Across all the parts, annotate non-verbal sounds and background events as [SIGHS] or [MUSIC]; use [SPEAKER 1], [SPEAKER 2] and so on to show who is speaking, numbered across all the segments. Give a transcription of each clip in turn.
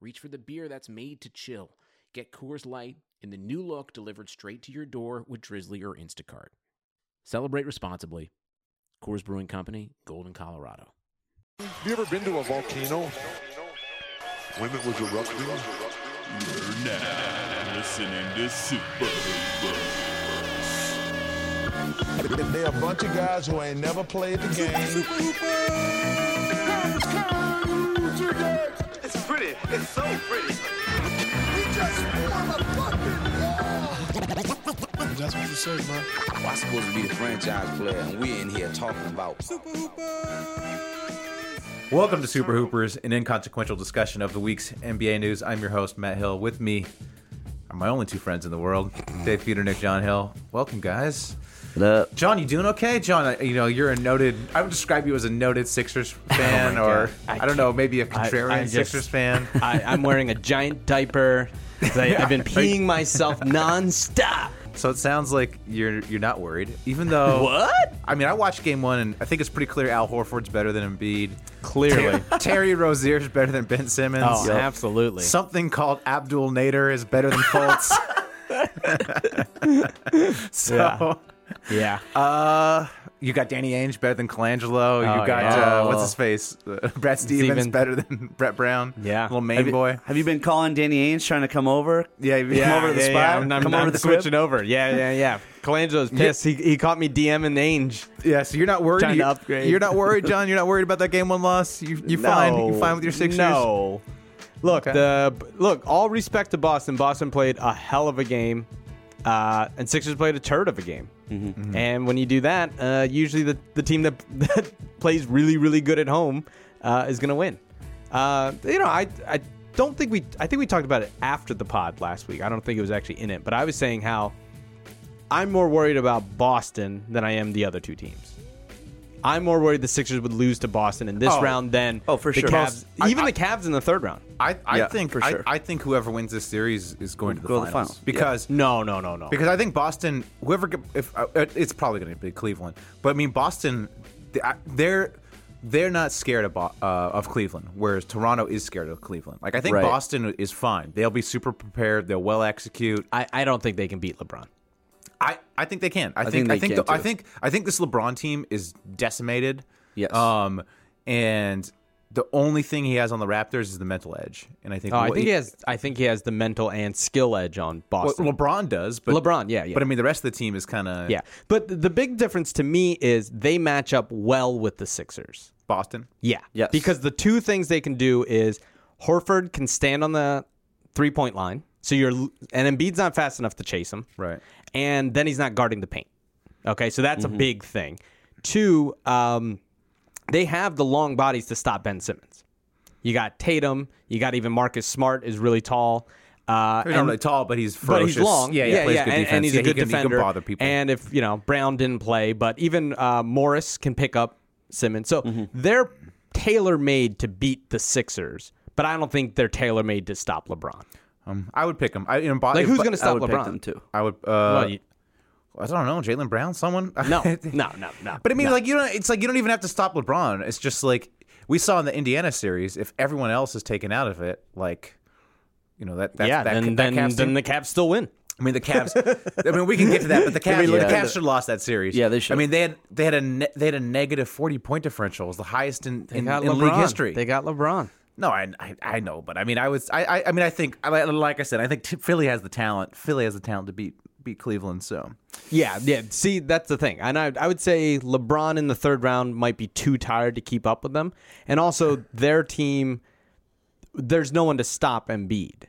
[SPEAKER 1] reach for the beer that's made to chill. Get Coors Light in the new look delivered straight to your door with Drizzly or Instacart. Celebrate responsibly. Coors Brewing Company, Golden, Colorado.
[SPEAKER 2] Have you ever been to a volcano?
[SPEAKER 3] When it was erupting,
[SPEAKER 4] You're now listening to Super Hoopers.
[SPEAKER 2] They're a bunch of guys who ain't never played the game.
[SPEAKER 5] It's pretty. It's so pretty.
[SPEAKER 6] I'm supposed to be the franchise player, and we're in here talking about
[SPEAKER 7] Welcome to Super Hoopers, an inconsequential discussion of the week's NBA news. I'm your host, Matt Hill. With me are my only two friends in the world, Dave Peter, Nick John Hill. Welcome, guys. John, you doing okay? John, I- you know, you're a noted, I would describe you as a noted
[SPEAKER 8] [LAUGHS]
[SPEAKER 7] Sixers fan, or I, don't know, maybe a contrarian
[SPEAKER 8] Oh I just-
[SPEAKER 7] Sixers fan.
[SPEAKER 8] I, I'm wearing a giant [LAUGHS] diaper. 'cause I, I've been peeing myself nonstop.
[SPEAKER 7] So it sounds like you're you're not worried, even though.
[SPEAKER 8] What?
[SPEAKER 7] I mean, I watched game one, and I think it's pretty clear Al Horford's better than Embiid.
[SPEAKER 8] Clearly. [LAUGHS]
[SPEAKER 7] Terry Rozier's better than Ben Simmons.
[SPEAKER 8] Oh, absolutely.
[SPEAKER 7] Something called Abdul Nader is better than Fultz. [LAUGHS] so
[SPEAKER 8] yeah.
[SPEAKER 7] uh, you got Danny Ainge better than Colangelo. you
[SPEAKER 8] Oh,
[SPEAKER 7] got
[SPEAKER 8] yeah.
[SPEAKER 7] uh, what's his face? Uh, Brad Stevens
[SPEAKER 8] Stevens.
[SPEAKER 7] better than Brett Brown.
[SPEAKER 8] Yeah.
[SPEAKER 7] little
[SPEAKER 8] Have
[SPEAKER 7] main
[SPEAKER 8] you-
[SPEAKER 7] boy.
[SPEAKER 5] Have you been calling Danny Ainge trying to come over?
[SPEAKER 7] Yeah,
[SPEAKER 5] Come over to the
[SPEAKER 8] yeah,
[SPEAKER 5] spot.
[SPEAKER 8] yeah, I'm, I'm,
[SPEAKER 5] come
[SPEAKER 8] I'm
[SPEAKER 5] over to the crib.
[SPEAKER 8] switching over. Yeah, yeah,
[SPEAKER 5] [LAUGHS]
[SPEAKER 8] yeah. Colangelo's pissed. He, he caught me DM and Ainge.
[SPEAKER 7] Yeah, so you're not worried.
[SPEAKER 8] Trying to
[SPEAKER 7] you're,
[SPEAKER 8] upgrade.
[SPEAKER 7] you're not worried, John. You're not worried about that game one loss. You you fine. You fine with your Sixers?
[SPEAKER 8] No. Look,
[SPEAKER 7] Okay.
[SPEAKER 8] the look. All respect to Boston. Boston played a hell of a game, uh, and Sixers played a turd of a game.
[SPEAKER 7] Mm-hmm.
[SPEAKER 8] And when you do that, uh, usually the, the team that, [LAUGHS] that plays really really good at home uh, is going to win. Uh, you know, I I don't think we I think we talked about it after the pod last week. I don't think it was actually in it, but I was saying how I'm more worried about Boston than I am the other two teams. I'm more worried the Sixers would lose to Boston in this
[SPEAKER 7] Oh.
[SPEAKER 8] round than
[SPEAKER 5] Oh, for
[SPEAKER 8] the
[SPEAKER 5] sure.
[SPEAKER 8] Cavs,
[SPEAKER 7] I-
[SPEAKER 8] even
[SPEAKER 7] I-
[SPEAKER 8] the Cavs in the third round.
[SPEAKER 7] I, I
[SPEAKER 5] Yeah,
[SPEAKER 7] think
[SPEAKER 5] for sure.
[SPEAKER 7] I, I think whoever wins this series is going to the,
[SPEAKER 5] Go to
[SPEAKER 7] finals.
[SPEAKER 5] the finals.
[SPEAKER 7] because
[SPEAKER 8] No, no, no, no.
[SPEAKER 7] because I think Boston whoever get- if uh, it's probably going to be Cleveland, but I mean Boston they- I- they're they're not scared of, Bo- uh, of Cleveland, whereas Toronto is scared of Cleveland. Like I think
[SPEAKER 5] Right.
[SPEAKER 7] Boston is fine. They'll be super prepared. They'll well execute.
[SPEAKER 8] I, I don't think they can beat LeBron.
[SPEAKER 7] I, I think they can. I, think,
[SPEAKER 5] think they
[SPEAKER 7] I think
[SPEAKER 5] can,
[SPEAKER 7] the- I
[SPEAKER 5] too.
[SPEAKER 7] think I think this LeBron team is decimated.
[SPEAKER 5] Yes.
[SPEAKER 7] Um, and the only thing he has on the Raptors is the mental edge, and I think
[SPEAKER 8] Oh, I
[SPEAKER 7] what
[SPEAKER 8] think he has. I think he has the mental and skill edge on
[SPEAKER 7] what
[SPEAKER 8] Boston.
[SPEAKER 7] LeBron does, but
[SPEAKER 8] LeBron, yeah, yeah.
[SPEAKER 7] But I mean, the rest of the team is kind of
[SPEAKER 8] yeah, but th- the big difference to me is they match up well with the Sixers.
[SPEAKER 7] Boston.
[SPEAKER 8] Yeah,
[SPEAKER 5] Yes.
[SPEAKER 8] Because the two things they can do is Horford can stand on the three point line, so you're l- and Embiid's not fast enough to chase him.
[SPEAKER 7] Right.
[SPEAKER 8] and then he's not guarding the paint. Okay, so that's a big thing. Two, um, they have the long bodies to stop Ben Simmons. You got Tatum. You got even Marcus Smart is really tall. Uh,
[SPEAKER 7] He's not
[SPEAKER 8] and-
[SPEAKER 7] really tall, but he's
[SPEAKER 8] but
[SPEAKER 7] ferocious.
[SPEAKER 8] he's long.
[SPEAKER 7] Yeah, yeah, plays good
[SPEAKER 8] and,
[SPEAKER 7] defense.
[SPEAKER 8] and he's
[SPEAKER 7] yeah,
[SPEAKER 8] a good
[SPEAKER 7] he can,
[SPEAKER 8] defender.
[SPEAKER 7] He can bother people.
[SPEAKER 8] And if you know Brown didn't play, but even uh, Morris can pick up Simmons. So
[SPEAKER 7] Mm-hmm.
[SPEAKER 8] they're tailor made to beat the Sixers, but I don't think they're tailor made to stop LeBron.
[SPEAKER 7] um, I would pick him. I, you know, Bo-
[SPEAKER 8] Like
[SPEAKER 7] if-
[SPEAKER 8] who's going to
[SPEAKER 5] I
[SPEAKER 8] stop
[SPEAKER 5] would pick
[SPEAKER 8] LeBron?
[SPEAKER 5] them too.
[SPEAKER 7] I would. Uh,
[SPEAKER 8] Well, you-
[SPEAKER 7] I don't know. Jalen Brown, someone. [LAUGHS]
[SPEAKER 8] no, no, no, no.
[SPEAKER 7] But I mean,
[SPEAKER 8] no.
[SPEAKER 7] like you don't. It's like you don't even have to stop LeBron. It's just like we saw in the Indiana series. If everyone else is taken out of it, like you know that. That's,
[SPEAKER 8] yeah,
[SPEAKER 7] that, that
[SPEAKER 8] then, then,
[SPEAKER 7] Cavs
[SPEAKER 8] then
[SPEAKER 7] team-
[SPEAKER 8] the Cavs still win.
[SPEAKER 7] I mean, the Cavs. I mean, we can get to that, but the
[SPEAKER 8] [LAUGHS]
[SPEAKER 7] Cavs.
[SPEAKER 5] look at
[SPEAKER 7] the Cavs
[SPEAKER 5] the-
[SPEAKER 7] should have lost that series.
[SPEAKER 5] Yeah, they should.
[SPEAKER 7] I mean, they had they had a ne- they had a negative forty point differential. It was the highest in in, in league history.
[SPEAKER 8] They got LeBron.
[SPEAKER 7] No, I, I I know, but I mean, I was I I, I mean, I think I- like I said, I think t- Philly has the talent. Philly has the talent to beat beat Cleveland. So [LAUGHS]
[SPEAKER 8] Yeah, yeah. See, that's the thing, and I, I would say LeBron in the third round might be too tired to keep up with them, and
[SPEAKER 5] [LAUGHS]
[SPEAKER 8] also their team, there's no one to stop Embiid.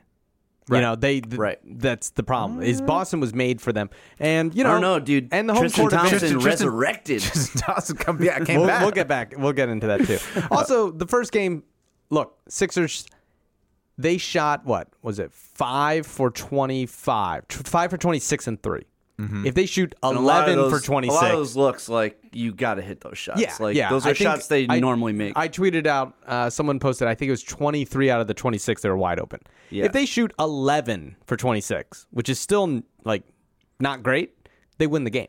[SPEAKER 8] You know, they th-
[SPEAKER 5] Right. Mm-hmm.
[SPEAKER 8] That's the problem. Is Boston was made for them, and you know,
[SPEAKER 5] I don't know, dude.
[SPEAKER 8] And the home
[SPEAKER 5] Tristan
[SPEAKER 8] court advantage-
[SPEAKER 5] Thompson resurrected.
[SPEAKER 7] Dawson come yeah came
[SPEAKER 8] we'll,
[SPEAKER 7] back.
[SPEAKER 8] we'll
[SPEAKER 5] [LAUGHS]
[SPEAKER 8] get back. We'll get into that too. also, the first game, look, Sixers. They shot what was it? Five for twenty-five, Tw- five for twenty-six and 3 If they shoot
[SPEAKER 5] And a lot
[SPEAKER 8] eleven
[SPEAKER 5] of
[SPEAKER 8] for
[SPEAKER 5] those-
[SPEAKER 8] twenty-six,
[SPEAKER 5] A lot of those looks like you got to hit those shots.
[SPEAKER 8] yeah,
[SPEAKER 5] like
[SPEAKER 8] yeah.
[SPEAKER 5] those are
[SPEAKER 8] I think
[SPEAKER 5] shots they
[SPEAKER 8] I-
[SPEAKER 5] normally make.
[SPEAKER 8] I tweeted out. Uh, someone posted. I think it was twenty-three out of the twenty-six that are wide open.
[SPEAKER 5] Yeah.
[SPEAKER 8] If they shoot eleven for twenty-six, which is still like not great, they win the game.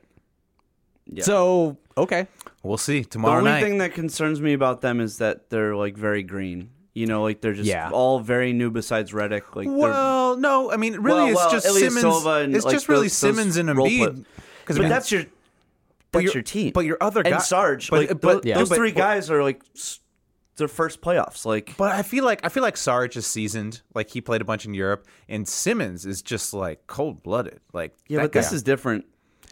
[SPEAKER 8] So okay,
[SPEAKER 7] We'll see
[SPEAKER 5] the
[SPEAKER 7] tomorrow
[SPEAKER 5] only
[SPEAKER 7] night.
[SPEAKER 5] thing that concerns me about them is that they're like very green. You know, like they're just
[SPEAKER 8] Yeah.
[SPEAKER 5] all very new besides Reddick. Like they're
[SPEAKER 7] well, no, I mean, really,
[SPEAKER 5] Well,
[SPEAKER 7] it's
[SPEAKER 5] well,
[SPEAKER 7] just
[SPEAKER 5] Ilyasova
[SPEAKER 7] Simmons.
[SPEAKER 5] and,
[SPEAKER 7] it's
[SPEAKER 5] like,
[SPEAKER 7] just really
[SPEAKER 5] those- those
[SPEAKER 7] Simmons and
[SPEAKER 5] role
[SPEAKER 7] Embiid.
[SPEAKER 5] play-
[SPEAKER 7] 'Cause, I
[SPEAKER 5] But
[SPEAKER 7] mean,
[SPEAKER 5] that's your that's your team.
[SPEAKER 7] but your other guy-
[SPEAKER 5] and Sarge.
[SPEAKER 7] but- uh,
[SPEAKER 5] like,
[SPEAKER 7] but-
[SPEAKER 5] tho-
[SPEAKER 7] yeah.
[SPEAKER 5] those
[SPEAKER 7] but-
[SPEAKER 5] three
[SPEAKER 7] but-
[SPEAKER 5] guys are like s- their first playoffs. Like
[SPEAKER 7] But I feel like I feel like Sarge is seasoned. Like he played a bunch in Europe, and Simmons is just like cold blooded. Like
[SPEAKER 5] yeah,
[SPEAKER 7] that
[SPEAKER 5] but this
[SPEAKER 7] guy-
[SPEAKER 5] is different.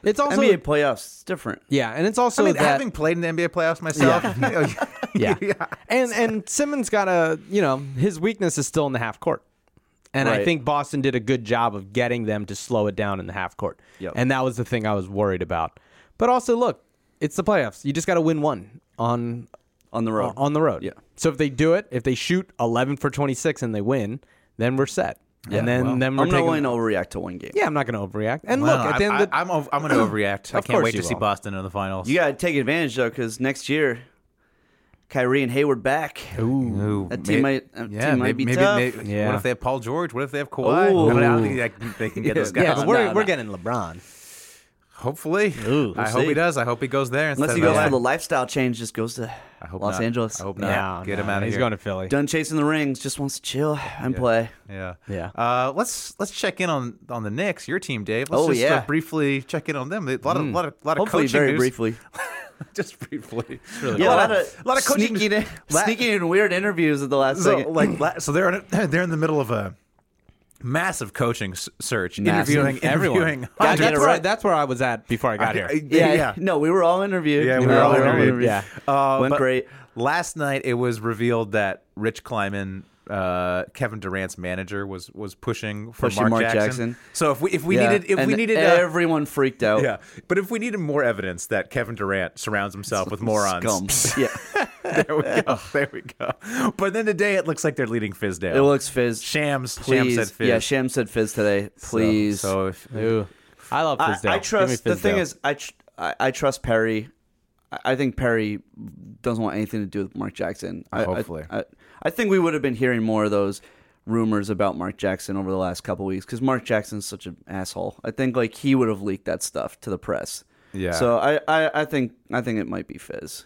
[SPEAKER 8] it's also
[SPEAKER 5] NBA playoffs is different.
[SPEAKER 8] yeah, and it's also
[SPEAKER 7] I mean,
[SPEAKER 8] that,
[SPEAKER 7] having played in the NBA playoffs myself, [LAUGHS]
[SPEAKER 5] [LAUGHS]
[SPEAKER 8] yeah. And and Simmons got a you know his weakness is still in the half court, and I
[SPEAKER 5] Right.
[SPEAKER 8] think Boston did a good job of getting them to slow it down in the half court.
[SPEAKER 5] Yep.
[SPEAKER 8] And that was the thing I was worried about. But also, look, it's the playoffs. You just got to win one on
[SPEAKER 5] On the road.
[SPEAKER 8] on the road.
[SPEAKER 5] Yeah.
[SPEAKER 8] So if they do it, if they shoot eleven for twenty six and they win, then we're set. and then then we're
[SPEAKER 5] I'm not
[SPEAKER 8] taking.
[SPEAKER 5] willing to overreact to one game.
[SPEAKER 8] yeah, I'm not going to overreact. And
[SPEAKER 7] Well,
[SPEAKER 8] look, at
[SPEAKER 7] I,
[SPEAKER 8] the end of the,
[SPEAKER 7] I, am I'm [CLEARS THROAT] going to overreact. I
[SPEAKER 8] Of
[SPEAKER 7] can't
[SPEAKER 8] course
[SPEAKER 7] wait to
[SPEAKER 8] you
[SPEAKER 7] see
[SPEAKER 8] will.
[SPEAKER 7] Boston in the finals.
[SPEAKER 5] You gotta take advantage though, because next year, Kyrie and Hayward back.
[SPEAKER 7] Ooh,
[SPEAKER 5] That team might- that
[SPEAKER 7] yeah,
[SPEAKER 5] team might
[SPEAKER 7] maybe,
[SPEAKER 5] be
[SPEAKER 7] maybe,
[SPEAKER 5] tough.
[SPEAKER 7] maybe-
[SPEAKER 8] Yeah.
[SPEAKER 7] What if they have Paul George? What if they have Kawhi? I
[SPEAKER 5] Ooh.
[SPEAKER 7] mean, I don't think they can- they can get
[SPEAKER 5] [LAUGHS]
[SPEAKER 7] those guys.
[SPEAKER 8] yeah, 'cause we're
[SPEAKER 5] Nah,
[SPEAKER 8] we're
[SPEAKER 5] nah.
[SPEAKER 8] getting LeBron.
[SPEAKER 7] Hopefully, I hope he
[SPEAKER 5] see.
[SPEAKER 7] does. I hope he goes there.
[SPEAKER 5] Unless
[SPEAKER 7] instead
[SPEAKER 5] he
[SPEAKER 7] of
[SPEAKER 5] goes
[SPEAKER 7] LA.
[SPEAKER 5] for the lifestyle change, just goes to
[SPEAKER 7] I hope
[SPEAKER 5] Los
[SPEAKER 7] not.
[SPEAKER 5] Angeles.
[SPEAKER 7] I hope not. get him out of here.
[SPEAKER 8] He's going to Philly.
[SPEAKER 5] Done chasing the rings, just wants to chill and play.
[SPEAKER 7] Yeah,
[SPEAKER 8] Yeah.
[SPEAKER 7] Uh, let's let's check in on on the Knicks, your team, Dave. Let's
[SPEAKER 5] Oh,
[SPEAKER 7] just
[SPEAKER 5] yeah. Hmm.
[SPEAKER 7] uh, briefly check in on them. A lot of lot of lot of
[SPEAKER 5] Hopefully,
[SPEAKER 7] coaching
[SPEAKER 5] very
[SPEAKER 7] news.
[SPEAKER 5] briefly.
[SPEAKER 7] [LAUGHS] just briefly.
[SPEAKER 5] Yeah,
[SPEAKER 7] a
[SPEAKER 5] a
[SPEAKER 7] lot,
[SPEAKER 5] lot of,
[SPEAKER 7] a [LAUGHS] lot of coaching.
[SPEAKER 5] sneaking, [LAUGHS] in,
[SPEAKER 7] La-
[SPEAKER 5] sneaking in weird interviews at the last
[SPEAKER 7] so
[SPEAKER 5] second.
[SPEAKER 7] like
[SPEAKER 5] [CLEARS THROAT]
[SPEAKER 7] la- so they're in a, [CLEARS THROAT] they're in the middle of a massive coaching s- search,
[SPEAKER 5] Massive.
[SPEAKER 7] interviewing
[SPEAKER 5] [LAUGHS]
[SPEAKER 8] Everyone.
[SPEAKER 7] interviewing.
[SPEAKER 8] Yeah,
[SPEAKER 5] Gotta
[SPEAKER 7] hundreds.
[SPEAKER 5] get
[SPEAKER 8] that's,
[SPEAKER 5] it
[SPEAKER 8] where,
[SPEAKER 5] right.
[SPEAKER 8] that's where I was at before I got here.
[SPEAKER 5] yeah, no, we were all interviewed.
[SPEAKER 7] Yeah, we were all interviewed.
[SPEAKER 5] Yeah,
[SPEAKER 7] Uh,
[SPEAKER 5] went
[SPEAKER 7] but
[SPEAKER 5] great.
[SPEAKER 7] Last night, it was revealed that Rich Kleiman, uh, Kevin Durant's manager, was was pushing for
[SPEAKER 5] Pushing Mark Jackson.
[SPEAKER 7] So if we if we
[SPEAKER 5] Yeah,
[SPEAKER 7] needed if
[SPEAKER 5] and
[SPEAKER 7] we needed uh,
[SPEAKER 5] everyone freaked out.
[SPEAKER 7] yeah, but if we needed more evidence that Kevin Durant surrounds himself with morons,
[SPEAKER 5] Scum. yeah,
[SPEAKER 7] there we
[SPEAKER 5] [LAUGHS]
[SPEAKER 7] go, there we go. But then today, it looks like they're leading Fizdale.
[SPEAKER 5] it looks fizz.
[SPEAKER 7] Shams.
[SPEAKER 5] please.
[SPEAKER 7] Shams said Fizz.
[SPEAKER 5] Yeah, Sham said fizz today.
[SPEAKER 7] So-
[SPEAKER 5] Please.
[SPEAKER 7] So, if,
[SPEAKER 8] Ooh, I love
[SPEAKER 5] I,
[SPEAKER 8] Fizdale.
[SPEAKER 5] I
[SPEAKER 8] Give me
[SPEAKER 5] trust. The thing
[SPEAKER 8] Fizdale.
[SPEAKER 5] is, I, tr- I I trust Perry. I, I think Perry doesn't want anything to do with Mark Jackson. I, I-
[SPEAKER 7] Hopefully.
[SPEAKER 5] I, I, think we would have been hearing more of those rumors about Mark Jackson over the last couple weeks because Mark Jackson's such an asshole. I think like he would have leaked that stuff to the press.
[SPEAKER 7] Yeah.
[SPEAKER 5] So I, I, I think I think it might be Fizz.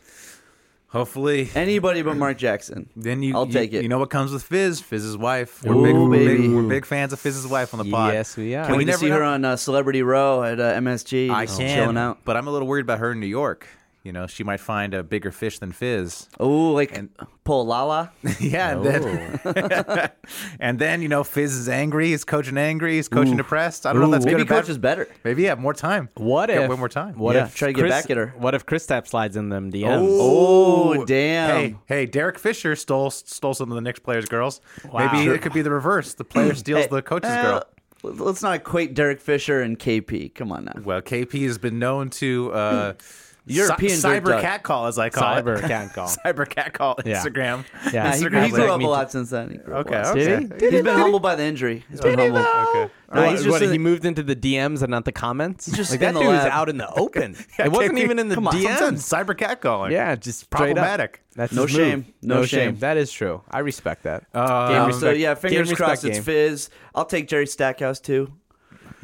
[SPEAKER 7] hopefully,
[SPEAKER 5] Anybody but Mark Jackson.
[SPEAKER 7] Then you,
[SPEAKER 5] I'll
[SPEAKER 7] you-
[SPEAKER 5] take it.
[SPEAKER 7] You know what comes with Fizz? Fizz's wife. We're,
[SPEAKER 5] Ooh,
[SPEAKER 7] big, we're big-
[SPEAKER 5] baby.
[SPEAKER 7] we're big fans of Fizz's wife on the pod.
[SPEAKER 8] Yes, we are.
[SPEAKER 5] Can
[SPEAKER 8] we
[SPEAKER 5] we, just see her
[SPEAKER 7] know.
[SPEAKER 5] on uh, Celebrity Row at uh, MSG?
[SPEAKER 7] I
[SPEAKER 5] just
[SPEAKER 7] can,
[SPEAKER 5] chilling out.
[SPEAKER 7] but I'm a little worried about her in New York. You know, she might find a bigger fish than Fizz. [LAUGHS]
[SPEAKER 5] Oh, like pull Lala.
[SPEAKER 7] yeah, and
[SPEAKER 5] Oh.
[SPEAKER 7] then, [LAUGHS] and then you know, Fizz is angry. He's coaching angry. He's coaching depressed. I don't know if that's
[SPEAKER 5] Maybe
[SPEAKER 7] good or
[SPEAKER 5] coach
[SPEAKER 7] bad.
[SPEAKER 5] is better.
[SPEAKER 7] Maybe yeah, more time.
[SPEAKER 8] what
[SPEAKER 7] Yeah,
[SPEAKER 8] if
[SPEAKER 7] one more time?
[SPEAKER 8] What
[SPEAKER 5] Yeah,
[SPEAKER 8] if
[SPEAKER 5] try to get
[SPEAKER 8] Chris-
[SPEAKER 5] back at her.
[SPEAKER 8] What if Chris Tapp slides in them DMs?
[SPEAKER 5] Oh, damn.
[SPEAKER 7] Hey, hey, Derek Fisher stole stole some of the Knicks players' girls. Maybe
[SPEAKER 8] Sure.
[SPEAKER 7] it could be the reverse. The player
[SPEAKER 5] [LAUGHS]
[SPEAKER 7] steals
[SPEAKER 5] Hey,
[SPEAKER 7] the coach's
[SPEAKER 5] eh,
[SPEAKER 7] girl.
[SPEAKER 5] Let's not equate Derek Fisher and KP. Come on now.
[SPEAKER 7] Well, KP has been known to uh,
[SPEAKER 5] [LAUGHS] European
[SPEAKER 7] cy-
[SPEAKER 5] dirt
[SPEAKER 7] cyber
[SPEAKER 5] duck.
[SPEAKER 7] catcall, as I call [LAUGHS]
[SPEAKER 8] Cyber
[SPEAKER 7] it.
[SPEAKER 8] can't call.
[SPEAKER 7] cyber catcall
[SPEAKER 8] Yeah.
[SPEAKER 5] [LAUGHS]
[SPEAKER 7] Instagram.
[SPEAKER 8] Yeah.
[SPEAKER 5] Nah,
[SPEAKER 8] Nah,
[SPEAKER 5] he, he
[SPEAKER 7] Instagram.
[SPEAKER 5] grew up
[SPEAKER 8] Me
[SPEAKER 5] a
[SPEAKER 8] too.
[SPEAKER 5] lot since then. He grew up a
[SPEAKER 7] Okay,
[SPEAKER 5] lot.
[SPEAKER 7] okay.
[SPEAKER 8] Did he? Did
[SPEAKER 5] He's been humbled by the injury. He's been humbled. Um,
[SPEAKER 7] Okay.
[SPEAKER 5] No,
[SPEAKER 8] What-
[SPEAKER 5] he's just
[SPEAKER 8] what,
[SPEAKER 5] in
[SPEAKER 8] he
[SPEAKER 5] the-
[SPEAKER 8] moved into the DMs and not the comments.
[SPEAKER 5] just
[SPEAKER 8] like
[SPEAKER 5] in
[SPEAKER 8] that
[SPEAKER 5] the
[SPEAKER 8] dude was
[SPEAKER 5] lab.
[SPEAKER 8] out in the open.
[SPEAKER 7] Yeah,
[SPEAKER 8] it wasn't
[SPEAKER 7] KP.
[SPEAKER 8] even in the
[SPEAKER 5] Come on,
[SPEAKER 7] That's what I'm
[SPEAKER 8] DMs.
[SPEAKER 7] saying, cyber catcalling.
[SPEAKER 8] Yeah, just straight up.
[SPEAKER 7] Problematic.
[SPEAKER 8] That's
[SPEAKER 5] No
[SPEAKER 8] his move.
[SPEAKER 5] shame. No shame.
[SPEAKER 8] That is true. I respect that.
[SPEAKER 7] Uh,
[SPEAKER 5] Um, so
[SPEAKER 8] respect-
[SPEAKER 5] yeah,
[SPEAKER 8] game
[SPEAKER 5] fingers
[SPEAKER 8] respect
[SPEAKER 5] crossed. It's
[SPEAKER 8] game.
[SPEAKER 5] Fizz. I'll take Jerry Stackhouse too.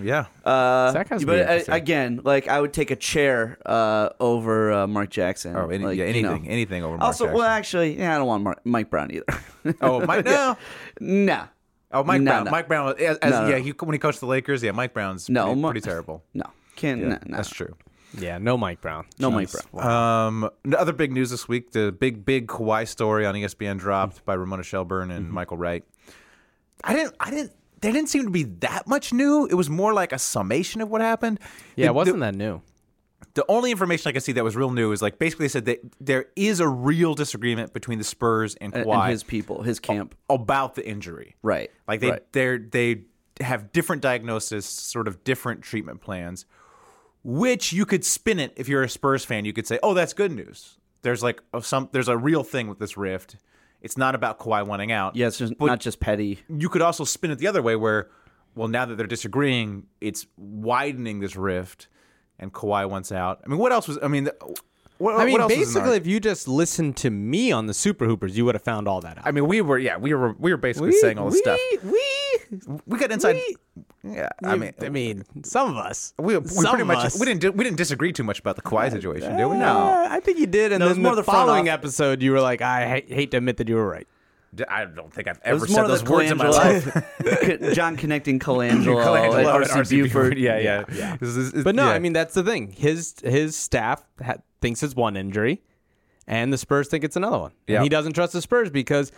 [SPEAKER 7] yeah.
[SPEAKER 5] Uh,
[SPEAKER 8] Stackhouse would be
[SPEAKER 5] but I,
[SPEAKER 8] interesting.
[SPEAKER 5] again, like I would take a chair uh, over uh, Mark Jackson.
[SPEAKER 7] Oh, any,
[SPEAKER 5] Like,
[SPEAKER 7] yeah,
[SPEAKER 5] you
[SPEAKER 7] anything,
[SPEAKER 5] know.
[SPEAKER 7] anything over Mark
[SPEAKER 5] Also, well, actually, yeah, I don't want Mark, Mike Brown either. [LAUGHS]
[SPEAKER 7] Jackson. oh, Mike. No.
[SPEAKER 5] nah,
[SPEAKER 7] Oh, Mike
[SPEAKER 5] No,
[SPEAKER 7] Brown.
[SPEAKER 5] no.
[SPEAKER 7] Mike Brown. As, as,
[SPEAKER 5] No, no.
[SPEAKER 7] Yeah, he, when he coached the Lakers, yeah, Mike Brown's
[SPEAKER 5] No,
[SPEAKER 7] pretty,
[SPEAKER 5] Ma-
[SPEAKER 7] pretty terrible.
[SPEAKER 5] no, can't. nah, nah.
[SPEAKER 7] That's true.
[SPEAKER 8] yeah, no Mike Brown.
[SPEAKER 5] No Mike Brown.
[SPEAKER 7] Um, the other big news this week: the big, big Kawhi story on E ESPN dropped by Ramona Shelburne and Michael Wright. I didn't, I didn't. There didn't seem to be that much new. It was more like a summation of what happened.
[SPEAKER 8] Yeah,
[SPEAKER 7] The-
[SPEAKER 8] it wasn't
[SPEAKER 7] the,
[SPEAKER 8] that new.
[SPEAKER 7] The only information I could see that was real new is like basically said that there is a real disagreement between the Spurs and
[SPEAKER 5] And-
[SPEAKER 7] Kawhi
[SPEAKER 5] And his people,
[SPEAKER 7] Oh,
[SPEAKER 5] his camp.
[SPEAKER 7] about the injury.
[SPEAKER 5] Right,
[SPEAKER 7] Like they
[SPEAKER 5] right.
[SPEAKER 7] they're they have different diagnoses, sort of different treatment plans, which you could spin it if you're a Spurs fan, you could say, "Oh, that's good news. There's like a, some there's a real thing with this rift It's not about Kawhi wanting out.
[SPEAKER 5] Yeah, it's just
[SPEAKER 7] But-
[SPEAKER 5] not just petty.
[SPEAKER 7] you could also spin it the other way where, well, now that they're disagreeing, it's widening this rift, and Kawhi wants out. I mean, what else was? I mean, the- what,
[SPEAKER 8] I mean,
[SPEAKER 7] what else was in
[SPEAKER 8] basically,
[SPEAKER 7] our-
[SPEAKER 8] if you just listened to me on the Super Hoopers, you would have found all that out.
[SPEAKER 7] I mean, we were yeah, we were we were basically saying all this stuff.
[SPEAKER 8] We,
[SPEAKER 7] We got inside. yeah, I mean,
[SPEAKER 8] I mean, some of us.
[SPEAKER 7] we, we
[SPEAKER 8] some
[SPEAKER 7] pretty
[SPEAKER 8] of
[SPEAKER 7] much
[SPEAKER 8] us.
[SPEAKER 7] we didn't di- we didn't disagree too much about the Kawhi situation, did we?
[SPEAKER 8] Uh, I think you did, and
[SPEAKER 5] No, it was
[SPEAKER 8] then
[SPEAKER 5] more
[SPEAKER 8] the,
[SPEAKER 5] the front
[SPEAKER 8] following
[SPEAKER 5] off-
[SPEAKER 8] episode, you were like, "I ha- hate to admit that you were right."
[SPEAKER 7] D- I don't think I've
[SPEAKER 5] It
[SPEAKER 7] ever
[SPEAKER 5] was
[SPEAKER 7] said
[SPEAKER 5] more
[SPEAKER 7] those
[SPEAKER 5] the
[SPEAKER 7] words in my life.
[SPEAKER 5] [LAUGHS] Colangelo- John connecting Colangelo,
[SPEAKER 7] [LAUGHS] Colangelo
[SPEAKER 5] and
[SPEAKER 7] and
[SPEAKER 5] R.C. Buford.
[SPEAKER 7] Yeah, yeah, yeah. This is- this-
[SPEAKER 8] But no,
[SPEAKER 7] yeah.
[SPEAKER 8] I mean that's the thing. His his staff ha- thinks it's one injury, and the Spurs think it's another one.
[SPEAKER 7] Yeah.
[SPEAKER 8] And he doesn't trust the Spurs because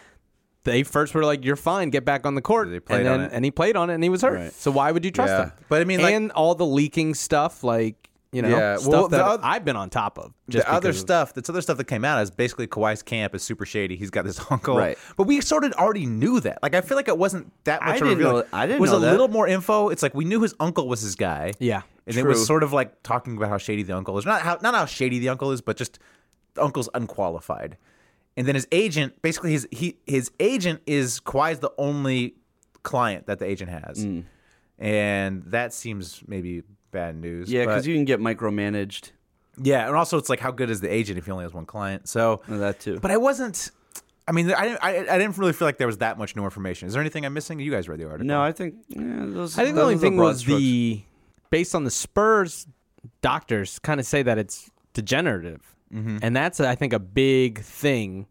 [SPEAKER 8] they first were like, "You're fine, get back on the court."
[SPEAKER 7] They played
[SPEAKER 8] and
[SPEAKER 7] on
[SPEAKER 8] then-
[SPEAKER 7] it.
[SPEAKER 8] and he played on it, and he was hurt.
[SPEAKER 5] Right.
[SPEAKER 8] So why would you trust
[SPEAKER 7] Yeah.
[SPEAKER 8] him?
[SPEAKER 7] But I mean, like-
[SPEAKER 8] and all the leaking stuff, like you know,
[SPEAKER 7] Yeah,
[SPEAKER 8] stuff
[SPEAKER 7] well, the
[SPEAKER 8] that
[SPEAKER 7] oth-
[SPEAKER 8] I've been on top of. Just
[SPEAKER 7] the other
[SPEAKER 8] because of-
[SPEAKER 7] stuff, this other stuff that came out is basically Kawhi's camp is super shady. He's got this [LAUGHS] uncle,
[SPEAKER 5] Right.
[SPEAKER 7] But we sort of already knew that. Like I feel like it wasn't that
[SPEAKER 5] I
[SPEAKER 7] much. of
[SPEAKER 5] didn't
[SPEAKER 7] a reveal.
[SPEAKER 5] know- I didn't
[SPEAKER 7] Was
[SPEAKER 5] know
[SPEAKER 7] a
[SPEAKER 5] that.
[SPEAKER 7] little more info. It's like we knew his uncle was his guy.
[SPEAKER 8] Yeah.
[SPEAKER 7] and it was
[SPEAKER 5] True.
[SPEAKER 7] sort of like talking about how shady the uncle is. Not how not how shady the uncle is, but just the uncle's unqualified. And then his agent, basically his he his agent is Kawhi's the only client that the agent has,
[SPEAKER 5] Mm.
[SPEAKER 7] and that seems maybe bad news.
[SPEAKER 5] Yeah,
[SPEAKER 7] but-
[SPEAKER 5] because you can get micromanaged.
[SPEAKER 7] yeah, and also it's like how good is the agent if he only has one client? So
[SPEAKER 5] Oh, that too.
[SPEAKER 7] But I wasn't. I mean, I didn't. I, I didn't really feel like there was that much new information. Is there anything I'm missing? You guys read the article?
[SPEAKER 5] No, I think yeah, those.
[SPEAKER 8] I think the
[SPEAKER 5] those
[SPEAKER 8] only
[SPEAKER 5] are
[SPEAKER 8] thing
[SPEAKER 5] broad
[SPEAKER 8] was
[SPEAKER 5] strokes.
[SPEAKER 8] the based on the Spurs doctors kind of say that it's degenerative,
[SPEAKER 7] Mm-hmm.
[SPEAKER 8] and that's I think a big thing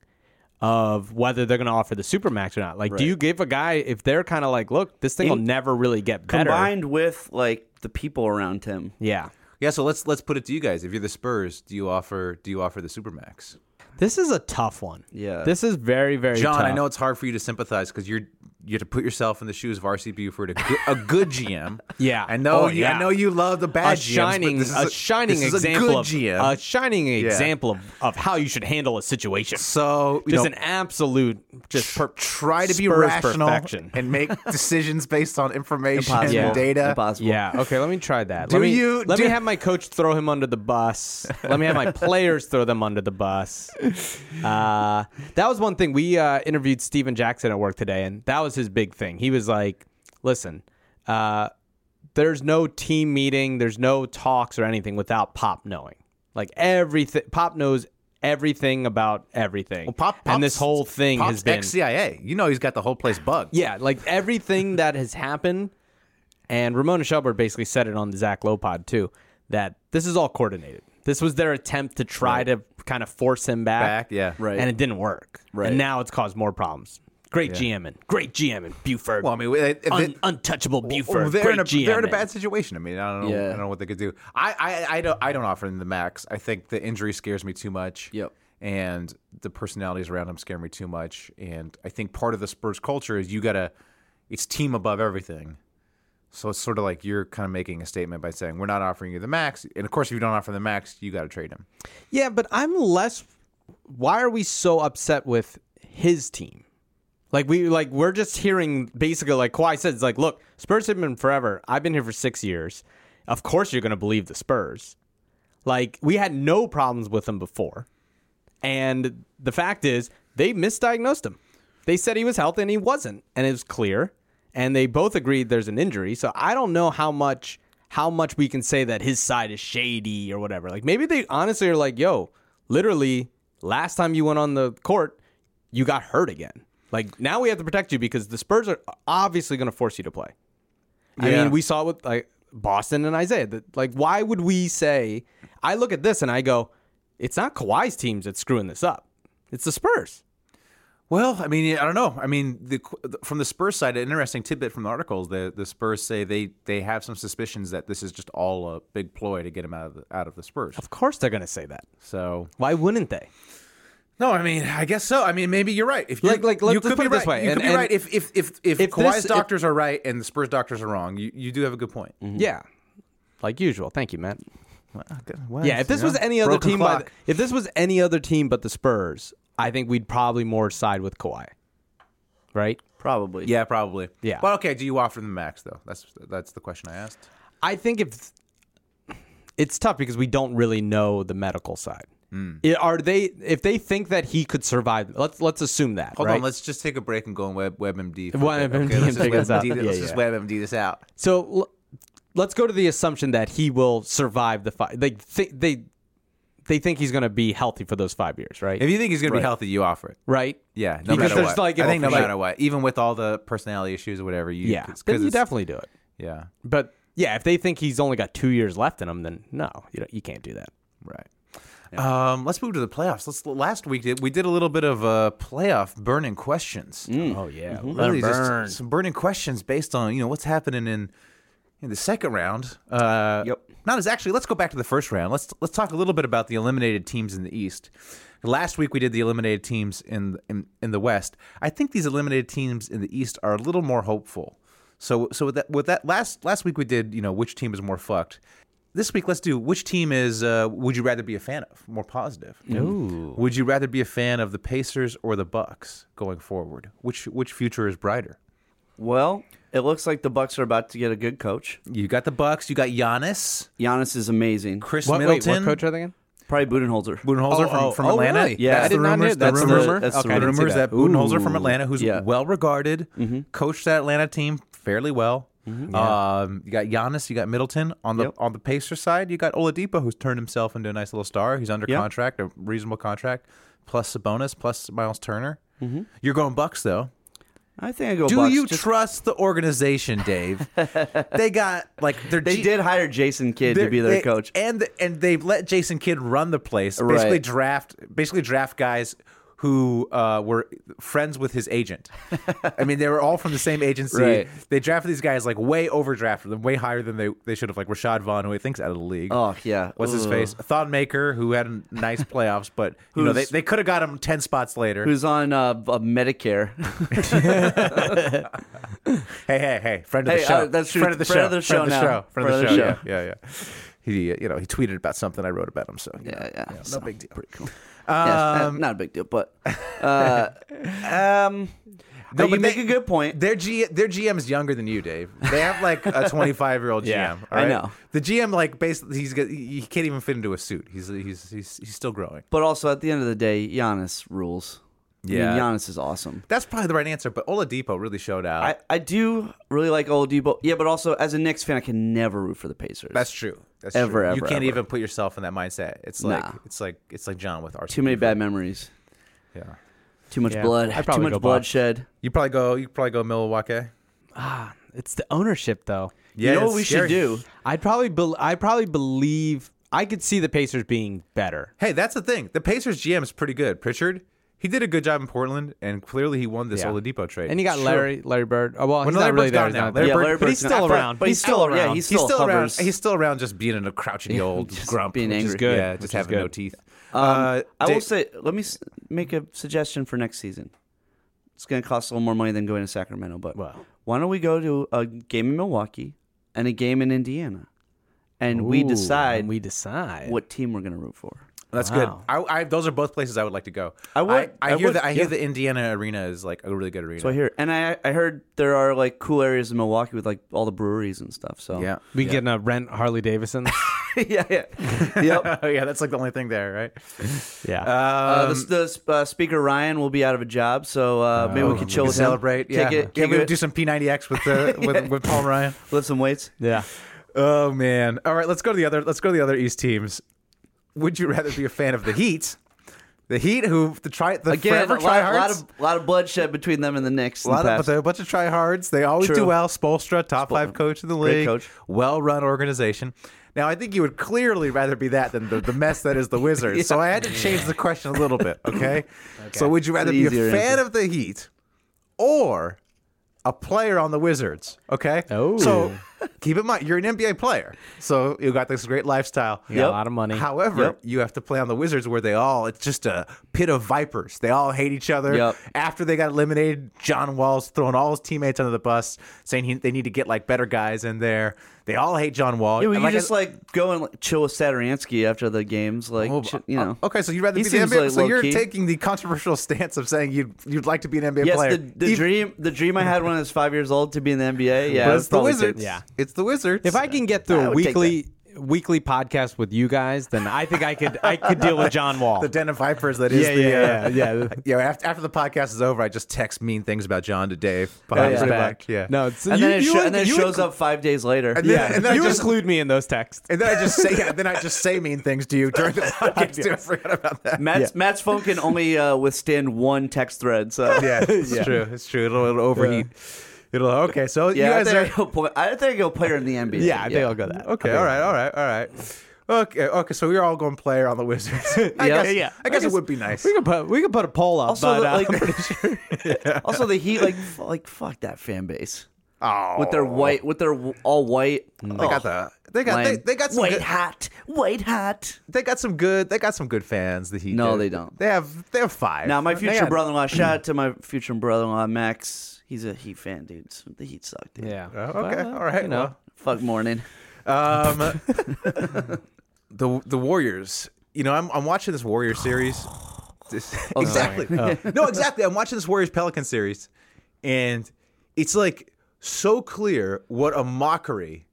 [SPEAKER 8] of whether they're going to offer the supermax or not. Like, do you give a guy if they're kind of like, look, this thing will
[SPEAKER 5] In-
[SPEAKER 8] never really get better?
[SPEAKER 5] combined with like the people around him.
[SPEAKER 8] yeah,
[SPEAKER 7] Yeah. So let's let's put it to you guys. If you're the Spurs, do you offer do you offer the supermax?
[SPEAKER 8] this is a tough one.
[SPEAKER 5] Yeah.
[SPEAKER 8] this is very very.
[SPEAKER 7] John, I
[SPEAKER 8] tough.
[SPEAKER 7] know it's hard for you to sympathize because you're you have to put yourself in the shoes of RC Buford, a good, a good GM.
[SPEAKER 8] [LAUGHS] Yeah.
[SPEAKER 7] I know.
[SPEAKER 8] Oh,
[SPEAKER 7] you, I
[SPEAKER 8] yeah.
[SPEAKER 7] know you love the
[SPEAKER 8] a
[SPEAKER 7] bad GMs, but
[SPEAKER 8] shining,
[SPEAKER 7] this is
[SPEAKER 8] a, shining
[SPEAKER 7] this is
[SPEAKER 8] example
[SPEAKER 7] a good
[SPEAKER 8] of
[SPEAKER 7] GM.
[SPEAKER 8] a shining example of, of how you should handle a situation.
[SPEAKER 7] so you
[SPEAKER 8] just
[SPEAKER 7] know,
[SPEAKER 8] an absolute, just per-
[SPEAKER 7] try to be
[SPEAKER 8] Spurs
[SPEAKER 7] rational
[SPEAKER 8] perfection.
[SPEAKER 7] and
[SPEAKER 8] [LAUGHS]
[SPEAKER 7] make decisions based on information
[SPEAKER 5] Impossible.
[SPEAKER 7] and data.
[SPEAKER 5] Impossible.
[SPEAKER 8] Yeah. Okay. Let me try that.
[SPEAKER 7] Do
[SPEAKER 8] let me,
[SPEAKER 7] you-
[SPEAKER 8] Let
[SPEAKER 7] do-
[SPEAKER 8] me have my coach throw him under the bus. let me
[SPEAKER 7] [LAUGHS]
[SPEAKER 8] have my players throw them under the bus. Uh, that was one thing. We uh, interviewed Steven Jackson at work today, and that was his big thing. He was like, "Listen, uh, there's no team meeting, there's no talks or anything without Pop knowing. Like everything, Pop knows." Everything about everything.
[SPEAKER 7] Well, Pop,
[SPEAKER 8] and this
[SPEAKER 7] Pop's-
[SPEAKER 8] whole thing
[SPEAKER 7] Pop's
[SPEAKER 8] has been
[SPEAKER 7] ex-CIA. You know he's got the whole place bugged.
[SPEAKER 8] yeah, like
[SPEAKER 7] [LAUGHS]
[SPEAKER 8] everything that has happened, and Ramona Shelburne basically said it on the Zach Lopod too, that this is all coordinated. This was their attempt to try to kind of force him back.
[SPEAKER 7] Back, yeah.
[SPEAKER 5] Right.
[SPEAKER 8] And it didn't work.
[SPEAKER 5] Right.
[SPEAKER 8] And now it's caused more problems. Great GMing. Great GMing. Buford.
[SPEAKER 7] Well, I mean, we- they-
[SPEAKER 8] Un-
[SPEAKER 7] they-
[SPEAKER 8] untouchable Buford.
[SPEAKER 7] well, they're,
[SPEAKER 8] Great
[SPEAKER 7] in a,
[SPEAKER 8] GMing.
[SPEAKER 7] they're in a bad situation. I mean, I don't know.
[SPEAKER 5] Yeah.
[SPEAKER 7] I don't know what they could do. I, I, I don't. I don't offer him the max. I think the injury scares me too much.
[SPEAKER 5] Yep.
[SPEAKER 7] And the personalities around him scare me too much. And I think part of the Spurs culture is you gotta, it's team above everything. So it's sort of like you're kind of making a statement by saying we're not offering you the max. And of course, if you don't offer the max, you got to trade him.
[SPEAKER 8] Yeah, but I'm less. Why are we so upset with his team? Like we like we're just hearing basically like Kawhi says like look Spurs have been forever. I've been here for six years. Of course you're gonna believe the Spurs. Like we had no problems with them before, and the fact is they misdiagnosed him. They said he was healthy and he wasn't, and it was clear. And they both agreed there's an injury. So I don't know how much how much we can say that his side is shady or whatever. Like maybe they honestly are like, yo, literally last time you went on the court, you got hurt again. Like now we have to protect you because the Spurs are obviously going to force you to play. I
[SPEAKER 7] Yeah.
[SPEAKER 8] mean, we saw it with like Boston and Isaiah. That like, why would we say? I look at this and I go, it's not Kawhi's teams that's screwing this up. It's the Spurs.
[SPEAKER 7] Well, I mean, I don't know. I mean, the, from the Spurs side, an interesting tidbit from the articles: the the Spurs say they they have some suspicions that this is just all a big ploy to get him out of the, out of the Spurs.
[SPEAKER 8] Of course they're going to say that.
[SPEAKER 7] So
[SPEAKER 8] Why wouldn't they?
[SPEAKER 7] no, I mean, I guess so. I mean, maybe you're right. If you,
[SPEAKER 8] Like- like, let's-
[SPEAKER 7] you could
[SPEAKER 8] let's put
[SPEAKER 7] be
[SPEAKER 8] it this
[SPEAKER 7] right.
[SPEAKER 8] way,
[SPEAKER 7] you
[SPEAKER 8] and-
[SPEAKER 7] could be
[SPEAKER 8] and
[SPEAKER 7] right. If if if if,
[SPEAKER 8] if
[SPEAKER 7] Kawhi's
[SPEAKER 8] this- if-
[SPEAKER 7] doctors are right and the Spurs doctors are wrong, you, you do have a good point.
[SPEAKER 8] Yeah. Like usual. Thank you, Matt.
[SPEAKER 7] Well,
[SPEAKER 8] Yeah, if this
[SPEAKER 7] you
[SPEAKER 8] was
[SPEAKER 7] know,
[SPEAKER 8] any other
[SPEAKER 7] broken
[SPEAKER 8] team by the,
[SPEAKER 7] clock.
[SPEAKER 8] if this was any other team but the Spurs, I think we'd probably more side with Kawhi. Right?
[SPEAKER 5] Probably.
[SPEAKER 7] yeah, probably.
[SPEAKER 8] Yeah.
[SPEAKER 7] But okay, do you offer them the max though? That's that's the question I asked.
[SPEAKER 8] I think if it's tough because we don't really know the medical side.
[SPEAKER 7] Hmm.
[SPEAKER 8] I- Are they if they think that he could survive? Let's let's assume that.
[SPEAKER 7] Hold
[SPEAKER 8] right?
[SPEAKER 7] on, let's just take a break and go on Web WebMD. for a
[SPEAKER 8] WebMD
[SPEAKER 7] bit, okay?
[SPEAKER 8] and
[SPEAKER 7] let's just
[SPEAKER 8] figure this out.
[SPEAKER 7] WebMD Let's
[SPEAKER 8] Yeah,
[SPEAKER 7] just
[SPEAKER 8] yeah.
[SPEAKER 7] WebMD this out.
[SPEAKER 8] So l- let's go to the assumption that he will survive the fight. They thi- they they think he's going to be healthy for those five years, right?
[SPEAKER 7] If you think he's gonna be healthy, you offer it.
[SPEAKER 8] right?
[SPEAKER 7] Yeah, no
[SPEAKER 8] Because
[SPEAKER 7] matter
[SPEAKER 8] there's
[SPEAKER 7] what.
[SPEAKER 8] like-
[SPEAKER 7] I think no
[SPEAKER 8] like-
[SPEAKER 7] matter what, even with all the personality issues or whatever, you
[SPEAKER 8] Yeah.
[SPEAKER 7] it's-
[SPEAKER 8] Then you
[SPEAKER 7] it's-
[SPEAKER 8] definitely do it.
[SPEAKER 7] yeah,
[SPEAKER 8] But yeah, if they think he's only got two years left in him, then no, you know, you can't do that.
[SPEAKER 7] right. Um, let's move to the playoffs. Let's last week did- we did a little bit of uh, playoff burning questions.
[SPEAKER 8] Oh yeah,
[SPEAKER 7] Really just some burning questions based on you know what's happening in in the second round. Uh,
[SPEAKER 5] Yep.
[SPEAKER 7] Not as actually. Let's go back to the first round. Let's let's talk a little bit about the eliminated teams in the East. Last week we did the eliminated teams in in, in the West. I think these eliminated teams in the East are a little more hopeful. So so with that with that last last week we did you know which team is more fucked. This week let's do which team is uh, would you rather be a fan of more positive. Ooh. Would you rather be a fan of the Pacers or the Bucks going forward? Which which future is brighter?
[SPEAKER 5] Well, it looks like the Bucks are about to get a good coach.
[SPEAKER 7] You got the Bucks. You got Giannis,
[SPEAKER 5] Giannis is amazing.
[SPEAKER 7] Chris
[SPEAKER 8] What, wait,
[SPEAKER 7] Middleton,
[SPEAKER 8] what coach are they in?
[SPEAKER 5] Probably Budenholzer.
[SPEAKER 7] Budenholzer
[SPEAKER 8] Oh,
[SPEAKER 7] from,
[SPEAKER 8] oh,
[SPEAKER 7] from
[SPEAKER 8] oh,
[SPEAKER 7] Atlanta.
[SPEAKER 8] really?
[SPEAKER 5] Yeah.
[SPEAKER 7] That's
[SPEAKER 5] I
[SPEAKER 7] the
[SPEAKER 5] did
[SPEAKER 8] not
[SPEAKER 7] rumors.
[SPEAKER 8] hear- that's
[SPEAKER 7] the
[SPEAKER 8] the-
[SPEAKER 7] rumor.
[SPEAKER 5] that's
[SPEAKER 7] okay,
[SPEAKER 5] the
[SPEAKER 7] the
[SPEAKER 5] rumor.
[SPEAKER 7] rumors that, Mm-hmm.
[SPEAKER 5] Ooh.
[SPEAKER 7] Budenholzer from Atlanta, who's
[SPEAKER 5] Yeah.
[SPEAKER 7] well regarded, coached that Atlanta team fairly well. Um, you got Giannis. You got Middleton on the
[SPEAKER 5] Yep.
[SPEAKER 7] on the Pacers side. You got Oladipo, who's turned himself into a nice little star. He's under
[SPEAKER 5] Yeah.
[SPEAKER 7] contract, a reasonable contract, plus Sabonis, plus Miles Turner. You're going Bucks though.
[SPEAKER 5] I think I go
[SPEAKER 7] Do
[SPEAKER 5] Bucks.
[SPEAKER 7] you
[SPEAKER 5] Just-
[SPEAKER 7] trust the organization, [LAUGHS] Dave? they got like their
[SPEAKER 5] they
[SPEAKER 7] G-
[SPEAKER 5] did hire Jason Kidd to
[SPEAKER 7] they're-
[SPEAKER 5] be their
[SPEAKER 7] they-
[SPEAKER 5] coach.
[SPEAKER 7] and and they've let Jason Kidd run the place. Basically
[SPEAKER 5] Right.
[SPEAKER 7] draft, basically draft guys who uh, were friends with his agent. I mean, they were all from the same agency.
[SPEAKER 5] Right.
[SPEAKER 7] They drafted these guys like way overdrafted them, way higher than they, they should have. Like Rashad Vaughn, who I think's out of the league.
[SPEAKER 5] Oh, yeah.
[SPEAKER 7] what's his
[SPEAKER 5] Ugh.
[SPEAKER 7] face? Thonmaker, who had a nice playoffs, but you know they,
[SPEAKER 5] [LAUGHS] Who's-
[SPEAKER 7] they could have got him ten spots later.
[SPEAKER 5] Who's on uh, b- uh, Medicare?
[SPEAKER 7] Hey, hey, hey! Friend of the
[SPEAKER 5] Hey,
[SPEAKER 7] show.
[SPEAKER 5] uh, that's true.
[SPEAKER 7] Friend of the show.
[SPEAKER 5] Friend of the show now.
[SPEAKER 7] Friend of the show. Yeah, yeah, yeah. He, uh, you know, he tweeted about something I wrote about him. So you know,
[SPEAKER 5] yeah, yeah.
[SPEAKER 7] no
[SPEAKER 5] So,
[SPEAKER 7] big deal.
[SPEAKER 5] Pretty cool. yeah, not, not a big deal, but [LAUGHS] uh, um,
[SPEAKER 7] No,
[SPEAKER 5] you
[SPEAKER 7] but
[SPEAKER 5] make
[SPEAKER 7] they-
[SPEAKER 5] a good point.
[SPEAKER 7] Their G, their GM is younger than you, Dave. They have like
[SPEAKER 5] [LAUGHS]
[SPEAKER 7] a 25 year old GM.
[SPEAKER 8] Yeah,
[SPEAKER 7] all right?
[SPEAKER 5] I know.
[SPEAKER 7] The GM, like, basically, he's got, he he can't even fit into a suit. He's he's he's, he's still growing.
[SPEAKER 5] But also, at the end of the day, Giannis rules. I mean,
[SPEAKER 7] Yeah.
[SPEAKER 5] Giannis is awesome.
[SPEAKER 7] That's probably the right answer. But Oladipo really showed out.
[SPEAKER 5] I, I do really like Oladipo. Yeah, but also as a Knicks fan, I can never root for the Pacers.
[SPEAKER 7] That's true. That's
[SPEAKER 5] Ever,
[SPEAKER 7] true.
[SPEAKER 5] ever,
[SPEAKER 7] you can't
[SPEAKER 5] ever.
[SPEAKER 7] even put yourself in that mindset. It's like
[SPEAKER 5] Nah.
[SPEAKER 7] it's like it's like John with RC.
[SPEAKER 5] too many bad memories.
[SPEAKER 7] Yeah.
[SPEAKER 5] Too much
[SPEAKER 8] Yeah,
[SPEAKER 5] blood.
[SPEAKER 8] I'd
[SPEAKER 5] Too
[SPEAKER 8] probably
[SPEAKER 5] much
[SPEAKER 8] go Bucks.
[SPEAKER 5] bloodshed.
[SPEAKER 7] You probably go. You probably go Milwaukee.
[SPEAKER 8] It's the ownership though.
[SPEAKER 7] Yeah,
[SPEAKER 5] you know
[SPEAKER 7] it's
[SPEAKER 5] what we
[SPEAKER 7] scary.
[SPEAKER 5] should do?
[SPEAKER 8] I'd probably bel I probably believe I could see the Pacers being better.
[SPEAKER 7] Hey, that's the thing. The Pacers GM is pretty good. Pritchard, he did a good job in Portland, and clearly he won this
[SPEAKER 8] Yeah.
[SPEAKER 7] Oladipo trade.
[SPEAKER 8] And you got
[SPEAKER 7] Sure.
[SPEAKER 8] Larry Larry Bird. Oh, well, he's
[SPEAKER 7] no, Larry
[SPEAKER 8] not really
[SPEAKER 7] Bird's
[SPEAKER 8] there.
[SPEAKER 7] gone
[SPEAKER 8] He's
[SPEAKER 7] now.
[SPEAKER 8] not
[SPEAKER 7] Larry
[SPEAKER 8] there.
[SPEAKER 5] Yeah,
[SPEAKER 7] Bird-
[SPEAKER 5] Larry
[SPEAKER 8] but he's
[SPEAKER 5] Bird's
[SPEAKER 8] still
[SPEAKER 5] not-
[SPEAKER 8] around.
[SPEAKER 5] But he's
[SPEAKER 8] He's
[SPEAKER 5] still
[SPEAKER 8] still
[SPEAKER 5] around. Yeah,
[SPEAKER 8] around.
[SPEAKER 7] He's
[SPEAKER 5] he's still,
[SPEAKER 7] still, around.
[SPEAKER 5] hovers.
[SPEAKER 7] He's still around, just being an a crouchy old
[SPEAKER 5] just
[SPEAKER 7] grump,
[SPEAKER 5] being
[SPEAKER 7] which is
[SPEAKER 5] angry.
[SPEAKER 8] good,
[SPEAKER 7] Yeah,
[SPEAKER 8] which
[SPEAKER 7] just
[SPEAKER 8] is
[SPEAKER 7] having no
[SPEAKER 8] good.
[SPEAKER 7] teeth. Uh,
[SPEAKER 5] Um, I will
[SPEAKER 7] Dave-
[SPEAKER 5] say, let me s- make a suggestion for next season. It's going to cost a little more money than going to Sacramento, but
[SPEAKER 8] Wow.
[SPEAKER 5] why don't we go to a game in Milwaukee and a game in Indiana, and we
[SPEAKER 8] Ooh,
[SPEAKER 5] decide
[SPEAKER 8] and we decide.
[SPEAKER 5] what team we're going to root for?
[SPEAKER 7] That's
[SPEAKER 8] Wow.
[SPEAKER 7] good. I, I, those are both places I would like to go.
[SPEAKER 5] I would-
[SPEAKER 7] I,
[SPEAKER 5] I
[SPEAKER 7] hear
[SPEAKER 5] would,
[SPEAKER 7] that. I hear
[SPEAKER 5] yeah.
[SPEAKER 7] the Indiana arena is like a really good arena.
[SPEAKER 5] So I hear, and I I heard there are like cool areas in Milwaukee with like all the breweries and stuff. So
[SPEAKER 7] yeah,
[SPEAKER 8] we getting a rent Harley Davidson.
[SPEAKER 5] [LAUGHS] yeah, yeah,
[SPEAKER 7] [LAUGHS]
[SPEAKER 5] yep.
[SPEAKER 7] Oh, yeah. That's like the only thing there, right? Um,
[SPEAKER 8] yeah.
[SPEAKER 5] Uh, this- the, uh, speaker Ryan will be out of a job, so uh, maybe we
[SPEAKER 7] Oh,
[SPEAKER 5] can chill with him.
[SPEAKER 7] celebrate.
[SPEAKER 5] Kick
[SPEAKER 7] Yeah, can
[SPEAKER 5] it, kick
[SPEAKER 7] we
[SPEAKER 5] it,
[SPEAKER 7] do some P90X with the with,
[SPEAKER 5] [LAUGHS]
[SPEAKER 7] with Paul Ryan?
[SPEAKER 5] lift some weights.
[SPEAKER 8] yeah.
[SPEAKER 7] Oh man! All right, let's go to the other. Let's go to the other East teams. Would you rather be a fan of the Heat? The Heat, who the try the
[SPEAKER 5] Again, a
[SPEAKER 7] forever
[SPEAKER 5] lot, a lot
[SPEAKER 7] tryhards.
[SPEAKER 5] of lot of bloodshed between them and the Knicks.
[SPEAKER 7] A lot of,
[SPEAKER 5] in
[SPEAKER 7] but
[SPEAKER 5] the
[SPEAKER 7] they're
[SPEAKER 5] past.
[SPEAKER 7] a bunch of tryhards. They always do
[SPEAKER 5] True.
[SPEAKER 7] well. Spolstra, top five coach in the
[SPEAKER 5] Great
[SPEAKER 7] league,
[SPEAKER 5] coach.
[SPEAKER 7] well-run organization. Now, I think you would clearly rather be that than the, the mess that is the Wizards.
[SPEAKER 5] [LAUGHS]
[SPEAKER 7] So I had to change the question a little bit. Okay, so would you rather be a
[SPEAKER 5] easier
[SPEAKER 7] fan of the Heat or a player on the Wizards? Okay,
[SPEAKER 8] Oh.
[SPEAKER 7] so [LAUGHS] keep in mind you're an NBA player, so you got this great lifestyle.
[SPEAKER 8] Got a lot of money.
[SPEAKER 7] However,
[SPEAKER 5] Yep.
[SPEAKER 7] you have to play on the Wizards where they all, it's just a pit of vipers. They all hate each other.
[SPEAKER 5] Yep.
[SPEAKER 7] After they got eliminated, John Wall's throwing all his teammates under the bus, saying he, they need to get like better guys in there. They all hate John Wall.
[SPEAKER 5] Yeah, well,
[SPEAKER 7] And
[SPEAKER 5] you
[SPEAKER 7] like I-
[SPEAKER 5] just like go and like, chill with Saturansky after the games, like
[SPEAKER 7] Oh,
[SPEAKER 5] chi- you know.
[SPEAKER 7] Okay, so you'd rather
[SPEAKER 5] He
[SPEAKER 7] be the
[SPEAKER 5] seems
[SPEAKER 7] NBA.
[SPEAKER 5] like
[SPEAKER 7] so you're
[SPEAKER 5] low-key.
[SPEAKER 7] taking the controversial [LAUGHS] stance of saying you'd you'd like to be an NBA
[SPEAKER 5] Yes,
[SPEAKER 7] player.
[SPEAKER 5] the, the
[SPEAKER 7] Even-
[SPEAKER 5] dream the dream I had when I was five years old to be in the
[SPEAKER 7] but
[SPEAKER 5] NBA.
[SPEAKER 7] [LAUGHS]
[SPEAKER 5] Yeah,
[SPEAKER 7] it's the
[SPEAKER 5] probably
[SPEAKER 7] Wizards.
[SPEAKER 5] takes-
[SPEAKER 8] Yeah.
[SPEAKER 7] it's the Wizards.
[SPEAKER 8] [LAUGHS] If I can get through
[SPEAKER 5] I
[SPEAKER 8] a
[SPEAKER 5] would take
[SPEAKER 8] weekly weekly podcast with you guys, then I think I could I could deal with John
[SPEAKER 7] [LAUGHS]
[SPEAKER 8] Wall.
[SPEAKER 7] The Den of Vipers. That is
[SPEAKER 8] Yeah,
[SPEAKER 7] the
[SPEAKER 8] yeah,
[SPEAKER 7] uh,
[SPEAKER 8] yeah,
[SPEAKER 7] [LAUGHS] yeah.
[SPEAKER 8] yeah.
[SPEAKER 7] After, after the podcast is over, I just text mean things about John to Dave.
[SPEAKER 5] yeah.
[SPEAKER 7] Pretty
[SPEAKER 8] Back.
[SPEAKER 7] much, yeah.
[SPEAKER 8] No, it's,
[SPEAKER 5] and
[SPEAKER 8] you,
[SPEAKER 5] then it,
[SPEAKER 8] you
[SPEAKER 5] sho-
[SPEAKER 8] would-
[SPEAKER 5] and then it
[SPEAKER 8] you would-
[SPEAKER 5] shows up five days later.
[SPEAKER 7] And then, and then
[SPEAKER 8] you
[SPEAKER 7] I just
[SPEAKER 8] include me in those texts. [LAUGHS]
[SPEAKER 7] and then I just say yeah, then I just say mean things to you [LAUGHS] during the podcast. too. I forgot about that.
[SPEAKER 5] Matt's, Matt's phone can only uh, withstand one text thread. So
[SPEAKER 7] Yeah, it's true. It's true. It'll, it'll overheat. It'll okay. So
[SPEAKER 5] yeah.
[SPEAKER 7] you
[SPEAKER 5] I
[SPEAKER 7] guys
[SPEAKER 5] think
[SPEAKER 7] are
[SPEAKER 5] he'll play, I think he'll play her in the NBA.
[SPEAKER 8] Yeah, I think I'll go that.
[SPEAKER 7] okay. All right. All right. All right. Okay. Okay. So we're all going player on the Wizards. [LAUGHS] I
[SPEAKER 5] Yeah.
[SPEAKER 7] guess,
[SPEAKER 5] Yeah, yeah.
[SPEAKER 7] I guess it would be nice.
[SPEAKER 8] We could put we could put a poll up,
[SPEAKER 5] Also,
[SPEAKER 8] but
[SPEAKER 5] the,
[SPEAKER 8] uh,
[SPEAKER 5] like, also the Heat, like, f- like fuck that fan base
[SPEAKER 7] Oh,
[SPEAKER 5] with their white, with their w- all white.
[SPEAKER 7] They got the. They got. They, they got some.
[SPEAKER 5] white
[SPEAKER 7] Good,
[SPEAKER 5] hat, white hat.
[SPEAKER 7] they got some good. They got some good fans. The Heat.
[SPEAKER 5] No,
[SPEAKER 7] do.
[SPEAKER 5] they don't.
[SPEAKER 7] They have. They have five.
[SPEAKER 5] Now my
[SPEAKER 7] They
[SPEAKER 5] future
[SPEAKER 7] got-
[SPEAKER 5] brother-in-law. Shout out to my future brother-in-law Max. He's a Heat fan, dude. So The Heat suck, dude.
[SPEAKER 8] [LAUGHS] yeah.
[SPEAKER 7] Oh, Okay. all right. No.
[SPEAKER 5] Fuck morning.
[SPEAKER 7] Um, [LAUGHS] the the Warriors. You know, I'm I'm watching this Warrior series. This- exactly. No, exactly. I'm watching this Warriors Pelican series, and it's like so clear what a mockery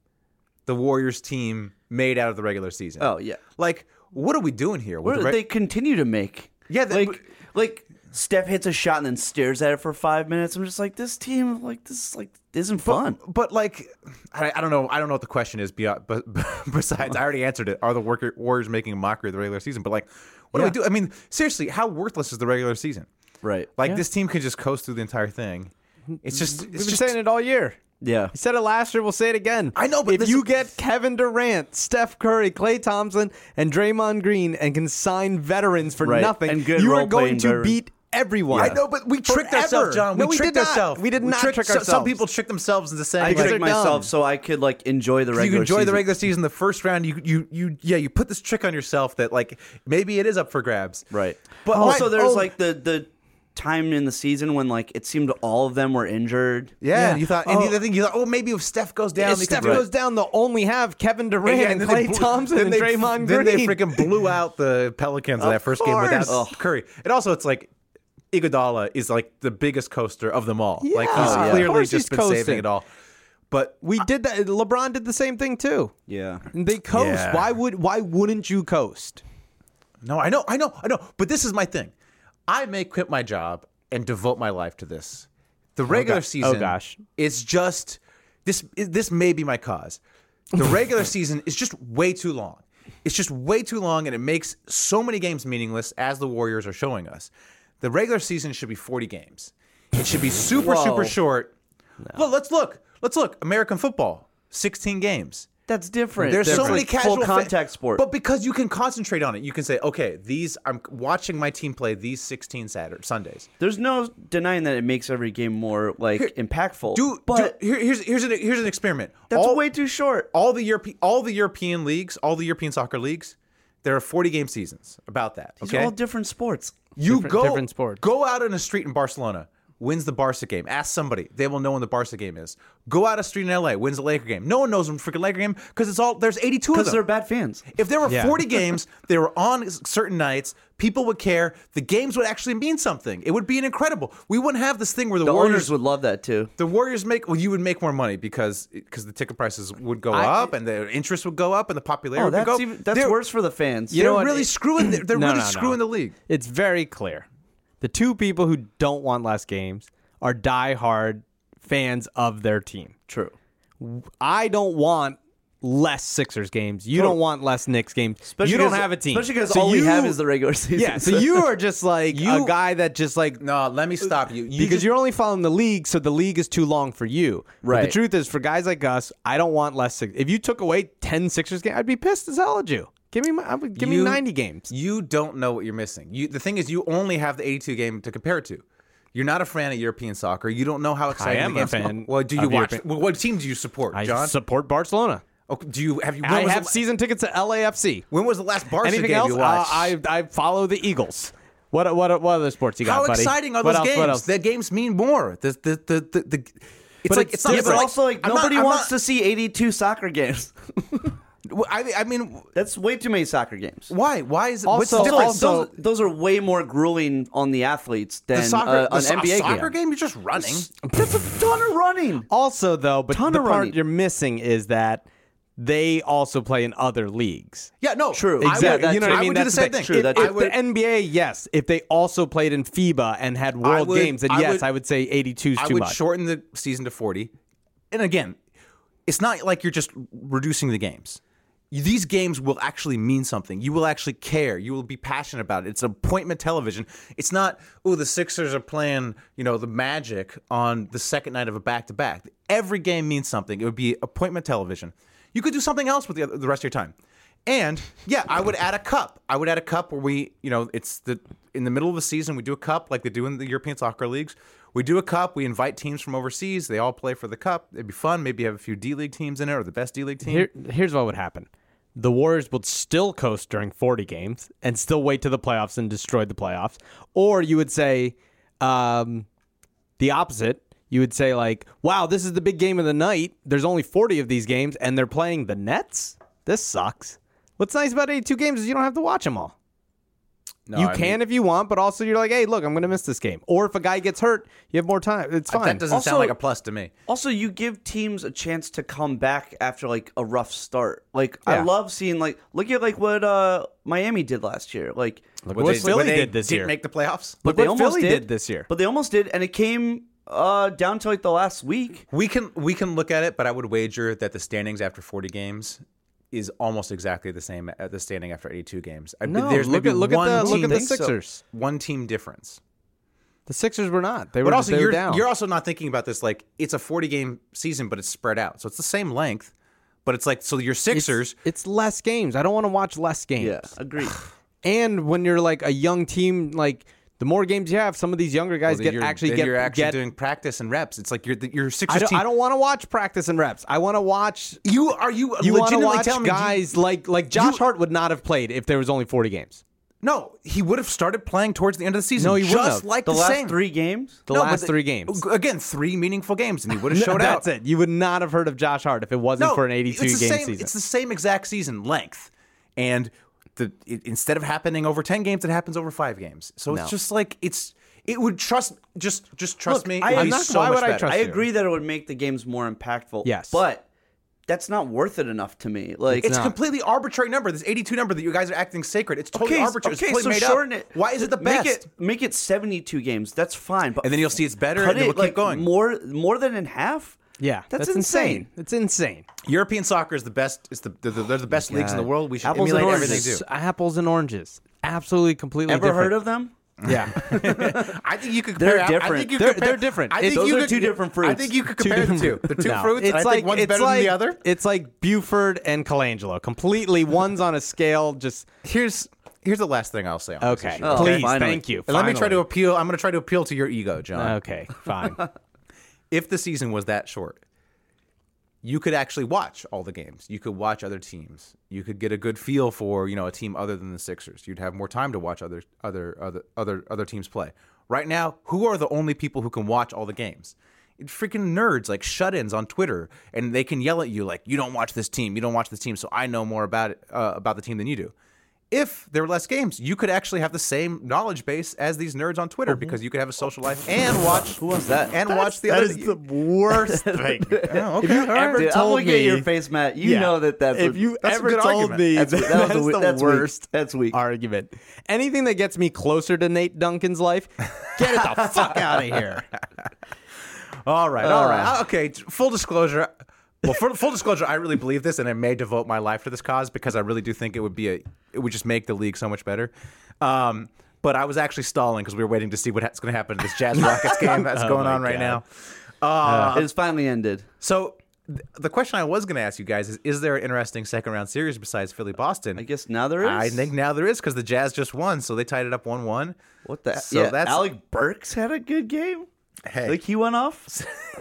[SPEAKER 7] the Warriors team made out of the regular season.
[SPEAKER 5] Oh, yeah.
[SPEAKER 7] Like, what are we doing here? with
[SPEAKER 5] What
[SPEAKER 7] the
[SPEAKER 5] do
[SPEAKER 7] re-
[SPEAKER 5] they continue to make?
[SPEAKER 7] Yeah, they-
[SPEAKER 5] like like Steph hits a shot and then stares at it for five minutes. I'm just like, this team, like this, like isn't fun.
[SPEAKER 7] But like, I, I don't know. I don't know what the question is. Beyond, but [LAUGHS] besides, I already answered it. Are the worker, Warriors making a mockery of the regular season? But like, what do we do? I mean, seriously, how worthless is the regular season?
[SPEAKER 5] Right.
[SPEAKER 7] Like this team could just coast through the entire thing. It's just.
[SPEAKER 8] We've
[SPEAKER 7] It's
[SPEAKER 8] been
[SPEAKER 7] just.
[SPEAKER 8] saying it all year.
[SPEAKER 5] Yeah.
[SPEAKER 8] He said it last year. We'll say it again.
[SPEAKER 7] I know, but
[SPEAKER 8] if
[SPEAKER 7] this-
[SPEAKER 8] you get Kevin Durant, Steph Curry, Clay Thompson, and Draymond Green, and can sign veterans for
[SPEAKER 5] Right,
[SPEAKER 8] nothing,
[SPEAKER 5] and good
[SPEAKER 8] you are
[SPEAKER 5] role-playing
[SPEAKER 8] going to
[SPEAKER 5] veteran-
[SPEAKER 8] beat everyone.
[SPEAKER 7] I know, but we tricked
[SPEAKER 8] Forever.
[SPEAKER 7] ourselves, John.
[SPEAKER 8] No,
[SPEAKER 7] we
[SPEAKER 8] we
[SPEAKER 7] tricked
[SPEAKER 8] did not.
[SPEAKER 7] ourselves.
[SPEAKER 8] We did not
[SPEAKER 7] tricked-
[SPEAKER 8] trick
[SPEAKER 7] so- Some
[SPEAKER 8] ourselves.
[SPEAKER 7] people trick themselves into saying
[SPEAKER 5] I
[SPEAKER 7] like,
[SPEAKER 8] they're
[SPEAKER 5] tricked myself
[SPEAKER 8] dumb.
[SPEAKER 5] so I could like enjoy the
[SPEAKER 7] you
[SPEAKER 5] regular.
[SPEAKER 7] enjoy the
[SPEAKER 5] season.
[SPEAKER 7] regular season the first round you you you yeah you put this trick on yourself that like maybe it is up for grabs
[SPEAKER 5] Right.
[SPEAKER 7] but
[SPEAKER 5] But also,
[SPEAKER 7] like-
[SPEAKER 5] there's
[SPEAKER 7] oh,
[SPEAKER 5] like the the time in the season when like it seemed all of them were injured.
[SPEAKER 7] yeah,
[SPEAKER 8] Yeah.
[SPEAKER 7] And you thought and
[SPEAKER 8] Oh.
[SPEAKER 7] the other thing you thought oh maybe if Steph goes down
[SPEAKER 8] If
[SPEAKER 7] they could
[SPEAKER 8] Steph
[SPEAKER 7] do it.
[SPEAKER 8] goes down, they'll only have Kevin Durant
[SPEAKER 7] Yeah,
[SPEAKER 8] and,
[SPEAKER 7] then
[SPEAKER 8] Clay
[SPEAKER 7] they blew-
[SPEAKER 8] Thompson
[SPEAKER 7] then
[SPEAKER 8] and
[SPEAKER 7] they-
[SPEAKER 8] Draymond
[SPEAKER 7] Then they
[SPEAKER 8] Green.
[SPEAKER 7] freaking blew out the Pelicans in that first game without
[SPEAKER 5] course. Ugh.
[SPEAKER 7] Curry. And also, it's like Iguodala is like the biggest coaster of them all. Like he's
[SPEAKER 8] Yeah. Of
[SPEAKER 7] clearly
[SPEAKER 8] course
[SPEAKER 7] just
[SPEAKER 8] he's
[SPEAKER 7] been saving
[SPEAKER 8] coasting.
[SPEAKER 7] it all. But
[SPEAKER 8] we did that. LeBron did the same thing too.
[SPEAKER 5] Yeah.
[SPEAKER 8] And They coast.
[SPEAKER 7] Yeah.
[SPEAKER 8] Why would? Why wouldn't you coast?
[SPEAKER 7] no, I know, I know, I know. But this is my thing. I may quit my job and devote my life to this. The regular season.
[SPEAKER 8] Oh, gosh.
[SPEAKER 7] It's just this. This may be my cause.
[SPEAKER 8] [LAUGHS]
[SPEAKER 7] The regular season is just way too long. It's just way too long, and it makes so many games meaningless as the Warriors are showing us. The regular season should be 40 games. It should be super,
[SPEAKER 5] Whoa.
[SPEAKER 7] super short. Look, let's look. Let's look. American football, 16 games.
[SPEAKER 5] That's different.
[SPEAKER 7] There's so
[SPEAKER 5] Different.
[SPEAKER 7] many casual
[SPEAKER 5] full
[SPEAKER 7] fa-
[SPEAKER 5] contact sport.
[SPEAKER 7] but because you can concentrate on it, you can say, okay, these I'm watching my team play these 16 Saturday Sundays.
[SPEAKER 5] There's no denying that it makes every game more like impactful.
[SPEAKER 7] Do,
[SPEAKER 5] but
[SPEAKER 7] do here, here's here's an here's an experiment.
[SPEAKER 5] that's
[SPEAKER 7] all,
[SPEAKER 5] way too short.
[SPEAKER 7] all the Europe all the European leagues, all the European soccer leagues, there are 40 game seasons. About that,
[SPEAKER 5] These
[SPEAKER 7] okay?
[SPEAKER 5] are all different sports.
[SPEAKER 7] you
[SPEAKER 8] different-
[SPEAKER 7] go
[SPEAKER 8] different sports.
[SPEAKER 7] go out on a street in Barcelona. Wins the Barca game. Ask somebody; they will know when the Barca game is. Go out a street in LA. Wins the Laker game. No one knows when freaking Laker game because it's all there's 82 of
[SPEAKER 5] Because
[SPEAKER 7] them.
[SPEAKER 5] they're bad fans.
[SPEAKER 7] If there were [LAUGHS]
[SPEAKER 8] Yeah.
[SPEAKER 7] 40 games, they were on s- certain nights, people would care. The games would actually mean something. It would be an incredible. We wouldn't have this thing where the,
[SPEAKER 5] The
[SPEAKER 7] Warriors
[SPEAKER 5] owners would love that too.
[SPEAKER 7] The Warriors make well. You would make more money because because the ticket prices would go
[SPEAKER 8] I-
[SPEAKER 7] up and the interest would go up and the popularity
[SPEAKER 5] Oh,
[SPEAKER 7] would go.
[SPEAKER 5] that's
[SPEAKER 7] up.
[SPEAKER 5] even, that's
[SPEAKER 7] they're,
[SPEAKER 5] worse for the fans.
[SPEAKER 7] They're
[SPEAKER 8] know what?
[SPEAKER 7] really
[SPEAKER 8] It-
[SPEAKER 7] screwing. They're, they're
[SPEAKER 8] No,
[SPEAKER 7] really
[SPEAKER 8] no, no.
[SPEAKER 7] screwing the league.
[SPEAKER 8] It's very clear. The two people who don't want less games are diehard fans of their team.
[SPEAKER 5] True.
[SPEAKER 8] I don't want less Sixers games. You don't want less Knicks games. you don't
[SPEAKER 5] 'cause-
[SPEAKER 8] have a team.
[SPEAKER 5] Especially because
[SPEAKER 8] So
[SPEAKER 5] all we
[SPEAKER 8] you-
[SPEAKER 5] have is the regular
[SPEAKER 8] [LAUGHS]
[SPEAKER 5] season.
[SPEAKER 8] Yeah, so you are just like a guy that just like
[SPEAKER 7] No, let me stop you. you
[SPEAKER 8] because you're only following the league, so the league is too long for you. But the
[SPEAKER 5] Right.
[SPEAKER 8] truth is, for guys like us, I don't want less. Six- if you took away 10 Sixers games, I'd be pissed as hell at you. Give me my, I would- give
[SPEAKER 7] You-
[SPEAKER 8] me 90 games.
[SPEAKER 7] You don't know what you're missing. You the thing is, you only have the 82 game to compare it to. You're not a fan of European soccer. You don't know how exciting
[SPEAKER 8] am
[SPEAKER 7] the
[SPEAKER 8] a
[SPEAKER 7] games
[SPEAKER 8] fan
[SPEAKER 7] Well, do you
[SPEAKER 8] of
[SPEAKER 7] watch?
[SPEAKER 8] European-
[SPEAKER 7] well, what team do you support,
[SPEAKER 8] I
[SPEAKER 7] John?
[SPEAKER 8] support Barcelona.
[SPEAKER 7] Okay, do you have you? When
[SPEAKER 8] I
[SPEAKER 7] was
[SPEAKER 8] have
[SPEAKER 7] the, la-
[SPEAKER 8] season tickets to LAFC.
[SPEAKER 7] When was the last Barca
[SPEAKER 8] Anything
[SPEAKER 7] game
[SPEAKER 8] else?
[SPEAKER 7] you
[SPEAKER 8] Uh,
[SPEAKER 7] watched?
[SPEAKER 8] I I follow the Eagles. What what what other sports you got,
[SPEAKER 7] How
[SPEAKER 8] buddy?
[SPEAKER 7] exciting are
[SPEAKER 8] What
[SPEAKER 7] those
[SPEAKER 8] else? What
[SPEAKER 7] games?
[SPEAKER 8] else?
[SPEAKER 7] The games mean more. The the the the. the it's
[SPEAKER 8] But
[SPEAKER 7] like
[SPEAKER 8] it's
[SPEAKER 7] it's not.
[SPEAKER 5] Yeah,
[SPEAKER 8] different.
[SPEAKER 5] but
[SPEAKER 7] like-
[SPEAKER 5] also like
[SPEAKER 7] I'm not-
[SPEAKER 5] nobody
[SPEAKER 7] I'm
[SPEAKER 5] wants
[SPEAKER 7] not-
[SPEAKER 5] to see 82 soccer games.
[SPEAKER 7] Well, I I mean,
[SPEAKER 5] [LAUGHS] That's way too many soccer games.
[SPEAKER 7] why? Why is what's
[SPEAKER 8] Also-
[SPEAKER 7] the difference?
[SPEAKER 5] Also,
[SPEAKER 8] So-
[SPEAKER 5] those, those are way more grueling on the athletes than
[SPEAKER 7] the soccer,
[SPEAKER 5] uh,
[SPEAKER 7] the
[SPEAKER 5] an
[SPEAKER 7] so-
[SPEAKER 5] NBA
[SPEAKER 7] soccer
[SPEAKER 5] game.
[SPEAKER 7] game. You're just running.
[SPEAKER 5] That's a ton of running.
[SPEAKER 8] Also, though, but
[SPEAKER 5] Ton
[SPEAKER 8] the
[SPEAKER 5] of
[SPEAKER 8] part
[SPEAKER 5] running.
[SPEAKER 8] you're missing is that they also play in other leagues.
[SPEAKER 7] Yeah, no,
[SPEAKER 5] True.
[SPEAKER 7] I would-
[SPEAKER 5] Exactly.
[SPEAKER 8] you know
[SPEAKER 5] That's-
[SPEAKER 8] what I
[SPEAKER 7] I
[SPEAKER 8] mean?
[SPEAKER 7] would do the
[SPEAKER 8] That's
[SPEAKER 7] same
[SPEAKER 8] thing.
[SPEAKER 7] thing.
[SPEAKER 5] True,
[SPEAKER 8] If,
[SPEAKER 5] that's-
[SPEAKER 8] if
[SPEAKER 7] I would-
[SPEAKER 8] the NBA, yes. If they also played in FIBA and had World
[SPEAKER 7] would-
[SPEAKER 8] Games, then
[SPEAKER 7] I
[SPEAKER 8] yes,
[SPEAKER 7] would-
[SPEAKER 8] I would say 82 is
[SPEAKER 7] I
[SPEAKER 8] too
[SPEAKER 7] would
[SPEAKER 8] much.
[SPEAKER 7] shorten the season to 40. And again, it's not like you're just reducing the games. You- These games will actually mean something. You will actually care. You will be passionate about it. It's appointment television. It's not, oh, the Sixers are playing, you know, the Magic on the second night of a back to back. Every game means something. It would be appointment television. You could do something else with the, the rest of your time. And yeah, I would add a cup. I would add a cup where we, you know, it's the in the middle of the season we do a cup like they do in the European soccer leagues. We do a cup. We invite teams from overseas. They all play for the cup. It'd be fun. Maybe have a few D League teams in it or the best D League team.
[SPEAKER 8] Here, here's what would happen. The Warriors would still coast during 40 games and still wait to the playoffs and destroy the playoffs. Or you would say um, the opposite. You would say, like, wow, this is the big game of the night. There's only 40 of these games, and they're playing the Nets? This sucks. What's nice about 82 games is you don't have to watch them all. you
[SPEAKER 7] I
[SPEAKER 8] can
[SPEAKER 7] mean-
[SPEAKER 8] if you want, but also you're like, hey, look, I'm going to miss this game. Or if a guy gets hurt, you have more time. It's fine.
[SPEAKER 7] that doesn't
[SPEAKER 5] Also-
[SPEAKER 7] sound like a plus to me.
[SPEAKER 5] Also, you give teams a chance to come back after like a rough start. Like I
[SPEAKER 8] Yeah.
[SPEAKER 5] love seeing like look at like what uh Miami did last year. Like
[SPEAKER 8] Look what Philly did this
[SPEAKER 7] didn't
[SPEAKER 8] year.
[SPEAKER 7] make the playoffs.
[SPEAKER 8] what
[SPEAKER 5] but they almost
[SPEAKER 8] Philly
[SPEAKER 5] did
[SPEAKER 8] did this year.
[SPEAKER 5] But they almost did, and it came uh down to like the last week.
[SPEAKER 7] We can we can look at it, but I would wager that the standings after 40 games is almost exactly the same as the standing after 82 games. I,
[SPEAKER 8] No, look at- look at the- look at the Sixers.
[SPEAKER 7] one team difference.
[SPEAKER 8] the Sixers were not. They were,
[SPEAKER 7] But also,
[SPEAKER 8] they were
[SPEAKER 7] you're
[SPEAKER 8] down.
[SPEAKER 7] you're also not thinking about this like it's a 40 game season, but it's spread out, so it's the same length. But it's like so your
[SPEAKER 8] It's-
[SPEAKER 7] Sixers.
[SPEAKER 8] It's, less games. I don't want to watch less games.
[SPEAKER 5] Yeah, [SIGHS]
[SPEAKER 8] [SIGHS]
[SPEAKER 5] agreed.
[SPEAKER 8] And when you're like a young team, like the more games you have, some of these younger guys
[SPEAKER 7] Well,
[SPEAKER 8] get
[SPEAKER 7] you're-
[SPEAKER 8] actually
[SPEAKER 7] then
[SPEAKER 8] get
[SPEAKER 7] you're actually
[SPEAKER 8] get.
[SPEAKER 7] doing practice and reps. It's like your your Sixers
[SPEAKER 8] I don't,
[SPEAKER 7] team.
[SPEAKER 8] I don't want to watch practice and reps. I want to watch.
[SPEAKER 7] you are you,
[SPEAKER 8] You want to
[SPEAKER 7] legitimately
[SPEAKER 8] watch
[SPEAKER 7] telling me do you-
[SPEAKER 8] guys like like Josh Hart would not have played if there was only 40 games.
[SPEAKER 7] no, he would have started playing towards the end of the season.
[SPEAKER 8] No, he
[SPEAKER 7] just
[SPEAKER 8] wouldn't have.
[SPEAKER 7] like
[SPEAKER 5] The,
[SPEAKER 7] the,
[SPEAKER 5] last
[SPEAKER 7] same.
[SPEAKER 5] three games.
[SPEAKER 8] The
[SPEAKER 7] No, but
[SPEAKER 8] last
[SPEAKER 7] the-
[SPEAKER 8] three games.
[SPEAKER 7] Again, three meaningful games, and he
[SPEAKER 8] [LAUGHS]
[SPEAKER 7] would have showed out.
[SPEAKER 8] That's it. You would not have heard of Josh Hart if it wasn't
[SPEAKER 7] No,
[SPEAKER 8] for an 82
[SPEAKER 7] it's the
[SPEAKER 8] game
[SPEAKER 7] same,
[SPEAKER 8] season.
[SPEAKER 7] It's the same exact season length, and the it, instead of happening over ten games, it happens over five games. So it's just like it's it would trust just just trust
[SPEAKER 5] Look,
[SPEAKER 7] me.
[SPEAKER 5] I-
[SPEAKER 7] it'd
[SPEAKER 5] I'm
[SPEAKER 7] be
[SPEAKER 5] not-
[SPEAKER 7] so
[SPEAKER 8] why
[SPEAKER 7] much
[SPEAKER 8] would I
[SPEAKER 7] better.
[SPEAKER 8] trust
[SPEAKER 5] I
[SPEAKER 8] you?
[SPEAKER 5] agree that it would make the games more impactful.
[SPEAKER 8] Yes.
[SPEAKER 5] but that's not worth it enough to me. Like
[SPEAKER 7] It's a completely arbitrary number. This 82 number that you guys are acting sacred. It's totally
[SPEAKER 5] Okay,
[SPEAKER 7] arbitrary.
[SPEAKER 5] okay,
[SPEAKER 7] it's totally
[SPEAKER 5] so
[SPEAKER 7] made
[SPEAKER 5] shorten
[SPEAKER 7] up.
[SPEAKER 5] it.
[SPEAKER 7] Why is it the best?
[SPEAKER 5] Make it make it 72 games. That's fine, but
[SPEAKER 7] And then you'll see it's better,
[SPEAKER 5] Cut
[SPEAKER 7] and then
[SPEAKER 5] it
[SPEAKER 7] we'll keep
[SPEAKER 5] like
[SPEAKER 7] going.
[SPEAKER 5] more more than in half.
[SPEAKER 8] yeah,
[SPEAKER 5] that's, insane.
[SPEAKER 8] It's insane.
[SPEAKER 7] European soccer is the best. It's the they're the, they're the best leagues in the world. We should
[SPEAKER 5] Oh Apples and
[SPEAKER 7] emulate
[SPEAKER 5] oranges.
[SPEAKER 7] everything they do.
[SPEAKER 8] Apples and oranges. Absolutely, completely.
[SPEAKER 5] Ever heard of them?
[SPEAKER 8] of? Yeah. [LAUGHS]
[SPEAKER 5] [LAUGHS]
[SPEAKER 7] I think you could
[SPEAKER 5] They're
[SPEAKER 7] compare. I
[SPEAKER 5] different.
[SPEAKER 7] think you
[SPEAKER 8] They're-
[SPEAKER 7] compare-
[SPEAKER 8] they're different.
[SPEAKER 7] I
[SPEAKER 8] It-
[SPEAKER 7] think
[SPEAKER 5] those
[SPEAKER 7] you
[SPEAKER 5] are
[SPEAKER 7] could-
[SPEAKER 5] two different
[SPEAKER 7] I
[SPEAKER 5] fruits.
[SPEAKER 7] think you could
[SPEAKER 8] Two
[SPEAKER 7] compare the two.
[SPEAKER 8] different-
[SPEAKER 7] The two
[SPEAKER 5] [LAUGHS]
[SPEAKER 8] No,
[SPEAKER 7] fruits. and I think one's
[SPEAKER 8] it's
[SPEAKER 7] better
[SPEAKER 8] like-
[SPEAKER 7] than the other.
[SPEAKER 8] It's like Buford and Colangelo. Completely, one's on a scale. Just Oh,
[SPEAKER 7] Here's here's the last thing I'll say. On this
[SPEAKER 8] okay.
[SPEAKER 7] issue.
[SPEAKER 8] Please,
[SPEAKER 5] finally.
[SPEAKER 8] thank you.
[SPEAKER 7] And let me try to
[SPEAKER 8] finally.
[SPEAKER 7] appeal. I'm going to try to appeal to your ego, John.
[SPEAKER 8] Okay, [LAUGHS] fine.
[SPEAKER 7] If the season was that short, you could actually watch all the games. You could watch other teams. You could get a good feel for you know a team other than the Sixers. You'd have more time to watch other other other other other teams play. Right now, who are the only people who can watch all the games? It's freaking nerds like shut-ins on Twitter, and they can yell at you like, "You don't watch this team. You don't watch this team." So I know more about it, uh, about the team than you do. If there were less games, you could actually have the same knowledge base as these nerds on Twitter because you could have a social life and watch who was that and watch the
[SPEAKER 5] that
[SPEAKER 7] other. Uh,
[SPEAKER 5] is
[SPEAKER 8] [LAUGHS]
[SPEAKER 5] the
[SPEAKER 7] worst thing.
[SPEAKER 8] Oh,
[SPEAKER 7] okay, all right.
[SPEAKER 5] Dude, I'm
[SPEAKER 8] told
[SPEAKER 5] looking at your
[SPEAKER 8] me-
[SPEAKER 5] face, Matt. You
[SPEAKER 8] Yeah.
[SPEAKER 5] know that that's
[SPEAKER 8] if
[SPEAKER 5] a-
[SPEAKER 8] you
[SPEAKER 7] that's a
[SPEAKER 8] ever
[SPEAKER 7] good
[SPEAKER 8] told
[SPEAKER 7] argument.
[SPEAKER 8] me
[SPEAKER 5] That's-
[SPEAKER 8] that's,
[SPEAKER 5] that was the we-
[SPEAKER 8] the
[SPEAKER 5] that's weak.
[SPEAKER 8] worst
[SPEAKER 5] That's weak.
[SPEAKER 8] argument. Anything that gets me closer to Nate Duncan's life,
[SPEAKER 7] [LAUGHS]
[SPEAKER 8] get it the fuck out of here.
[SPEAKER 7] All right, all right. Uh, Okay, t- full disclosure. Well, full, full disclosure, I really believe this, and I may devote my life to this cause because I really do think it would be a, it would just make the league so much better. Um,
[SPEAKER 8] [LAUGHS]
[SPEAKER 7] but I was actually stalling because we were waiting to see what's going to happen to this Jazz
[SPEAKER 5] [LAUGHS]
[SPEAKER 7] Rockets game that's
[SPEAKER 8] Oh
[SPEAKER 7] going on right now. Uh,
[SPEAKER 5] it has finally ended.
[SPEAKER 7] So th- the question I was going to ask you guys is: Is there an interesting second round series besides Philly Boston?
[SPEAKER 5] I guess now there is.
[SPEAKER 7] I think now there is because the Jazz just won, so they tied it up one one.
[SPEAKER 5] What the?
[SPEAKER 7] So
[SPEAKER 5] yeah,
[SPEAKER 7] that's
[SPEAKER 5] Alec Burks had a good game.
[SPEAKER 7] Hey.
[SPEAKER 5] [LAUGHS] Like he went off.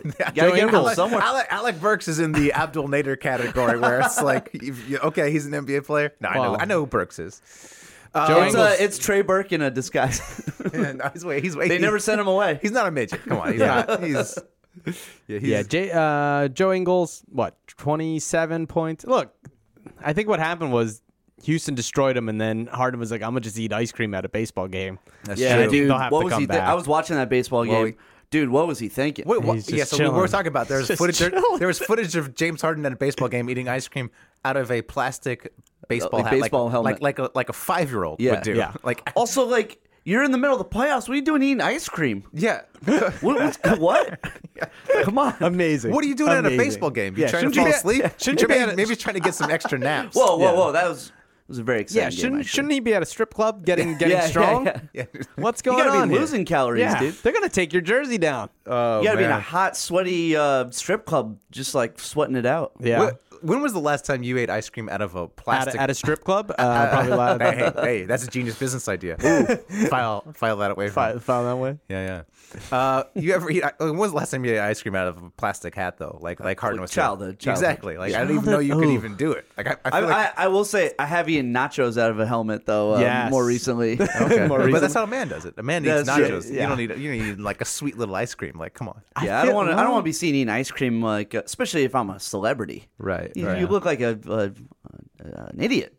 [SPEAKER 7] Yeah,
[SPEAKER 5] Gotta get him
[SPEAKER 7] Alec,
[SPEAKER 5] somewhere.
[SPEAKER 7] Alec, Alec Burks is in the Abdul Nader category where it's like, [LAUGHS] if you- okay, he's an NBA player. No, I know,
[SPEAKER 8] Wow.
[SPEAKER 7] I know who Burks is.
[SPEAKER 8] Joe
[SPEAKER 5] It's, uh,
[SPEAKER 8] Ingles-
[SPEAKER 5] it's Trey Burke in a disguise.
[SPEAKER 7] [LAUGHS] No, he's way, he's way,
[SPEAKER 5] they never sent him away.
[SPEAKER 7] He's not a midget. Come on, he's not. He's yeah, he's,
[SPEAKER 8] Yeah, J, uh, Joe Ingles, what, 27 points? Look, I think what happened was Houston destroyed him, and then Harden was like, I'm going to just eat ice cream at a baseball game.
[SPEAKER 7] that's
[SPEAKER 8] Yeah,
[SPEAKER 7] true.
[SPEAKER 8] I do. They'll have
[SPEAKER 5] what
[SPEAKER 8] to
[SPEAKER 5] was
[SPEAKER 8] come
[SPEAKER 5] he? thi-
[SPEAKER 8] back.
[SPEAKER 5] I was watching that baseball game.
[SPEAKER 7] Well, we-
[SPEAKER 5] Dude, what was he thinking?
[SPEAKER 7] Wait, what?
[SPEAKER 8] He's just
[SPEAKER 7] Yeah, so we
[SPEAKER 8] chilling.
[SPEAKER 7] were talking about there's
[SPEAKER 8] Just
[SPEAKER 7] footage. There,
[SPEAKER 8] chilling.
[SPEAKER 7] there was footage of James Harden at a baseball game eating ice cream out of a plastic baseball
[SPEAKER 5] like
[SPEAKER 7] hat,
[SPEAKER 5] baseball
[SPEAKER 7] like,
[SPEAKER 5] helmet.
[SPEAKER 7] like like a like a five year old
[SPEAKER 5] Yeah.
[SPEAKER 7] would do.
[SPEAKER 8] Yeah.
[SPEAKER 5] [LAUGHS]
[SPEAKER 7] like
[SPEAKER 5] Also, like, you're in the middle of the playoffs. What are you doing eating
[SPEAKER 8] [LAUGHS]
[SPEAKER 5] ice cream?
[SPEAKER 7] [LAUGHS] yeah.
[SPEAKER 5] What? What's, [LAUGHS] what? Come on.
[SPEAKER 8] Amazing.
[SPEAKER 7] What are you doing at a
[SPEAKER 8] Amazing.
[SPEAKER 7] baseball game? You
[SPEAKER 8] Yeah,
[SPEAKER 7] trying to
[SPEAKER 8] shouldn't you
[SPEAKER 7] fall
[SPEAKER 8] be at-
[SPEAKER 7] asleep? [LAUGHS]
[SPEAKER 8] shouldn't you be
[SPEAKER 7] maybe,
[SPEAKER 8] at a-
[SPEAKER 7] maybe he's trying to get some extra naps? [LAUGHS]
[SPEAKER 5] Whoa, whoa,
[SPEAKER 8] Yeah.
[SPEAKER 5] whoa! That was it was a very exciting.
[SPEAKER 8] Yeah,
[SPEAKER 5] game,
[SPEAKER 8] shouldn't
[SPEAKER 5] actually.
[SPEAKER 8] shouldn't he be at a strip club getting getting
[SPEAKER 5] Yeah, yeah,
[SPEAKER 8] strong?
[SPEAKER 5] yeah.
[SPEAKER 8] What's
[SPEAKER 5] You
[SPEAKER 8] going
[SPEAKER 5] gotta
[SPEAKER 8] on?
[SPEAKER 5] be
[SPEAKER 8] here?
[SPEAKER 5] losing calories,
[SPEAKER 8] yeah,
[SPEAKER 5] dude. Uh,
[SPEAKER 8] they're gonna take your jersey down.
[SPEAKER 7] Oh,
[SPEAKER 5] You gotta be in a
[SPEAKER 7] man.
[SPEAKER 5] hot, sweaty uh, strip club, just like sweating it out.
[SPEAKER 8] yeah,
[SPEAKER 7] Wh- When was the last time you ate ice cream out of a
[SPEAKER 8] at
[SPEAKER 7] plastic?
[SPEAKER 8] a, at a strip club, uh, probably loud.
[SPEAKER 7] [LAUGHS] hey, hey, hey, that's a genius business idea. Ooh, file file that away. From
[SPEAKER 8] Fi- found that way.
[SPEAKER 7] Yeah, yeah. Uh, you ever eat? When was the last time you ate ice cream out of a plastic hat though? Like like Harden
[SPEAKER 5] Like
[SPEAKER 7] was saying.
[SPEAKER 5] childhood, childhood. Oh.
[SPEAKER 7] Exactly. Like I didn't even know you could even do it. Like I, I
[SPEAKER 5] I,
[SPEAKER 7] feel like.
[SPEAKER 5] I, I will say I have eaten nachos out of a helmet though. Uh,
[SPEAKER 8] Yes.
[SPEAKER 5] More
[SPEAKER 7] [LAUGHS]
[SPEAKER 5] recently,
[SPEAKER 7] Okay.
[SPEAKER 5] [LAUGHS]
[SPEAKER 8] More
[SPEAKER 7] but
[SPEAKER 8] reason-
[SPEAKER 7] that's how a man does it. A man eats
[SPEAKER 5] That's true.
[SPEAKER 7] nachos.
[SPEAKER 5] Yeah.
[SPEAKER 7] You don't need you don't need like a sweet little ice cream. Like come on.
[SPEAKER 5] yeah, I, don't
[SPEAKER 8] feel-
[SPEAKER 5] want to. I don't
[SPEAKER 8] no.
[SPEAKER 5] want to be seen eating ice cream like, uh, especially if I'm a celebrity.
[SPEAKER 7] Right,
[SPEAKER 5] You,
[SPEAKER 7] right.
[SPEAKER 5] you look like a, a, a
[SPEAKER 7] [LAUGHS]
[SPEAKER 5] an idiot.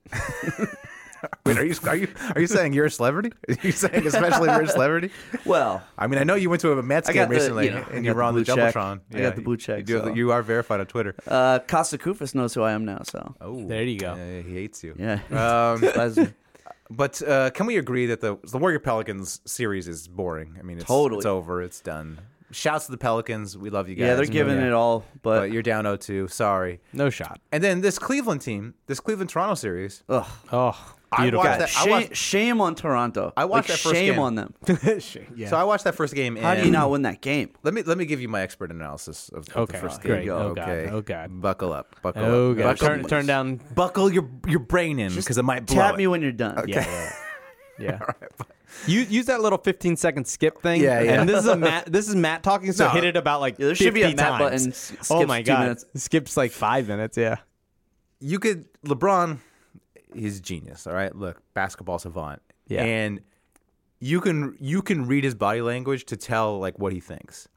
[SPEAKER 7] Wait, are you are you are you saying you're a celebrity? Are you saying especially if you're a celebrity?
[SPEAKER 5] Well,
[SPEAKER 7] I mean, I know you went to a Mets
[SPEAKER 5] I
[SPEAKER 7] game
[SPEAKER 5] got the-
[SPEAKER 7] recently,
[SPEAKER 5] you know, I
[SPEAKER 7] and
[SPEAKER 5] got
[SPEAKER 7] you were
[SPEAKER 5] the
[SPEAKER 7] on the
[SPEAKER 5] blue check.
[SPEAKER 7] jumbotron.
[SPEAKER 5] I got the blue check,
[SPEAKER 7] You, do have the-
[SPEAKER 5] so-
[SPEAKER 7] you are verified on Twitter.
[SPEAKER 5] uh, Costa Kufis knows who I am now, so
[SPEAKER 7] oh,
[SPEAKER 8] There you go.
[SPEAKER 7] Yeah, he hates you.
[SPEAKER 5] yeah.
[SPEAKER 7] Um,
[SPEAKER 5] [LAUGHS] That's-
[SPEAKER 7] But uh, can we agree that the the Warrior Pelicans series is boring? I mean, it's,
[SPEAKER 5] Totally.
[SPEAKER 7] it's over. It's done. Shouts to the Pelicans. We love you guys.
[SPEAKER 5] yeah, they're giving it all, but,
[SPEAKER 7] But you're down 0-2. Sorry.
[SPEAKER 8] No shot.
[SPEAKER 7] And then this Cleveland team, this Cleveland Toronto series.
[SPEAKER 8] Oh,
[SPEAKER 7] I
[SPEAKER 8] beautiful.
[SPEAKER 7] watched that.
[SPEAKER 5] shame,
[SPEAKER 7] I watched,
[SPEAKER 5] shame on Toronto.
[SPEAKER 7] I watched
[SPEAKER 5] Like,
[SPEAKER 7] that first
[SPEAKER 5] shame
[SPEAKER 7] game.
[SPEAKER 5] on them.
[SPEAKER 7] So I watched that first game. And
[SPEAKER 5] How do you not win that game?
[SPEAKER 7] Let me let me give you my expert analysis of, of
[SPEAKER 8] Okay,
[SPEAKER 7] the first
[SPEAKER 8] great.
[SPEAKER 7] game.
[SPEAKER 8] Oh, God.
[SPEAKER 7] okay.
[SPEAKER 8] Oh, God.
[SPEAKER 7] Buckle up. Buckle
[SPEAKER 8] Oh
[SPEAKER 7] up.
[SPEAKER 8] god.
[SPEAKER 7] Buckle,
[SPEAKER 8] Turn, turn down.
[SPEAKER 7] buckle your your brain in because it might blow.
[SPEAKER 5] Tap
[SPEAKER 7] it.
[SPEAKER 5] me when you're done.
[SPEAKER 8] Yeah.
[SPEAKER 7] [LAUGHS]
[SPEAKER 8] yeah, Yeah. You use that little 15 second skip thing.
[SPEAKER 7] Yeah, yeah.
[SPEAKER 8] And this is
[SPEAKER 7] [LAUGHS]
[SPEAKER 8] a Matt. This is Matt talking. So
[SPEAKER 7] No.
[SPEAKER 8] hit it about like
[SPEAKER 5] Yeah, there should be a
[SPEAKER 8] 50
[SPEAKER 5] Matt button,
[SPEAKER 8] times.
[SPEAKER 5] s-
[SPEAKER 8] oh
[SPEAKER 5] skips
[SPEAKER 8] my
[SPEAKER 5] two
[SPEAKER 8] god.
[SPEAKER 5] minutes.
[SPEAKER 8] Skips like five minutes. Yeah.
[SPEAKER 7] you could LeBron he's genius, all right? Look, basketball savant.
[SPEAKER 8] Yeah.
[SPEAKER 7] And you can you can read his body language to tell like what he thinks.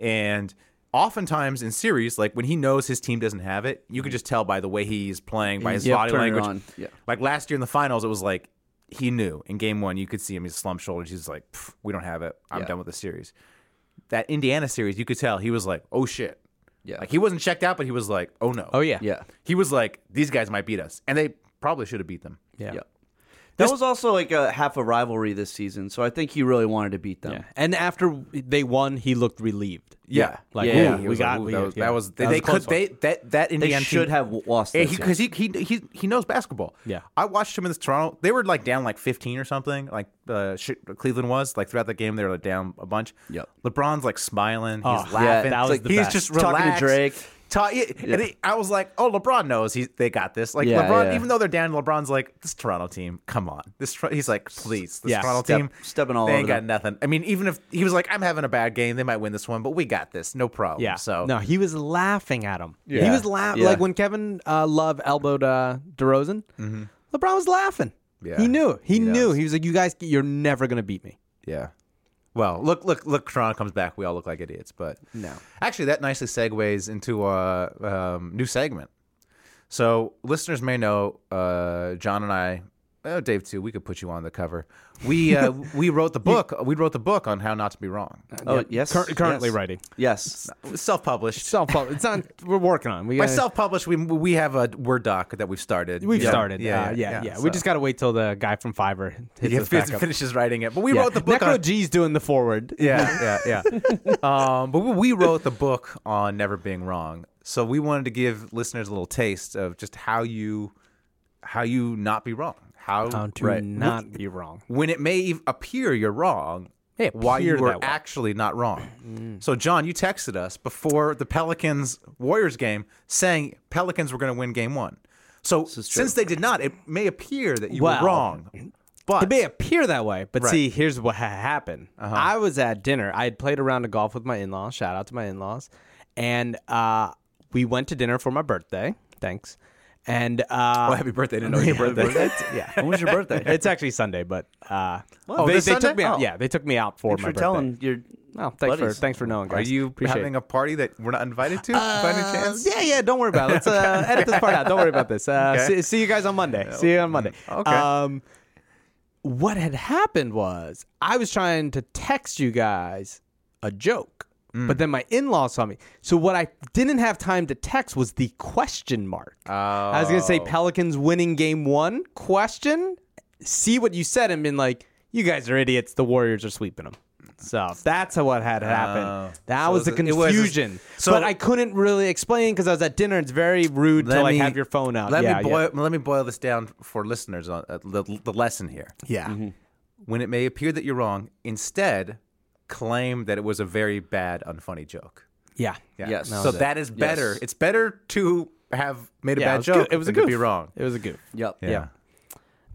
[SPEAKER 7] And oftentimes in series, like when he knows his team doesn't have it, you can just tell by the way he's playing, by his
[SPEAKER 5] Mm, Yep,
[SPEAKER 7] body
[SPEAKER 5] turn it
[SPEAKER 7] language.
[SPEAKER 5] on. Yeah.
[SPEAKER 7] Like last year in the finals, it was like he knew in game one, you could see him, he's slumped shoulders. He's like, "Pff, we don't have it. I'm
[SPEAKER 5] Yeah.
[SPEAKER 7] done with the series. That Indiana series, you could tell he was like, oh shit.
[SPEAKER 5] Yeah.
[SPEAKER 7] Like he wasn't checked out, but he was like, oh no.
[SPEAKER 8] Oh yeah.
[SPEAKER 5] Yeah.
[SPEAKER 7] He was like, these guys might beat us. And they probably should have beat them.
[SPEAKER 8] Yeah.
[SPEAKER 5] Yeah. That was also like a half a rivalry this season, so I think he really wanted to beat them.
[SPEAKER 8] Yeah. And after they won, he looked relieved.
[SPEAKER 7] Yeah.
[SPEAKER 8] Like
[SPEAKER 5] Yeah, yeah,
[SPEAKER 8] ooh,
[SPEAKER 7] He
[SPEAKER 8] we
[SPEAKER 7] was
[SPEAKER 8] got
[SPEAKER 7] like, ooh,
[SPEAKER 8] we-
[SPEAKER 7] that was,
[SPEAKER 8] yeah.
[SPEAKER 7] that was they,
[SPEAKER 8] That was
[SPEAKER 7] they
[SPEAKER 8] a close
[SPEAKER 7] could they that that
[SPEAKER 5] They
[SPEAKER 7] Indiana
[SPEAKER 5] should
[SPEAKER 7] team,
[SPEAKER 5] have w- lost this. yeah.
[SPEAKER 7] because he, he he he knows basketball.
[SPEAKER 8] Yeah.
[SPEAKER 7] I watched him in this Toronto. They were like down like fifteen or something. Like uh, sh- Cleveland was like throughout the game they were like down a bunch.
[SPEAKER 5] Yep.
[SPEAKER 7] LeBron's like smiling.
[SPEAKER 8] Oh,
[SPEAKER 7] he's
[SPEAKER 8] yeah,
[SPEAKER 7] laughing.
[SPEAKER 8] that
[SPEAKER 7] It's
[SPEAKER 8] was
[SPEAKER 7] like,
[SPEAKER 8] the
[SPEAKER 7] he's
[SPEAKER 8] best.
[SPEAKER 7] just
[SPEAKER 5] Talking to
[SPEAKER 7] relaxed.
[SPEAKER 5] Drake.
[SPEAKER 7] Ta- yeah, and he- I was like, oh, LeBron knows he they got this. Like
[SPEAKER 5] Yeah,
[SPEAKER 7] LeBron,
[SPEAKER 5] yeah.
[SPEAKER 7] even though they're down, LeBron's like this Toronto team. Come on, this Tor- he's like, please, this
[SPEAKER 8] Yeah,
[SPEAKER 7] Toronto
[SPEAKER 5] step-
[SPEAKER 7] team
[SPEAKER 5] stepping all
[SPEAKER 7] They ain't
[SPEAKER 5] over
[SPEAKER 7] got
[SPEAKER 5] them.
[SPEAKER 7] nothing. I mean, even if he was like, I'm having a bad game, they might win this one, but we got this, no problem.
[SPEAKER 8] Yeah.
[SPEAKER 7] So
[SPEAKER 8] no, he was laughing at him. He
[SPEAKER 7] Yeah.
[SPEAKER 8] was laughing.
[SPEAKER 5] Yeah.
[SPEAKER 8] Like when Kevin uh, Love elbowed uh, DeRozan, LeBron was laughing.
[SPEAKER 7] Mm-hmm. Yeah.
[SPEAKER 8] He knew. He,
[SPEAKER 7] He
[SPEAKER 8] knew.
[SPEAKER 7] knows.
[SPEAKER 8] He was like, "You guys, you're never gonna beat me."
[SPEAKER 7] Yeah. Well, look, look, look! Toronto comes back. We all look like idiots, but no. Actually, that nicely segues into a um, new segment. So listeners may know uh, John and I, oh, Dave too. We could put you on the cover. We
[SPEAKER 8] [LAUGHS]
[SPEAKER 7] uh, we wrote the book. We wrote the book on how not to be wrong.
[SPEAKER 8] Uh,
[SPEAKER 5] oh yes,
[SPEAKER 8] Cur- currently
[SPEAKER 5] yes.
[SPEAKER 8] writing.
[SPEAKER 5] Yes,
[SPEAKER 7] Self published.
[SPEAKER 8] Self. It's not. [LAUGHS] we're working on. it. We
[SPEAKER 7] By
[SPEAKER 8] gotta-
[SPEAKER 7] self published, we we have a Word doc that we've started.
[SPEAKER 8] We've
[SPEAKER 7] Yeah.
[SPEAKER 8] started. Uh, Yeah, yeah, yeah. We
[SPEAKER 7] so-
[SPEAKER 8] just gotta wait till the guy from Fiverr hits
[SPEAKER 7] he
[SPEAKER 8] us back
[SPEAKER 7] fin-
[SPEAKER 8] up.
[SPEAKER 7] finishes writing it, but we
[SPEAKER 8] Yeah.
[SPEAKER 7] wrote the book.
[SPEAKER 8] Necro
[SPEAKER 7] on-
[SPEAKER 8] G's doing the forward. [LAUGHS]
[SPEAKER 7] Yeah, yeah, yeah. um, but we wrote the book on never being wrong, so we wanted to give listeners a little taste of just how you, how you not be wrong, how,
[SPEAKER 8] How to not be wrong.
[SPEAKER 7] when it may ev- appear you're wrong, why you
[SPEAKER 8] appear
[SPEAKER 7] were
[SPEAKER 8] that way. Mm.
[SPEAKER 7] actually not wrong. so, John, you texted us before the Pelicans Warriors game saying Pelicans were going to win Game One. So, since they did not, it may appear that you
[SPEAKER 8] Well,
[SPEAKER 7] were wrong. But
[SPEAKER 8] It may appear that way, but
[SPEAKER 7] Right.
[SPEAKER 8] see, here's what ha- happened. I was at dinner. I had played a round of golf with my in laws. Shout out to my in laws. And uh, we went to dinner for my birthday. Thanks.
[SPEAKER 7] [LAUGHS]
[SPEAKER 8] And uh,
[SPEAKER 7] oh, happy birthday! I didn't know your birthday.
[SPEAKER 8] [LAUGHS] yeah.
[SPEAKER 5] When was your birthday?
[SPEAKER 8] It's actually Sunday, but uh,
[SPEAKER 7] Oh,
[SPEAKER 8] they,
[SPEAKER 7] this
[SPEAKER 8] they took
[SPEAKER 7] Sunday?
[SPEAKER 8] me out.
[SPEAKER 7] Oh.
[SPEAKER 8] Yeah, they took me out for
[SPEAKER 5] Thanks
[SPEAKER 8] my
[SPEAKER 5] for
[SPEAKER 8] birthday.
[SPEAKER 5] telling your.
[SPEAKER 8] Oh, thanks for
[SPEAKER 5] buddies.
[SPEAKER 8] thanks for knowing,
[SPEAKER 7] Are
[SPEAKER 8] guys.
[SPEAKER 7] you
[SPEAKER 8] Appreciate
[SPEAKER 7] having
[SPEAKER 8] it.
[SPEAKER 7] a party that we're not invited to? by any chance?
[SPEAKER 8] Uh, Yeah, yeah. Don't worry about it.
[SPEAKER 7] [LAUGHS]
[SPEAKER 8] Let's uh, edit this part out. Don't worry about this. Uh,
[SPEAKER 7] Okay. Mm-hmm.
[SPEAKER 8] see, see you guys on Monday. See you on Monday.
[SPEAKER 7] Okay.
[SPEAKER 8] Um, what had happened was I was trying to text you guys a joke.
[SPEAKER 7] Mm.
[SPEAKER 8] But then my in law saw me. So what I didn't have time to text was the question mark. I was gonna say
[SPEAKER 7] Oh.
[SPEAKER 8] Pelicans winning game one? Question? See what you said and been like, you guys are idiots. The Warriors are sweeping them. So that's what had happened.
[SPEAKER 7] Oh.
[SPEAKER 8] that
[SPEAKER 7] So
[SPEAKER 8] was the
[SPEAKER 7] it was-
[SPEAKER 8] confusion.
[SPEAKER 7] so-
[SPEAKER 8] but I couldn't really explain because I was at dinner. It's very rude to like have your phone out.
[SPEAKER 7] Let
[SPEAKER 8] yeah,
[SPEAKER 7] me boil, let me boil this down for listeners on uh, the, the lesson here.
[SPEAKER 8] Yeah.
[SPEAKER 7] When it may appear that you're wrong, instead claim that it was a very bad, unfunny joke.
[SPEAKER 8] yeah, yeah,
[SPEAKER 7] Yeah.
[SPEAKER 5] Yes.
[SPEAKER 7] So that is better.
[SPEAKER 5] Yes.
[SPEAKER 7] It's better to have made a
[SPEAKER 8] Yeah,
[SPEAKER 7] bad
[SPEAKER 8] it was
[SPEAKER 7] joke.
[SPEAKER 8] good. It was a
[SPEAKER 7] than to
[SPEAKER 8] goof.
[SPEAKER 7] be wrong.
[SPEAKER 8] It was a goof.
[SPEAKER 5] Yep.
[SPEAKER 8] Yeah.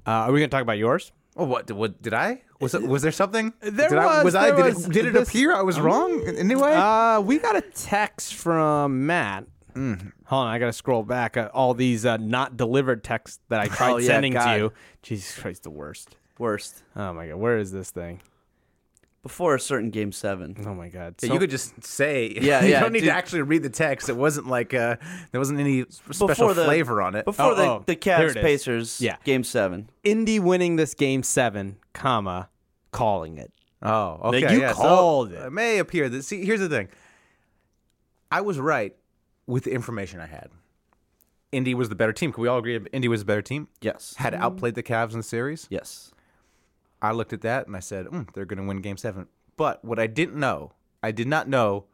[SPEAKER 8] Uh, are we gonna talk about yours?
[SPEAKER 7] Oh, what? What did I? Was it, was there something?
[SPEAKER 8] There
[SPEAKER 7] did I,
[SPEAKER 8] was,
[SPEAKER 7] was I?
[SPEAKER 8] there
[SPEAKER 7] Did
[SPEAKER 8] was
[SPEAKER 7] it, did it
[SPEAKER 8] this- Mm.
[SPEAKER 7] appear I was wrong? Anyway.
[SPEAKER 8] Uh, we got a text from Matt. Hold on, I gotta scroll back. Uh, all these uh, not delivered texts that I tried
[SPEAKER 5] Oh, yeah,
[SPEAKER 8] sending to
[SPEAKER 5] God.
[SPEAKER 8] you. Jesus Christ, the worst.
[SPEAKER 5] Worst.
[SPEAKER 8] Oh my god, where is this thing?
[SPEAKER 5] Before a certain game seven.
[SPEAKER 8] Oh my god.
[SPEAKER 7] Yeah,
[SPEAKER 8] So-
[SPEAKER 7] you could just say. [LAUGHS]
[SPEAKER 5] Yeah,
[SPEAKER 7] you
[SPEAKER 5] yeah,
[SPEAKER 7] don't need
[SPEAKER 5] dude.
[SPEAKER 7] to actually read the text. It wasn't like uh, there wasn't any special
[SPEAKER 5] Before the-
[SPEAKER 7] flavor on it.
[SPEAKER 5] Before
[SPEAKER 8] Oh,
[SPEAKER 5] the,
[SPEAKER 8] oh,
[SPEAKER 5] the
[SPEAKER 8] here
[SPEAKER 5] Cavs
[SPEAKER 8] it is.
[SPEAKER 5] Pacers
[SPEAKER 8] Yeah.
[SPEAKER 5] game seven.
[SPEAKER 8] Indy winning this game seven, comma, calling it.
[SPEAKER 7] Oh,
[SPEAKER 8] Like,
[SPEAKER 7] okay.
[SPEAKER 8] you
[SPEAKER 7] yeah. So,
[SPEAKER 8] called it.
[SPEAKER 7] It may appear that. See, here's the thing. I was right with the information I had. Indy was the better team. Can we all agree? Indy was the better team.
[SPEAKER 5] Yes.
[SPEAKER 7] Had outplayed the Cavs in the series.
[SPEAKER 5] Yes.
[SPEAKER 7] I looked at that and I said, mm, they're going to win game seven. But what I didn't know, I did not know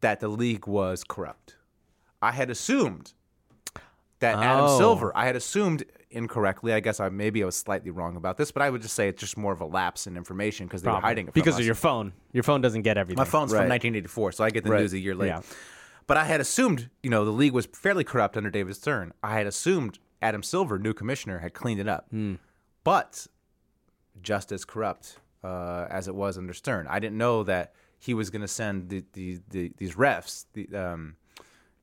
[SPEAKER 7] that the league was corrupt. I had assumed that Adam
[SPEAKER 8] Oh.
[SPEAKER 7] Silver, I had assumed incorrectly. I guess I maybe I was slightly wrong about this, but I would just say it's just more of a lapse in information because they were hiding it from
[SPEAKER 8] because
[SPEAKER 7] us.
[SPEAKER 8] of your phone. Your phone doesn't get everything.
[SPEAKER 7] My phone's
[SPEAKER 5] Right.
[SPEAKER 7] from 1984, so I get the
[SPEAKER 5] Right.
[SPEAKER 7] news a year later.
[SPEAKER 8] Yeah.
[SPEAKER 7] But I had assumed, you know, the league was fairly corrupt under David Stern. I had assumed Adam Silver, new commissioner, had cleaned it up. But just as corrupt uh, as it was under Stern, I didn't know that he was going to send the, the, the, these refs, the, um,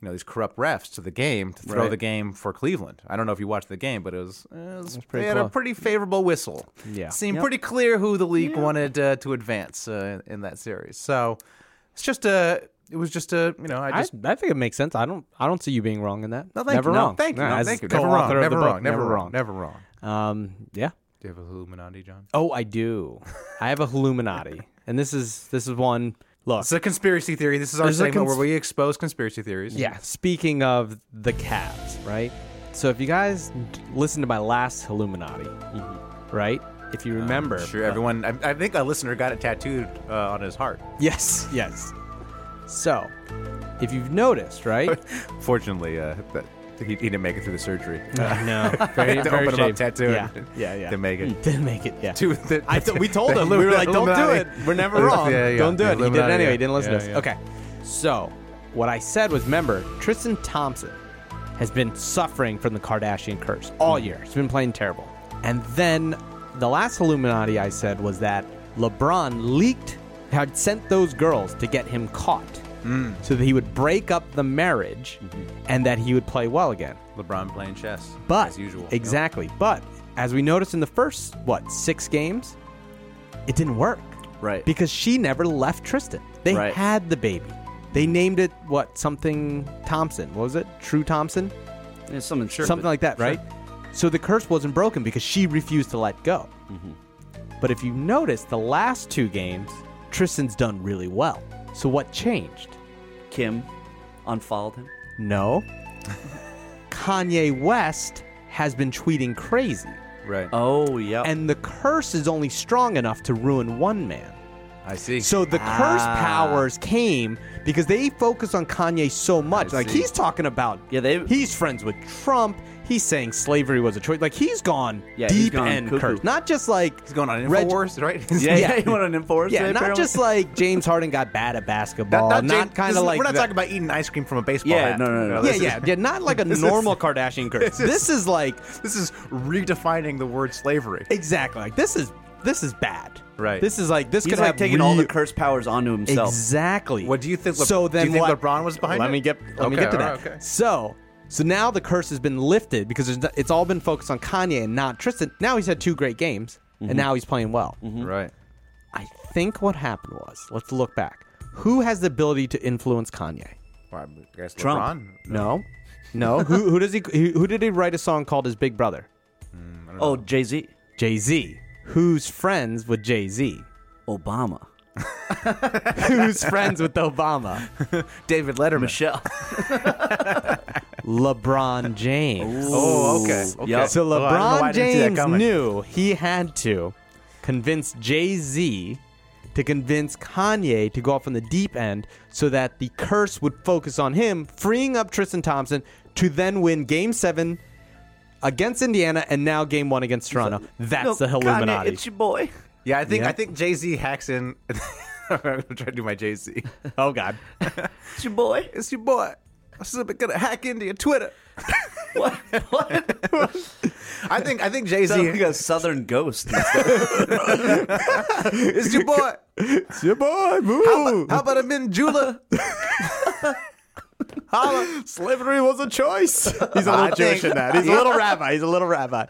[SPEAKER 7] you know, these corrupt refs to the game to throw
[SPEAKER 5] Right.
[SPEAKER 7] the game for Cleveland. I don't know if you watched the game, but it was, it was they had a
[SPEAKER 8] close.
[SPEAKER 7] pretty favorable whistle.
[SPEAKER 8] Yeah.
[SPEAKER 7] Seemed pretty clear who the league wanted uh, to advance uh, in that series. So it's just a, it was just a, you know, I
[SPEAKER 8] I,
[SPEAKER 7] just.
[SPEAKER 8] I think it makes sense. I don't I don't see you being wrong in that.
[SPEAKER 7] no, Oh, thank
[SPEAKER 8] never
[SPEAKER 7] you.
[SPEAKER 8] wrong.
[SPEAKER 7] No, thank you.
[SPEAKER 8] Yeah,
[SPEAKER 7] no,
[SPEAKER 8] as
[SPEAKER 7] thank you. Never wrong.
[SPEAKER 8] co-author of
[SPEAKER 7] Never
[SPEAKER 8] the book,
[SPEAKER 7] wrong. Never wrong. Never wrong.
[SPEAKER 8] Um yeah.
[SPEAKER 7] Do you have a Illuminati, John?
[SPEAKER 8] Oh, I do. I have a Illuminati. And this is this is one look.
[SPEAKER 7] It's a conspiracy theory. This is our
[SPEAKER 8] There's a
[SPEAKER 7] segment
[SPEAKER 8] cons-
[SPEAKER 7] where we expose conspiracy theories.
[SPEAKER 8] Yeah. Speaking of the Cavs, right? So if you guys d- listen to my last Illuminati, right? If you remember,
[SPEAKER 7] Sure, everyone. I, I think a listener got it tattooed uh, on his heart.
[SPEAKER 8] yes, yes. So if you've noticed, right?
[SPEAKER 7] Fortunately, uh, that, he, he didn't make it through the surgery.
[SPEAKER 8] [LAUGHS] no,
[SPEAKER 7] I
[SPEAKER 8] [LAUGHS] very,
[SPEAKER 7] had [LAUGHS] to
[SPEAKER 8] very
[SPEAKER 7] open him
[SPEAKER 8] shame.
[SPEAKER 7] up tattooed.
[SPEAKER 8] Yeah, yeah, yeah.
[SPEAKER 7] To make it.
[SPEAKER 8] Didn't make it. Yeah.
[SPEAKER 7] To the, [LAUGHS]
[SPEAKER 8] I th- we told
[SPEAKER 7] the
[SPEAKER 8] him. We were
[SPEAKER 7] Illumi-
[SPEAKER 8] like, don't do it.
[SPEAKER 7] Illuminati.
[SPEAKER 8] We're never wrong.
[SPEAKER 7] Yeah, yeah,
[SPEAKER 8] Don't do
[SPEAKER 7] the
[SPEAKER 8] it. He did it
[SPEAKER 7] Illuminati,
[SPEAKER 8] anyway.
[SPEAKER 7] yeah.
[SPEAKER 8] He didn't listen
[SPEAKER 7] Yeah,
[SPEAKER 8] to us.
[SPEAKER 7] yeah.
[SPEAKER 8] Okay. So, what I said was remember, Tristan Thompson has been suffering from the Kardashian curse all year. He's been playing terrible. And then the last Illuminati I said was that LeBron leaked, had sent those girls to get him caught
[SPEAKER 7] Mm.
[SPEAKER 8] so that he would break up the marriage
[SPEAKER 7] Mm-hmm.
[SPEAKER 8] and that he would play well again.
[SPEAKER 7] LeBron playing chess,
[SPEAKER 8] But
[SPEAKER 7] as usual.
[SPEAKER 8] exactly. But as we noticed in the first what six games, it didn't work
[SPEAKER 5] Right.
[SPEAKER 8] because she never left Tristan. They
[SPEAKER 5] Right.
[SPEAKER 8] had the baby. They named it what something Thompson. What was it? True Thompson.
[SPEAKER 5] Yeah, something sure,
[SPEAKER 8] something
[SPEAKER 5] but-
[SPEAKER 8] like that, right? So the curse wasn't broken because she refused to let go.
[SPEAKER 5] Mm-hmm.
[SPEAKER 8] But if you notice, the last two games, Tristan's done really well. So what changed?
[SPEAKER 5] Kim unfollowed him. [LAUGHS]
[SPEAKER 8] No. Kanye West has been tweeting crazy.
[SPEAKER 7] Right.
[SPEAKER 5] Oh yeah.
[SPEAKER 8] and the curse is only strong enough to ruin one man.
[SPEAKER 7] I see.
[SPEAKER 8] So the curse
[SPEAKER 7] Ah.
[SPEAKER 8] powers came because they focus on Kanye so much.
[SPEAKER 7] I
[SPEAKER 8] Like
[SPEAKER 7] see.
[SPEAKER 8] he's talking about
[SPEAKER 5] Yeah, they-
[SPEAKER 8] he's friends with Trump. He's saying slavery was a choice. Like he's gone
[SPEAKER 5] Yeah, he's
[SPEAKER 8] deep
[SPEAKER 5] gone
[SPEAKER 8] and
[SPEAKER 5] cuckoo.
[SPEAKER 8] cursed. Not just like
[SPEAKER 7] he's going on
[SPEAKER 8] Reg-
[SPEAKER 7] Infowars, right?
[SPEAKER 5] [LAUGHS] yeah,
[SPEAKER 8] yeah.
[SPEAKER 5] yeah. You want an enforcer?
[SPEAKER 8] yeah, not just like James Harden got bad at basketball.
[SPEAKER 7] Not,
[SPEAKER 8] Not,
[SPEAKER 7] not, James-
[SPEAKER 8] kind
[SPEAKER 7] this
[SPEAKER 8] of
[SPEAKER 7] is-
[SPEAKER 8] like
[SPEAKER 7] we're not
[SPEAKER 8] that.
[SPEAKER 7] talking about eating ice cream from a baseball
[SPEAKER 5] Yeah,
[SPEAKER 7] hat.
[SPEAKER 5] no, no, no, no.
[SPEAKER 8] yeah,
[SPEAKER 7] this
[SPEAKER 8] yeah,
[SPEAKER 7] is-
[SPEAKER 8] yeah, not like a
[SPEAKER 7] [LAUGHS] this is-
[SPEAKER 8] normal Kardashian curse.
[SPEAKER 7] this is-
[SPEAKER 8] This is like
[SPEAKER 7] This is redefining the word slavery.
[SPEAKER 8] exactly like this is this is bad.
[SPEAKER 7] Right.
[SPEAKER 8] This is like this
[SPEAKER 5] He's
[SPEAKER 8] could
[SPEAKER 5] like
[SPEAKER 8] have
[SPEAKER 5] taking all the
[SPEAKER 8] real-
[SPEAKER 5] curse powers onto himself.
[SPEAKER 8] Exactly.
[SPEAKER 7] What do you think? Le-
[SPEAKER 8] so
[SPEAKER 7] do you
[SPEAKER 8] then
[SPEAKER 7] think
[SPEAKER 8] what-
[SPEAKER 7] LeBron was behind
[SPEAKER 8] Let
[SPEAKER 7] it?
[SPEAKER 8] me get. Let
[SPEAKER 7] Okay,
[SPEAKER 8] me get to that.
[SPEAKER 7] alright, okay.
[SPEAKER 8] So. So now the curse has been lifted because there's, it's all been focused on Kanye and not Tristan. Now he's had two great games
[SPEAKER 7] Mm-hmm.
[SPEAKER 8] and now he's playing well.
[SPEAKER 7] Right.
[SPEAKER 8] I think what happened was let's look back. Who has the ability to influence Kanye?
[SPEAKER 7] Well, I guess
[SPEAKER 5] Trump.
[SPEAKER 7] LeBron.
[SPEAKER 8] No, no. who, who does he? Who, who did he write a song called "His Big Brother"?
[SPEAKER 5] oh Jay Z,
[SPEAKER 8] Jay Z. Who's friends with Jay Z?
[SPEAKER 5] Obama.
[SPEAKER 8] [LAUGHS] who's friends with Obama?
[SPEAKER 7] [LAUGHS] David Letterman.
[SPEAKER 5] Michelle.
[SPEAKER 7] [LAUGHS]
[SPEAKER 8] LeBron James.
[SPEAKER 7] Oh, okay. okay.
[SPEAKER 5] Yep.
[SPEAKER 8] So
[SPEAKER 7] Oh, I don't know why I
[SPEAKER 8] LeBron
[SPEAKER 7] didn't see that
[SPEAKER 8] James
[SPEAKER 7] coming.
[SPEAKER 8] knew he had to convince Jay Z to convince Kanye to go off on the deep end so that the curse would focus on him, freeing up Tristan Thompson to then win game seven against Indiana and now game one against Toronto. That's
[SPEAKER 5] No,
[SPEAKER 8] the Illuminati.
[SPEAKER 5] [LAUGHS] Kanye, it's your boy.
[SPEAKER 7] Yeah, I think I think Jay Z hacks in. [LAUGHS] I'm trying to do my Jay Z.
[SPEAKER 8] oh, God.
[SPEAKER 5] It's your boy.
[SPEAKER 7] It's your boy. I'm simply gonna hack into your Twitter.
[SPEAKER 5] What?
[SPEAKER 7] [LAUGHS]
[SPEAKER 5] What?
[SPEAKER 7] I think I think Jay
[SPEAKER 5] Sound like
[SPEAKER 7] Z.
[SPEAKER 5] a southern
[SPEAKER 8] [LAUGHS]
[SPEAKER 5] ghost.
[SPEAKER 7] It's your boy.
[SPEAKER 8] it's your boy, boo.
[SPEAKER 7] How about a Minjula?
[SPEAKER 8] Slavery was a choice. He's
[SPEAKER 7] [LAUGHS]
[SPEAKER 8] a
[SPEAKER 7] I
[SPEAKER 8] little
[SPEAKER 7] think-
[SPEAKER 8] Jewish in that. He's a little rabbi. He's a little rabbi.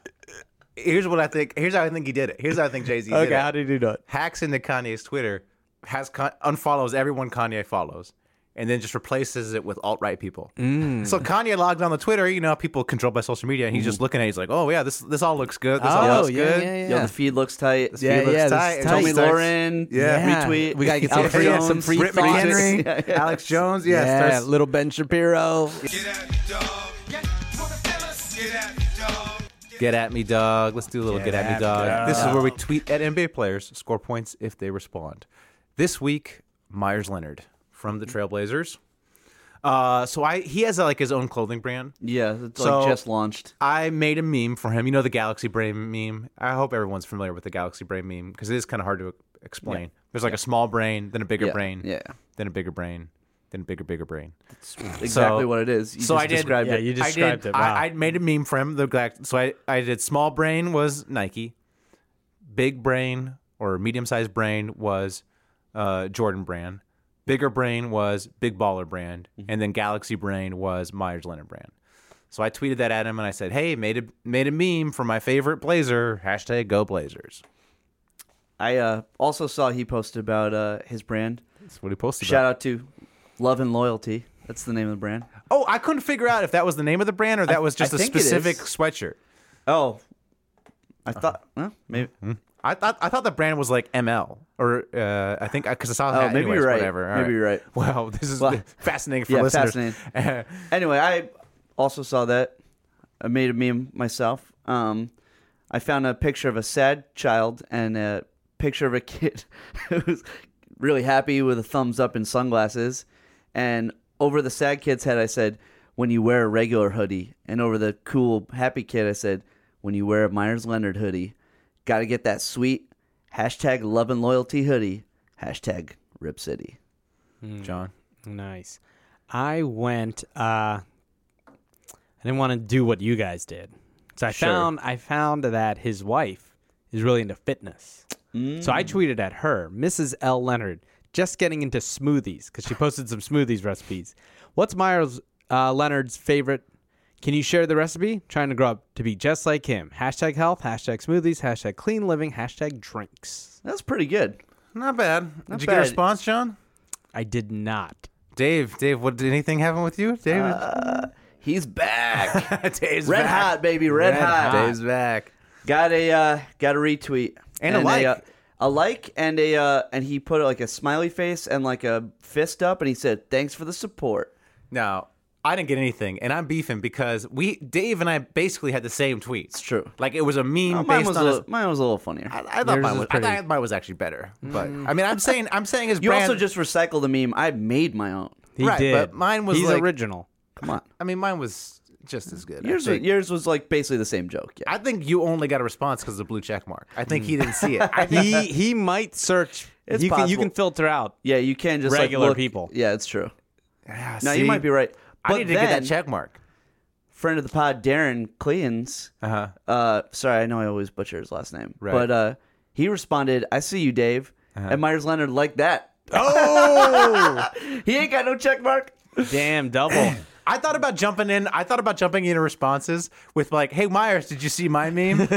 [SPEAKER 7] Here's what I think. Here's how I think he did it. Here's how I think Jay Z did
[SPEAKER 8] Okay,
[SPEAKER 7] it.
[SPEAKER 8] how did he do it?
[SPEAKER 7] hacks into Kanye's Twitter, has Con- unfollows everyone Kanye follows, and then just replaces it with alt right people. So Kanye logged on the Twitter, you know, people controlled by social media, and he's just looking at. it. He's like, "Oh yeah, this this all looks good. This all
[SPEAKER 8] Oh,
[SPEAKER 7] looks
[SPEAKER 8] yeah,
[SPEAKER 7] good."
[SPEAKER 8] yeah, yeah.
[SPEAKER 5] Yo, the feed looks tight.
[SPEAKER 7] feed Yeah, looks yeah, this tight. is
[SPEAKER 5] Tommy
[SPEAKER 7] tight.
[SPEAKER 5] Lauren.
[SPEAKER 7] [LAUGHS] Yeah.
[SPEAKER 5] Retweet.
[SPEAKER 8] We gotta get some
[SPEAKER 5] Alex
[SPEAKER 8] free-
[SPEAKER 5] Jones,
[SPEAKER 8] some free
[SPEAKER 5] Rip
[SPEAKER 8] thoughts.
[SPEAKER 5] McKenzie.
[SPEAKER 7] Henry,
[SPEAKER 5] Yeah, yeah.
[SPEAKER 7] [LAUGHS] Alex Jones, yeah,
[SPEAKER 8] yeah,
[SPEAKER 7] starts-
[SPEAKER 8] little Ben Shapiro.
[SPEAKER 7] Get at me, dog. Let's do a little get, at, me, dog. This is where we tweet at NBA players, score points if they respond. This week, Myers Leonard from the Trailblazers. Uh, so I he has uh, like his own clothing brand.
[SPEAKER 5] Yeah, it's
[SPEAKER 7] So-
[SPEAKER 5] like just launched.
[SPEAKER 7] I made a meme for him. You know the Galaxy Brain meme. I hope everyone's familiar with the Galaxy Brain meme because it is kind of hard to explain. There's like a small brain, then a bigger
[SPEAKER 5] Yeah,
[SPEAKER 7] brain,
[SPEAKER 5] yeah.
[SPEAKER 7] then a bigger brain, then a bigger bigger brain.
[SPEAKER 5] Exactly
[SPEAKER 7] So-
[SPEAKER 5] what it is. You
[SPEAKER 7] so
[SPEAKER 5] just
[SPEAKER 7] I did.
[SPEAKER 5] described
[SPEAKER 8] Yeah,
[SPEAKER 5] it.
[SPEAKER 8] you
[SPEAKER 7] I
[SPEAKER 8] described
[SPEAKER 7] did-
[SPEAKER 8] it. Wow.
[SPEAKER 7] I, I made a meme for him. The Galax- so I I did small brain was Nike, big brain or medium sized brain was uh, Jordan Brand, bigger brain was Big Baller Brand, and then Galaxy Brain was Myers Leonard Brand. So I tweeted that at him and I said, "Hey, made a made a meme for my favorite Blazer hashtag Go Blazers."
[SPEAKER 5] I uh, also saw he posted about uh, his brand.
[SPEAKER 7] That's what he posted.
[SPEAKER 5] Shout
[SPEAKER 7] about.
[SPEAKER 5] out to Love and Loyalty. That's the name of the brand.
[SPEAKER 7] Oh, I couldn't figure out if that was the name of the brand or that was
[SPEAKER 5] I
[SPEAKER 7] just a
[SPEAKER 5] think it is.
[SPEAKER 7] specific sweatshirt.
[SPEAKER 5] Oh, I thought. Well, maybe.
[SPEAKER 7] I thought I thought the brand was like ML or uh, I think because I saw
[SPEAKER 5] Oh,
[SPEAKER 7] that.
[SPEAKER 5] maybe
[SPEAKER 7] anyways,
[SPEAKER 5] you're right.
[SPEAKER 7] Whatever. All
[SPEAKER 5] Maybe you're right.
[SPEAKER 7] [LAUGHS] Wow, this is
[SPEAKER 5] Well,
[SPEAKER 7] fascinating for
[SPEAKER 5] yeah,
[SPEAKER 7] listeners.
[SPEAKER 5] Anyway, I also saw that. I made a meme myself. Um, I found a picture of a sad child and a picture of a kid [LAUGHS] who's really happy with a thumbs up and sunglasses. And over the sad kid's head, I said, "When you wear a regular hoodie." And over the cool happy kid, I said, "When you wear a Myers Leonard hoodie, gotta get that sweet hashtag love and loyalty hoodie hashtag Rip City."
[SPEAKER 7] John,
[SPEAKER 8] Nice. I went. Uh, I didn't want to do what you guys did, so I found I found that his wife is really into fitness. So
[SPEAKER 7] Mm.
[SPEAKER 8] I tweeted at her, Mrs. L. Leonard, just getting into smoothies because she posted some smoothies recipes. What's Myers uh, Leonard's favorite? Can you share the recipe? Trying to grow up to be just like him. Hashtag health. Hashtag smoothies. Hashtag clean living. Hashtag drinks.
[SPEAKER 5] That's pretty good.
[SPEAKER 7] [LAUGHS] not bad. Did you get
[SPEAKER 5] bad.
[SPEAKER 7] a response, John?
[SPEAKER 8] I did not.
[SPEAKER 7] Dave, Dave, what did anything happen with you, David?
[SPEAKER 5] He's back.
[SPEAKER 7] [LAUGHS]
[SPEAKER 5] [LAUGHS]
[SPEAKER 7] Dave's
[SPEAKER 5] Uh, Red
[SPEAKER 7] back.
[SPEAKER 5] hot, baby. Red, hot.
[SPEAKER 7] Dave's back.
[SPEAKER 5] Got a uh, got a retweet
[SPEAKER 7] And a like.
[SPEAKER 5] uh, a like and a uh, and he put like a smiley face and like a fist up and he said thanks for the support.
[SPEAKER 7] No, I didn't get anything, and I'm beefing because we, Dave and I, basically had the same tweet. It's
[SPEAKER 5] true.
[SPEAKER 7] Like it was a meme
[SPEAKER 5] Oh, mine
[SPEAKER 7] based
[SPEAKER 5] was a
[SPEAKER 7] on.
[SPEAKER 5] little,
[SPEAKER 7] his-
[SPEAKER 5] mine was a little funnier.
[SPEAKER 7] I, I thought
[SPEAKER 8] Yours
[SPEAKER 7] mine
[SPEAKER 8] is
[SPEAKER 7] was. I
[SPEAKER 8] pretty.
[SPEAKER 7] thought mine was actually better, but I mean, I'm saying, I'm saying his
[SPEAKER 5] Mm. you
[SPEAKER 7] brand.
[SPEAKER 5] also just recycled the meme. I made my own.
[SPEAKER 8] He
[SPEAKER 7] Right,
[SPEAKER 8] did.
[SPEAKER 7] but mine was
[SPEAKER 8] He's
[SPEAKER 7] like-
[SPEAKER 8] original.
[SPEAKER 5] Come on.
[SPEAKER 7] I mean, mine was just as good. I
[SPEAKER 5] Yours was,
[SPEAKER 7] think.
[SPEAKER 5] yours was like basically the same joke. Yeah.
[SPEAKER 7] I think you only got a response because of the blue check mark. I think he didn't see
[SPEAKER 5] [LAUGHS]
[SPEAKER 7] it. I think
[SPEAKER 8] [LAUGHS] he he might search.
[SPEAKER 5] It's
[SPEAKER 8] you can you
[SPEAKER 5] possible.
[SPEAKER 8] can filter out.
[SPEAKER 5] Yeah, you can just
[SPEAKER 8] Regular
[SPEAKER 5] like, look-
[SPEAKER 8] people.
[SPEAKER 5] Yeah, it's true.
[SPEAKER 7] Ah,
[SPEAKER 5] Now
[SPEAKER 7] see?
[SPEAKER 5] you might be right.
[SPEAKER 7] I
[SPEAKER 5] But
[SPEAKER 7] need to
[SPEAKER 5] then,
[SPEAKER 7] get that check mark.
[SPEAKER 5] friend of the pod, Darren Cleans. Uh-huh. Sorry, I know I always butcher his last name,
[SPEAKER 7] Right. Uh-huh.
[SPEAKER 5] but uh, he responded, "I see you, Dave." And Myers Leonard liked that.
[SPEAKER 8] Oh,
[SPEAKER 5] [LAUGHS] He ain't got no check mark.
[SPEAKER 8] damn double.
[SPEAKER 7] I thought about jumping in. I thought about jumping into responses with like, "Hey Myers, did you see my
[SPEAKER 5] [LAUGHS]
[SPEAKER 7] meme?"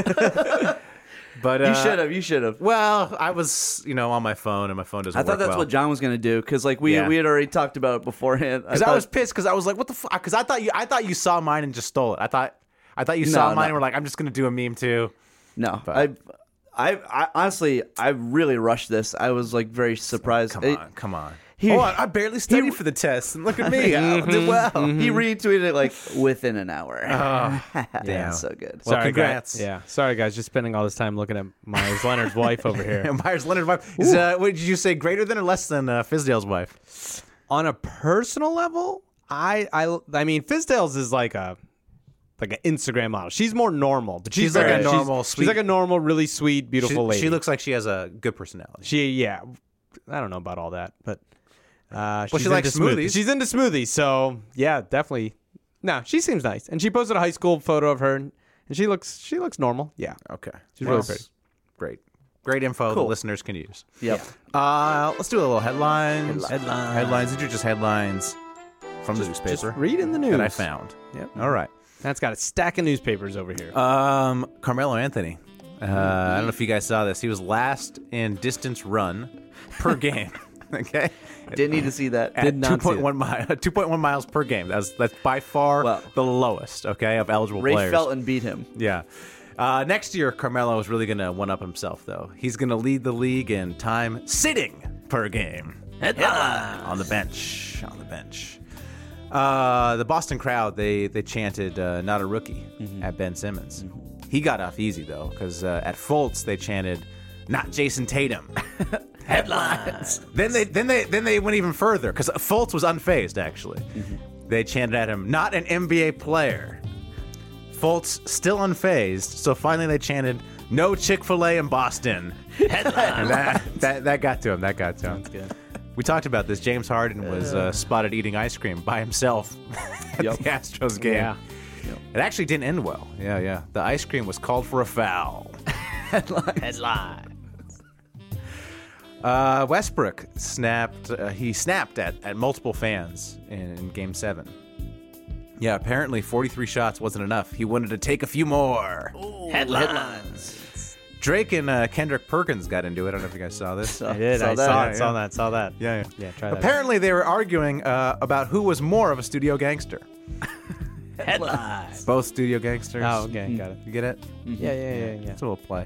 [SPEAKER 7] but uh,
[SPEAKER 5] You should have. You should have.
[SPEAKER 7] Well, I was, you know, on my phone, and my phone doesn't.
[SPEAKER 5] I thought that's what John was gonna do because like we
[SPEAKER 7] Yeah.
[SPEAKER 5] we had already talked about it beforehand.
[SPEAKER 7] [LAUGHS] Because I,
[SPEAKER 5] thought-
[SPEAKER 7] was pissed because I was like, "What the fuck?" Because I thought you, I thought you saw mine and just stole it. I thought, I thought you saw mine.
[SPEAKER 5] No, no.
[SPEAKER 7] and We're like, I'm just gonna do a meme too.
[SPEAKER 5] no.
[SPEAKER 7] but-
[SPEAKER 5] I I, I honestly, I really rushed this. I was like very surprised.
[SPEAKER 7] Come
[SPEAKER 5] It-
[SPEAKER 7] on, come on.
[SPEAKER 5] he-
[SPEAKER 7] Hold on, I barely studied for the test, and
[SPEAKER 5] [LAUGHS]
[SPEAKER 7] look at me.
[SPEAKER 5] Mm-hmm.
[SPEAKER 7] I did well. Oh,
[SPEAKER 5] He retweeted it like within
[SPEAKER 7] [LAUGHS]
[SPEAKER 5] an hour.
[SPEAKER 7] damn.
[SPEAKER 5] [LAUGHS] yeah, so good.
[SPEAKER 7] Well,
[SPEAKER 8] Sorry,
[SPEAKER 7] congrats.
[SPEAKER 8] Guys. Yeah. Sorry, guys. Just spending all this time looking at Myers Leonard's wife over here.
[SPEAKER 7] And [LAUGHS] Myers Leonard's wife is, uh, what did you say, greater than or less than uh, Fizdale's wife?
[SPEAKER 8] [LAUGHS] On a personal level, I, I, I mean, Fizdale's is like a, like an Instagram model. She's more normal, but she's,
[SPEAKER 7] She's like
[SPEAKER 8] very-
[SPEAKER 7] a normal,
[SPEAKER 8] She's,
[SPEAKER 7] sweet-
[SPEAKER 8] she's like a normal, really sweet,
[SPEAKER 7] She,
[SPEAKER 8] beautiful lady.
[SPEAKER 7] she looks like she has a good personality.
[SPEAKER 8] She yeah, I don't know about all that, but uh, she's
[SPEAKER 7] she likes
[SPEAKER 8] into smooth-
[SPEAKER 7] smoothies.
[SPEAKER 8] She's into smoothies, so yeah, definitely. No, she seems nice, and she posted a high school photo of her, and she looks she looks normal. Yeah,
[SPEAKER 7] okay.
[SPEAKER 8] She's really pretty.
[SPEAKER 7] Great. Great info the listeners can use.
[SPEAKER 5] Yep.
[SPEAKER 7] Uh, let's do a little headlines. Headlines. Headlines. These are just headlines from the newspaper
[SPEAKER 8] just reading the news
[SPEAKER 7] that I found.
[SPEAKER 8] Yep.
[SPEAKER 7] All right.
[SPEAKER 8] That's got a stack of newspapers over here.
[SPEAKER 7] Um, Carmelo Anthony. Uh, I don't know if you guys saw this. He was last in distance run
[SPEAKER 8] [LAUGHS]
[SPEAKER 7] per game. [LAUGHS] okay.
[SPEAKER 5] Didn't need to see that.
[SPEAKER 7] At 2.1 mile, [LAUGHS] 2.1 miles per game. That's that's by far
[SPEAKER 5] Wow.
[SPEAKER 7] the lowest, okay, of eligible
[SPEAKER 5] Ray
[SPEAKER 7] players.
[SPEAKER 5] Felton beat him.
[SPEAKER 7] Yeah. Uh, next year, Carmelo is really going to one up himself, though. He's going to lead the league in time sitting per game. On the bench. On the bench. Uh, the Boston crowd, they, they chanted, uh, not a rookie at Ben Simmons. He got off easy, though, because uh, at Fultz, they chanted, not Jason Tatum. Headlines. [LAUGHS] then they then they then they went even further because Fultz was unfazed actually. They chanted at him, not an NBA player. Fultz still unfazed, so finally they chanted, "No Chick Fil A in Boston." and that, that that got to him. That got to him. We talked about this. James Harden was uh, spotted eating ice cream by himself [LAUGHS] at the Astros game.
[SPEAKER 8] Yeah.
[SPEAKER 7] It actually didn't end well. Yeah, yeah. The ice cream was called for a foul. Uh, Westbrook snapped. Uh, he snapped at, at multiple fans in, in Game Seven. Yeah, apparently 43 shots wasn't enough. He wanted to take a few more. headlines. Drake and uh, Kendrick Perkins got into it. I don't know if you guys saw this.
[SPEAKER 8] [LAUGHS]
[SPEAKER 5] Saw-
[SPEAKER 8] I did.
[SPEAKER 5] saw
[SPEAKER 8] I
[SPEAKER 5] that.
[SPEAKER 8] saw
[SPEAKER 7] Yeah,
[SPEAKER 8] it. Saw
[SPEAKER 7] yeah.
[SPEAKER 8] that. Saw that.
[SPEAKER 7] Yeah, yeah.
[SPEAKER 8] Yeah. Try that.
[SPEAKER 7] Apparently, they were arguing uh, about who was more of a studio gangster. Both studio gangsters.
[SPEAKER 8] Oh, okay. Got it.
[SPEAKER 7] You get it?
[SPEAKER 8] Yeah, yeah, yeah, yeah.
[SPEAKER 7] It's a little play.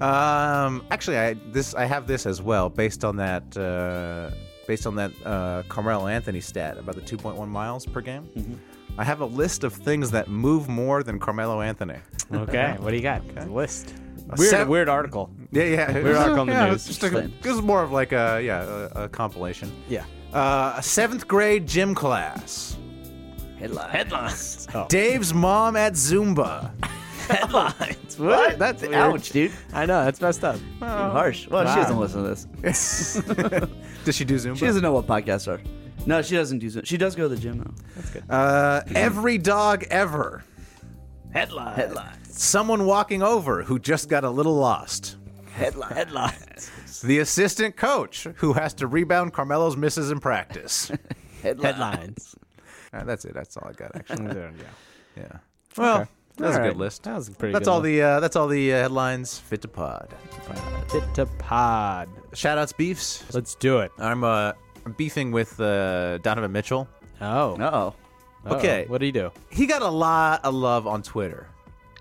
[SPEAKER 7] Um, actually, I this I have this as well, based on that uh, based on that uh, Carmelo Anthony stat about the 2.1 miles per game.
[SPEAKER 8] Mm-hmm.
[SPEAKER 7] I have a list of things that move more than Carmelo Anthony.
[SPEAKER 8] [LAUGHS] Okay. What do you got? List. Weird.
[SPEAKER 7] Weird-
[SPEAKER 8] weird article.
[SPEAKER 7] Yeah, yeah.
[SPEAKER 8] Weird article on the
[SPEAKER 7] yeah, it's
[SPEAKER 8] news.
[SPEAKER 7] Just a,
[SPEAKER 5] Explain.
[SPEAKER 7] this is more of like a yeah a, a compilation.
[SPEAKER 8] Yeah.
[SPEAKER 7] Uh, a seventh grade gym class.
[SPEAKER 5] Headline. [LAUGHS]
[SPEAKER 7] Dave's mom at Zumba.
[SPEAKER 5] What? That's
[SPEAKER 8] weird.
[SPEAKER 5] ouch, dude.
[SPEAKER 8] I know. That's messed [LAUGHS] up.
[SPEAKER 5] Harsh. Well,
[SPEAKER 7] Wow.
[SPEAKER 5] she doesn't listen to this.
[SPEAKER 7] Does she do Zumba?
[SPEAKER 5] She doesn't know what podcasts are. No, she doesn't do. so- She does go to the gym though.
[SPEAKER 7] Uh, every dog ever. Uh,
[SPEAKER 5] Headline. Headlines.
[SPEAKER 7] Someone walking over who just got a little lost.
[SPEAKER 5] Headline. Headlines.
[SPEAKER 7] The assistant coach who has to rebound Carmelo's misses in practice.
[SPEAKER 8] Headlines.
[SPEAKER 7] [LAUGHS] Uh, that's it. That's all I got. Actually,
[SPEAKER 8] yeah.
[SPEAKER 7] yeah. Well, that was a good list.
[SPEAKER 8] That was a pretty.
[SPEAKER 7] That's
[SPEAKER 8] good
[SPEAKER 7] all
[SPEAKER 8] list.
[SPEAKER 7] the uh, that's all the uh, headlines. Fit to pod.
[SPEAKER 8] Fit to pod.
[SPEAKER 7] Shoutouts, beefs.
[SPEAKER 8] Let's do it.
[SPEAKER 7] I'm uh, I'm beefing with uh, Donovan Mitchell.
[SPEAKER 8] Oh.
[SPEAKER 5] Uh oh.
[SPEAKER 7] Okay,
[SPEAKER 8] What do you do?
[SPEAKER 7] he got a lot of love on Twitter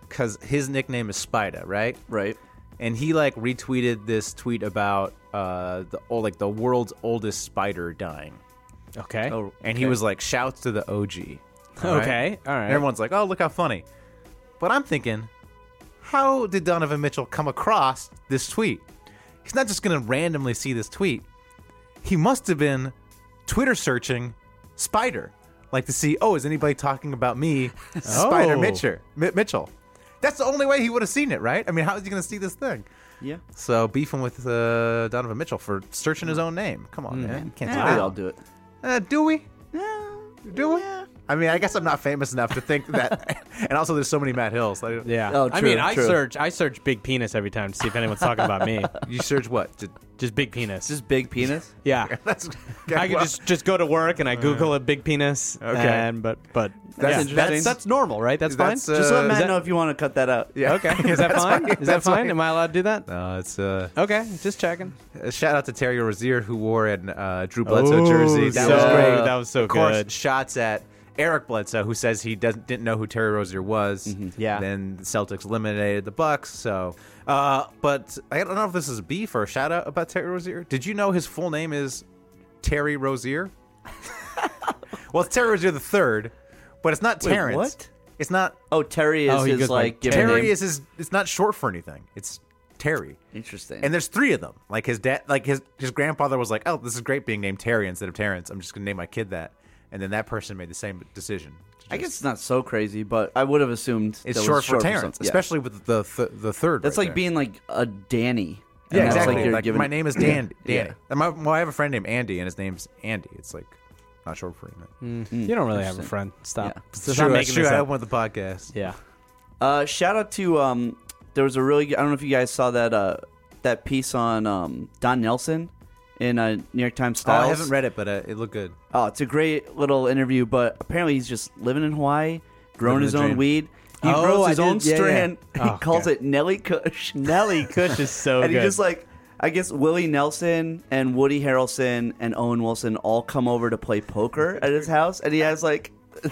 [SPEAKER 7] because his nickname is Spida, right?
[SPEAKER 5] Right.
[SPEAKER 7] and he like retweeted this tweet about uh the old like the world's oldest spider dying
[SPEAKER 8] Okay.
[SPEAKER 5] Oh,
[SPEAKER 7] and he was like shouts to the og all right?
[SPEAKER 8] [LAUGHS] okay. All right.
[SPEAKER 7] And everyone's like oh look how funny but i'm thinking how did donovan mitchell come across this tweet he's not just gonna randomly see this tweet he must have been twitter searching spider like to see oh is anybody talking about
[SPEAKER 8] [LAUGHS]
[SPEAKER 7] me spider
[SPEAKER 8] Oh.
[SPEAKER 7] mitchell Mi- mitchell that's the only way he would have seen it right i mean how is he gonna see this thing
[SPEAKER 5] Yeah.
[SPEAKER 7] so beefing with uh, Donovan Mitchell for searching
[SPEAKER 8] Mm.
[SPEAKER 7] his own name. Come on, man. Can't
[SPEAKER 5] Yeah, we all do it.
[SPEAKER 7] Uh, do we? Do we? I mean, I guess I'm not famous enough to think
[SPEAKER 8] [LAUGHS]
[SPEAKER 7] that. and also, there's so many Matt Hills. Like,
[SPEAKER 8] Yeah.
[SPEAKER 5] Oh,
[SPEAKER 8] I
[SPEAKER 5] true,
[SPEAKER 8] mean, I
[SPEAKER 5] true.
[SPEAKER 8] search I search big penis every time to see if anyone's talking
[SPEAKER 7] [LAUGHS]
[SPEAKER 8] about me.
[SPEAKER 7] You search what? Did-
[SPEAKER 8] Just big penis.
[SPEAKER 5] Just big penis.
[SPEAKER 8] yeah.
[SPEAKER 7] [LAUGHS] that's
[SPEAKER 8] I could just just go to work and I Google a big penis.
[SPEAKER 7] Okay.
[SPEAKER 8] And, but but
[SPEAKER 7] That's
[SPEAKER 8] yeah.
[SPEAKER 7] interesting.
[SPEAKER 8] that's that's normal, right? That's,
[SPEAKER 7] That's,
[SPEAKER 8] fine.
[SPEAKER 7] uh,
[SPEAKER 5] Just let
[SPEAKER 7] is
[SPEAKER 5] Matt
[SPEAKER 8] that-
[SPEAKER 5] know if you want to cut that out.
[SPEAKER 7] Yeah. [LAUGHS]
[SPEAKER 8] okay. Is that fine? Is that
[SPEAKER 7] That's why-
[SPEAKER 8] fine? Am I allowed to do that?
[SPEAKER 7] No, it's uh,
[SPEAKER 8] Okay. Just checking.
[SPEAKER 7] a shout out to Terry Rozier who wore an uh, Drew Bledsoe jersey.
[SPEAKER 8] Oh, so- that was so
[SPEAKER 7] of course,
[SPEAKER 8] good.
[SPEAKER 7] shots at Eric Bledsoe, who says he doesn't didn't know who Terry Rozier was.
[SPEAKER 5] Mm-hmm.
[SPEAKER 8] Yeah.
[SPEAKER 7] Then the Celtics eliminated the Bucks. So, uh, but I don't know if this is a beef or a shout out about Terry Rozier. Did you know his full name is Terry Rozier? [LAUGHS] well, it's Terry Rozier the third, but it's not
[SPEAKER 5] Wait,
[SPEAKER 7] Terrence.
[SPEAKER 5] what?
[SPEAKER 7] It's not.
[SPEAKER 5] Oh, Terry is
[SPEAKER 8] Oh, he
[SPEAKER 5] his
[SPEAKER 8] goes by
[SPEAKER 5] like given
[SPEAKER 7] Terry
[SPEAKER 5] name.
[SPEAKER 7] is his. It's not short for anything. It's Terry.
[SPEAKER 5] interesting.
[SPEAKER 7] And there's three of them. Like his dad, like his his grandfather was like, "Oh, this is great being named Terry instead of Terrence. I'm just gonna name my kid that." And then that person made the same decision.
[SPEAKER 5] I guess it's not so crazy, but I would have assumed that
[SPEAKER 7] it's
[SPEAKER 5] was
[SPEAKER 7] short for Terrence,
[SPEAKER 5] something. Yeah.
[SPEAKER 7] especially with the th- the third.
[SPEAKER 5] That's
[SPEAKER 7] right
[SPEAKER 5] like
[SPEAKER 7] there.
[SPEAKER 5] being like a Danny. And
[SPEAKER 7] yeah,
[SPEAKER 5] that's
[SPEAKER 7] exactly.
[SPEAKER 5] Like you're
[SPEAKER 7] Like,
[SPEAKER 5] given-
[SPEAKER 7] my name is Dan.
[SPEAKER 5] [LAUGHS] Yeah.
[SPEAKER 7] Danny. And My, well, I have a friend named Andy, and his name's Andy. It's like not short for
[SPEAKER 5] Mm,
[SPEAKER 7] anything.
[SPEAKER 8] Mm. You don't really have a friend. Stop.
[SPEAKER 5] Yeah.
[SPEAKER 8] Stop
[SPEAKER 7] True,
[SPEAKER 8] making
[SPEAKER 7] true.
[SPEAKER 8] this
[SPEAKER 7] I
[SPEAKER 8] up.
[SPEAKER 7] opened with the podcast.
[SPEAKER 8] Yeah.
[SPEAKER 5] Uh, shout out to um, there was a really good- I don't know if you guys saw that uh that piece on um Don Nelson in uh, New York Times
[SPEAKER 7] Oh,
[SPEAKER 5] Styles.
[SPEAKER 7] I haven't read it, but uh, it looked good.
[SPEAKER 5] Oh, it's a great little interview, but apparently he's just living in Hawaii, growing
[SPEAKER 7] Living
[SPEAKER 5] his
[SPEAKER 7] the
[SPEAKER 5] own
[SPEAKER 7] dream.
[SPEAKER 5] weed. He
[SPEAKER 8] Oh,
[SPEAKER 5] grows
[SPEAKER 8] I
[SPEAKER 5] his
[SPEAKER 8] did-
[SPEAKER 5] own
[SPEAKER 8] yeah, yeah.
[SPEAKER 5] strand. He
[SPEAKER 8] Oh,
[SPEAKER 5] calls
[SPEAKER 8] God.
[SPEAKER 5] it Nelly Kush. Nelly Kush
[SPEAKER 8] is so
[SPEAKER 5] And he
[SPEAKER 8] good.
[SPEAKER 5] just like I guess Willie Nelson and Woody Harrelson and Owen Wilson all come over to play poker at his house, and he has like [LAUGHS]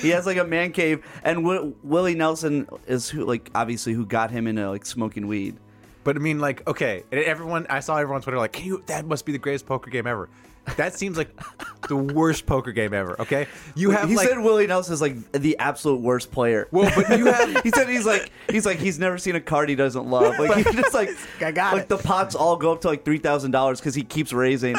[SPEAKER 5] he has like a man cave, and w- Willie Nelson is who like obviously who got him into like smoking weed.
[SPEAKER 7] But I mean, like, okay, and everyone. I saw everyone on Twitter like, "Can you? That must be the greatest poker game ever." That seems
[SPEAKER 5] [LAUGHS]
[SPEAKER 7] like the worst poker game ever. Okay, you have
[SPEAKER 5] he
[SPEAKER 7] like,
[SPEAKER 5] said Willie Nelson is like the absolute worst player.
[SPEAKER 7] well, but
[SPEAKER 5] [LAUGHS]
[SPEAKER 7] you have.
[SPEAKER 5] he said he's like he's like he's never seen a card he doesn't love. Like he's just like [LAUGHS] I got like the pots all go up to like three thousand dollars because he keeps raising.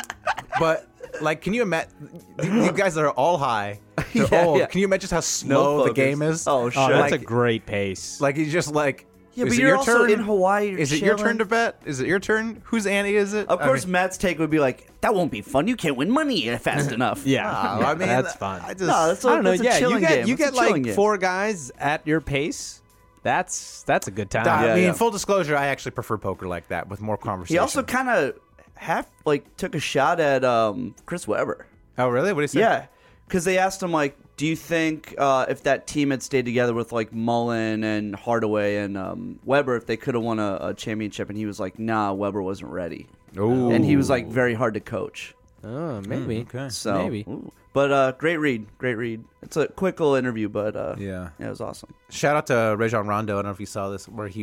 [SPEAKER 7] But like, can you imagine? You guys are all high. They're
[SPEAKER 5] [LAUGHS] Yeah,
[SPEAKER 7] old.
[SPEAKER 5] yeah.
[SPEAKER 7] Can you imagine just how slow the
[SPEAKER 5] focus.
[SPEAKER 7] game is? Uh,
[SPEAKER 5] Oh, shit.
[SPEAKER 8] Oh, that's
[SPEAKER 7] like,
[SPEAKER 8] a great pace.
[SPEAKER 7] like he's just like.
[SPEAKER 5] Yeah,
[SPEAKER 7] is
[SPEAKER 5] but
[SPEAKER 7] it
[SPEAKER 5] you're
[SPEAKER 7] your
[SPEAKER 5] also
[SPEAKER 7] turn?
[SPEAKER 5] in Hawaii, you're
[SPEAKER 7] is it your
[SPEAKER 5] chilling.
[SPEAKER 7] turn to bet? Is it your turn? Whose Annie is it?
[SPEAKER 5] Of
[SPEAKER 7] I
[SPEAKER 5] [LAUGHS] course,
[SPEAKER 7] mean-
[SPEAKER 5] Matt's take would be like, "That won't be fun. You can't win money fast enough." Uh,
[SPEAKER 8] yeah.
[SPEAKER 7] Oh,
[SPEAKER 8] [LAUGHS] Yeah,
[SPEAKER 7] I mean,
[SPEAKER 8] that's fun.
[SPEAKER 7] I
[SPEAKER 8] I,
[SPEAKER 7] just,
[SPEAKER 5] no, that's a,
[SPEAKER 8] don't know.
[SPEAKER 5] That's
[SPEAKER 8] Yeah,
[SPEAKER 5] a
[SPEAKER 8] you
[SPEAKER 5] chilling
[SPEAKER 8] get
[SPEAKER 5] game.
[SPEAKER 8] you
[SPEAKER 5] It's a
[SPEAKER 8] get
[SPEAKER 5] chilling
[SPEAKER 8] like
[SPEAKER 5] game.
[SPEAKER 8] four guys at your pace. That's that's a good time.
[SPEAKER 7] I
[SPEAKER 5] Yeah,
[SPEAKER 7] mean,
[SPEAKER 5] yeah.
[SPEAKER 7] full disclosure, I actually prefer poker like that with more conversation.
[SPEAKER 5] He also kind of half like took a shot at um, Chris Webber.
[SPEAKER 7] oh, really? What do you say?
[SPEAKER 5] Yeah, because they asked him like, "Do you think uh, if that team had stayed together with like Mullen and Hardaway and um, Weber, if they could have won a, a championship?" And he was like, "Nah, Weber wasn't ready." And he was like very hard to coach.
[SPEAKER 8] Oh, maybe. okay.
[SPEAKER 5] So,
[SPEAKER 8] maybe.
[SPEAKER 5] ooh. but uh, great read, great read. It's a quick little interview, but uh,
[SPEAKER 7] Yeah.
[SPEAKER 5] it was awesome.
[SPEAKER 7] Shout out to Rajon Rondo. I don't know if you saw this, where he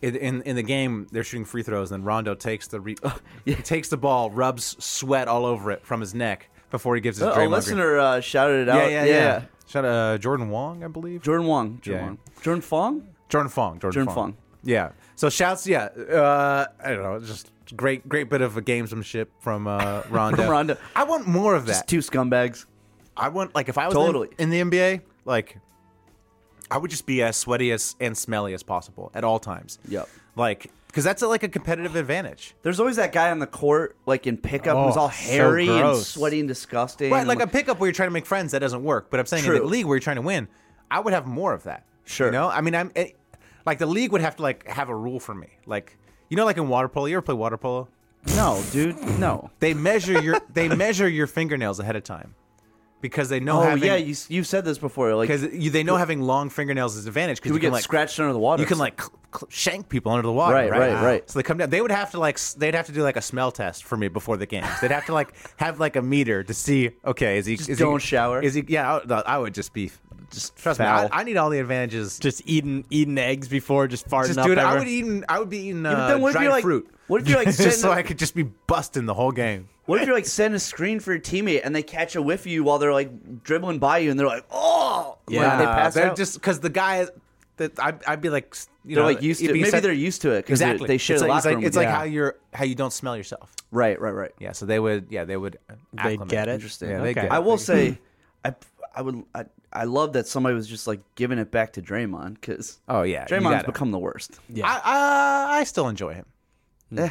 [SPEAKER 7] in in, in the game they're shooting free throws, and then Rondo takes the re- [LAUGHS] he takes the ball, rubs sweat all over it from his neck before he gives his
[SPEAKER 5] Uh, a
[SPEAKER 7] Draymond Green.
[SPEAKER 5] listener uh, shouted it
[SPEAKER 7] Yeah,
[SPEAKER 5] out.
[SPEAKER 7] yeah, yeah. Shout out uh, Jordan Wong, I believe.
[SPEAKER 5] Jordan Wong, Jordan
[SPEAKER 7] Yeah.
[SPEAKER 5] Wong, Jordan Fong.
[SPEAKER 7] Jordan Fong. Jordan,
[SPEAKER 5] Jordan Fong.
[SPEAKER 7] Yeah. So shouts. Yeah. Uh, I don't know. Just great, great bit of a gamesmanship from
[SPEAKER 5] [LAUGHS]
[SPEAKER 7] uh, Rondo.
[SPEAKER 5] Rondo.
[SPEAKER 7] I want more of
[SPEAKER 5] Just
[SPEAKER 7] that.
[SPEAKER 5] two scumbags.
[SPEAKER 7] I want like if I was
[SPEAKER 5] Totally.
[SPEAKER 7] in, in the NBA, like I would just be as sweaty as and smelly as possible at all times.
[SPEAKER 5] Yep.
[SPEAKER 7] Like because that's like a competitive advantage.
[SPEAKER 5] There's always that guy on the court, like in pickup, who's
[SPEAKER 8] Oh,
[SPEAKER 5] all
[SPEAKER 8] so
[SPEAKER 5] hairy and
[SPEAKER 8] gross.
[SPEAKER 5] sweaty and disgusting.
[SPEAKER 7] Right.
[SPEAKER 5] and
[SPEAKER 7] Like
[SPEAKER 5] I'm
[SPEAKER 7] a pickup where you're trying to make friends that doesn't work. But I'm saying in
[SPEAKER 5] True.
[SPEAKER 7] the league where you're trying to win, I would have more of that.
[SPEAKER 5] Sure.
[SPEAKER 7] You know. I mean, I'm it, like the league would have to like have a rule for me. Like you know, like in water polo. You ever play water polo?
[SPEAKER 5] No, dude, no.
[SPEAKER 7] They measure
[SPEAKER 5] [LAUGHS]
[SPEAKER 7] your they measure your fingernails ahead of time because they know
[SPEAKER 5] Oh
[SPEAKER 7] having
[SPEAKER 5] yeah, you you said this before. Like,
[SPEAKER 7] because you, they know having long fingernails is an advantage because
[SPEAKER 5] we
[SPEAKER 7] you can
[SPEAKER 5] get
[SPEAKER 7] like
[SPEAKER 5] scratched under the water.
[SPEAKER 7] you can like cl- cl- shank people under the water
[SPEAKER 5] Right,
[SPEAKER 7] right
[SPEAKER 5] right, right.
[SPEAKER 7] so they come down they would have to like s- they'd have to do like a smell test for me before the games they'd have to like [LAUGHS] have like a meter to see okay is he is
[SPEAKER 5] don't
[SPEAKER 7] he,
[SPEAKER 5] shower.
[SPEAKER 7] is he yeah I, would- I would just be just trust
[SPEAKER 8] foul.
[SPEAKER 7] me I, I need all the advantages
[SPEAKER 8] Just eating eating eggs before, just farting
[SPEAKER 7] just
[SPEAKER 8] up.
[SPEAKER 7] do it I
[SPEAKER 8] ever.
[SPEAKER 7] would eaten I would be eating uh,
[SPEAKER 5] but then what if
[SPEAKER 7] dried
[SPEAKER 5] you're like-
[SPEAKER 7] fruit
[SPEAKER 5] what if you're, like,
[SPEAKER 7] [LAUGHS]
[SPEAKER 5] sitting-
[SPEAKER 7] just so I could just be busting the whole game
[SPEAKER 5] what if you're like setting a screen for your teammate and they catch a whiff of you while they're like dribbling by you and they're like, oh, Like,
[SPEAKER 7] Yeah,
[SPEAKER 5] they pass
[SPEAKER 7] they're
[SPEAKER 5] out.
[SPEAKER 7] just because the guy that I'd, I'd be like, you
[SPEAKER 5] they're
[SPEAKER 7] know,
[SPEAKER 5] like used to.
[SPEAKER 7] it'd be
[SPEAKER 5] Maybe
[SPEAKER 7] set-
[SPEAKER 5] they're used to it because
[SPEAKER 7] exactly.
[SPEAKER 5] they share
[SPEAKER 7] it's
[SPEAKER 5] the
[SPEAKER 7] like, it's
[SPEAKER 5] locker
[SPEAKER 7] like,
[SPEAKER 5] room.
[SPEAKER 7] It's like
[SPEAKER 5] Yeah.
[SPEAKER 7] how you're how you don't smell yourself.
[SPEAKER 5] right, right, right.
[SPEAKER 7] Yeah, so they would. Yeah, they would.
[SPEAKER 8] They
[SPEAKER 7] acclimate.
[SPEAKER 8] get it.
[SPEAKER 5] Interesting.
[SPEAKER 7] Yeah, they
[SPEAKER 8] okay.
[SPEAKER 7] get it.
[SPEAKER 5] I
[SPEAKER 7] [LAUGHS]
[SPEAKER 5] will say, I I would I, I love that somebody was just like giving it back to Draymond because
[SPEAKER 7] Oh yeah, you
[SPEAKER 5] Draymond's
[SPEAKER 7] gotta-
[SPEAKER 5] become the worst.
[SPEAKER 7] I, I I still enjoy him. Mm.
[SPEAKER 5] Eh.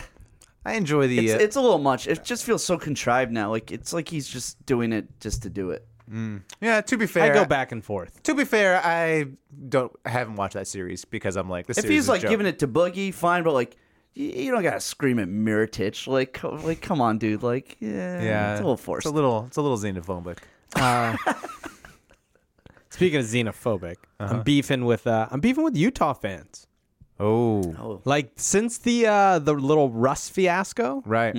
[SPEAKER 7] I enjoy the.
[SPEAKER 5] It's,
[SPEAKER 7] uh,
[SPEAKER 5] it's a little much. It just feels so contrived now. Like it's like he's just doing it just to do it.
[SPEAKER 7] yeah, to be
[SPEAKER 8] I
[SPEAKER 7] fair,
[SPEAKER 8] go back and forth.
[SPEAKER 7] To be fair, I don't. I haven't watched that series because I'm like this.
[SPEAKER 5] If he's like giving it to Boogie, fine, but like you, you don't gotta scream at Miritich. Like, co- like come on, dude. Like, yeah,
[SPEAKER 7] yeah,
[SPEAKER 5] it's a little forced.
[SPEAKER 7] It's a little. It's a little xenophobic.
[SPEAKER 8] Speaking of xenophobic,
[SPEAKER 5] Uh-huh.
[SPEAKER 8] I'm beefing with uh, I'm beefing with Utah fans.
[SPEAKER 7] Oh,
[SPEAKER 8] Like since the uh, the little Russ fiasco,
[SPEAKER 7] right.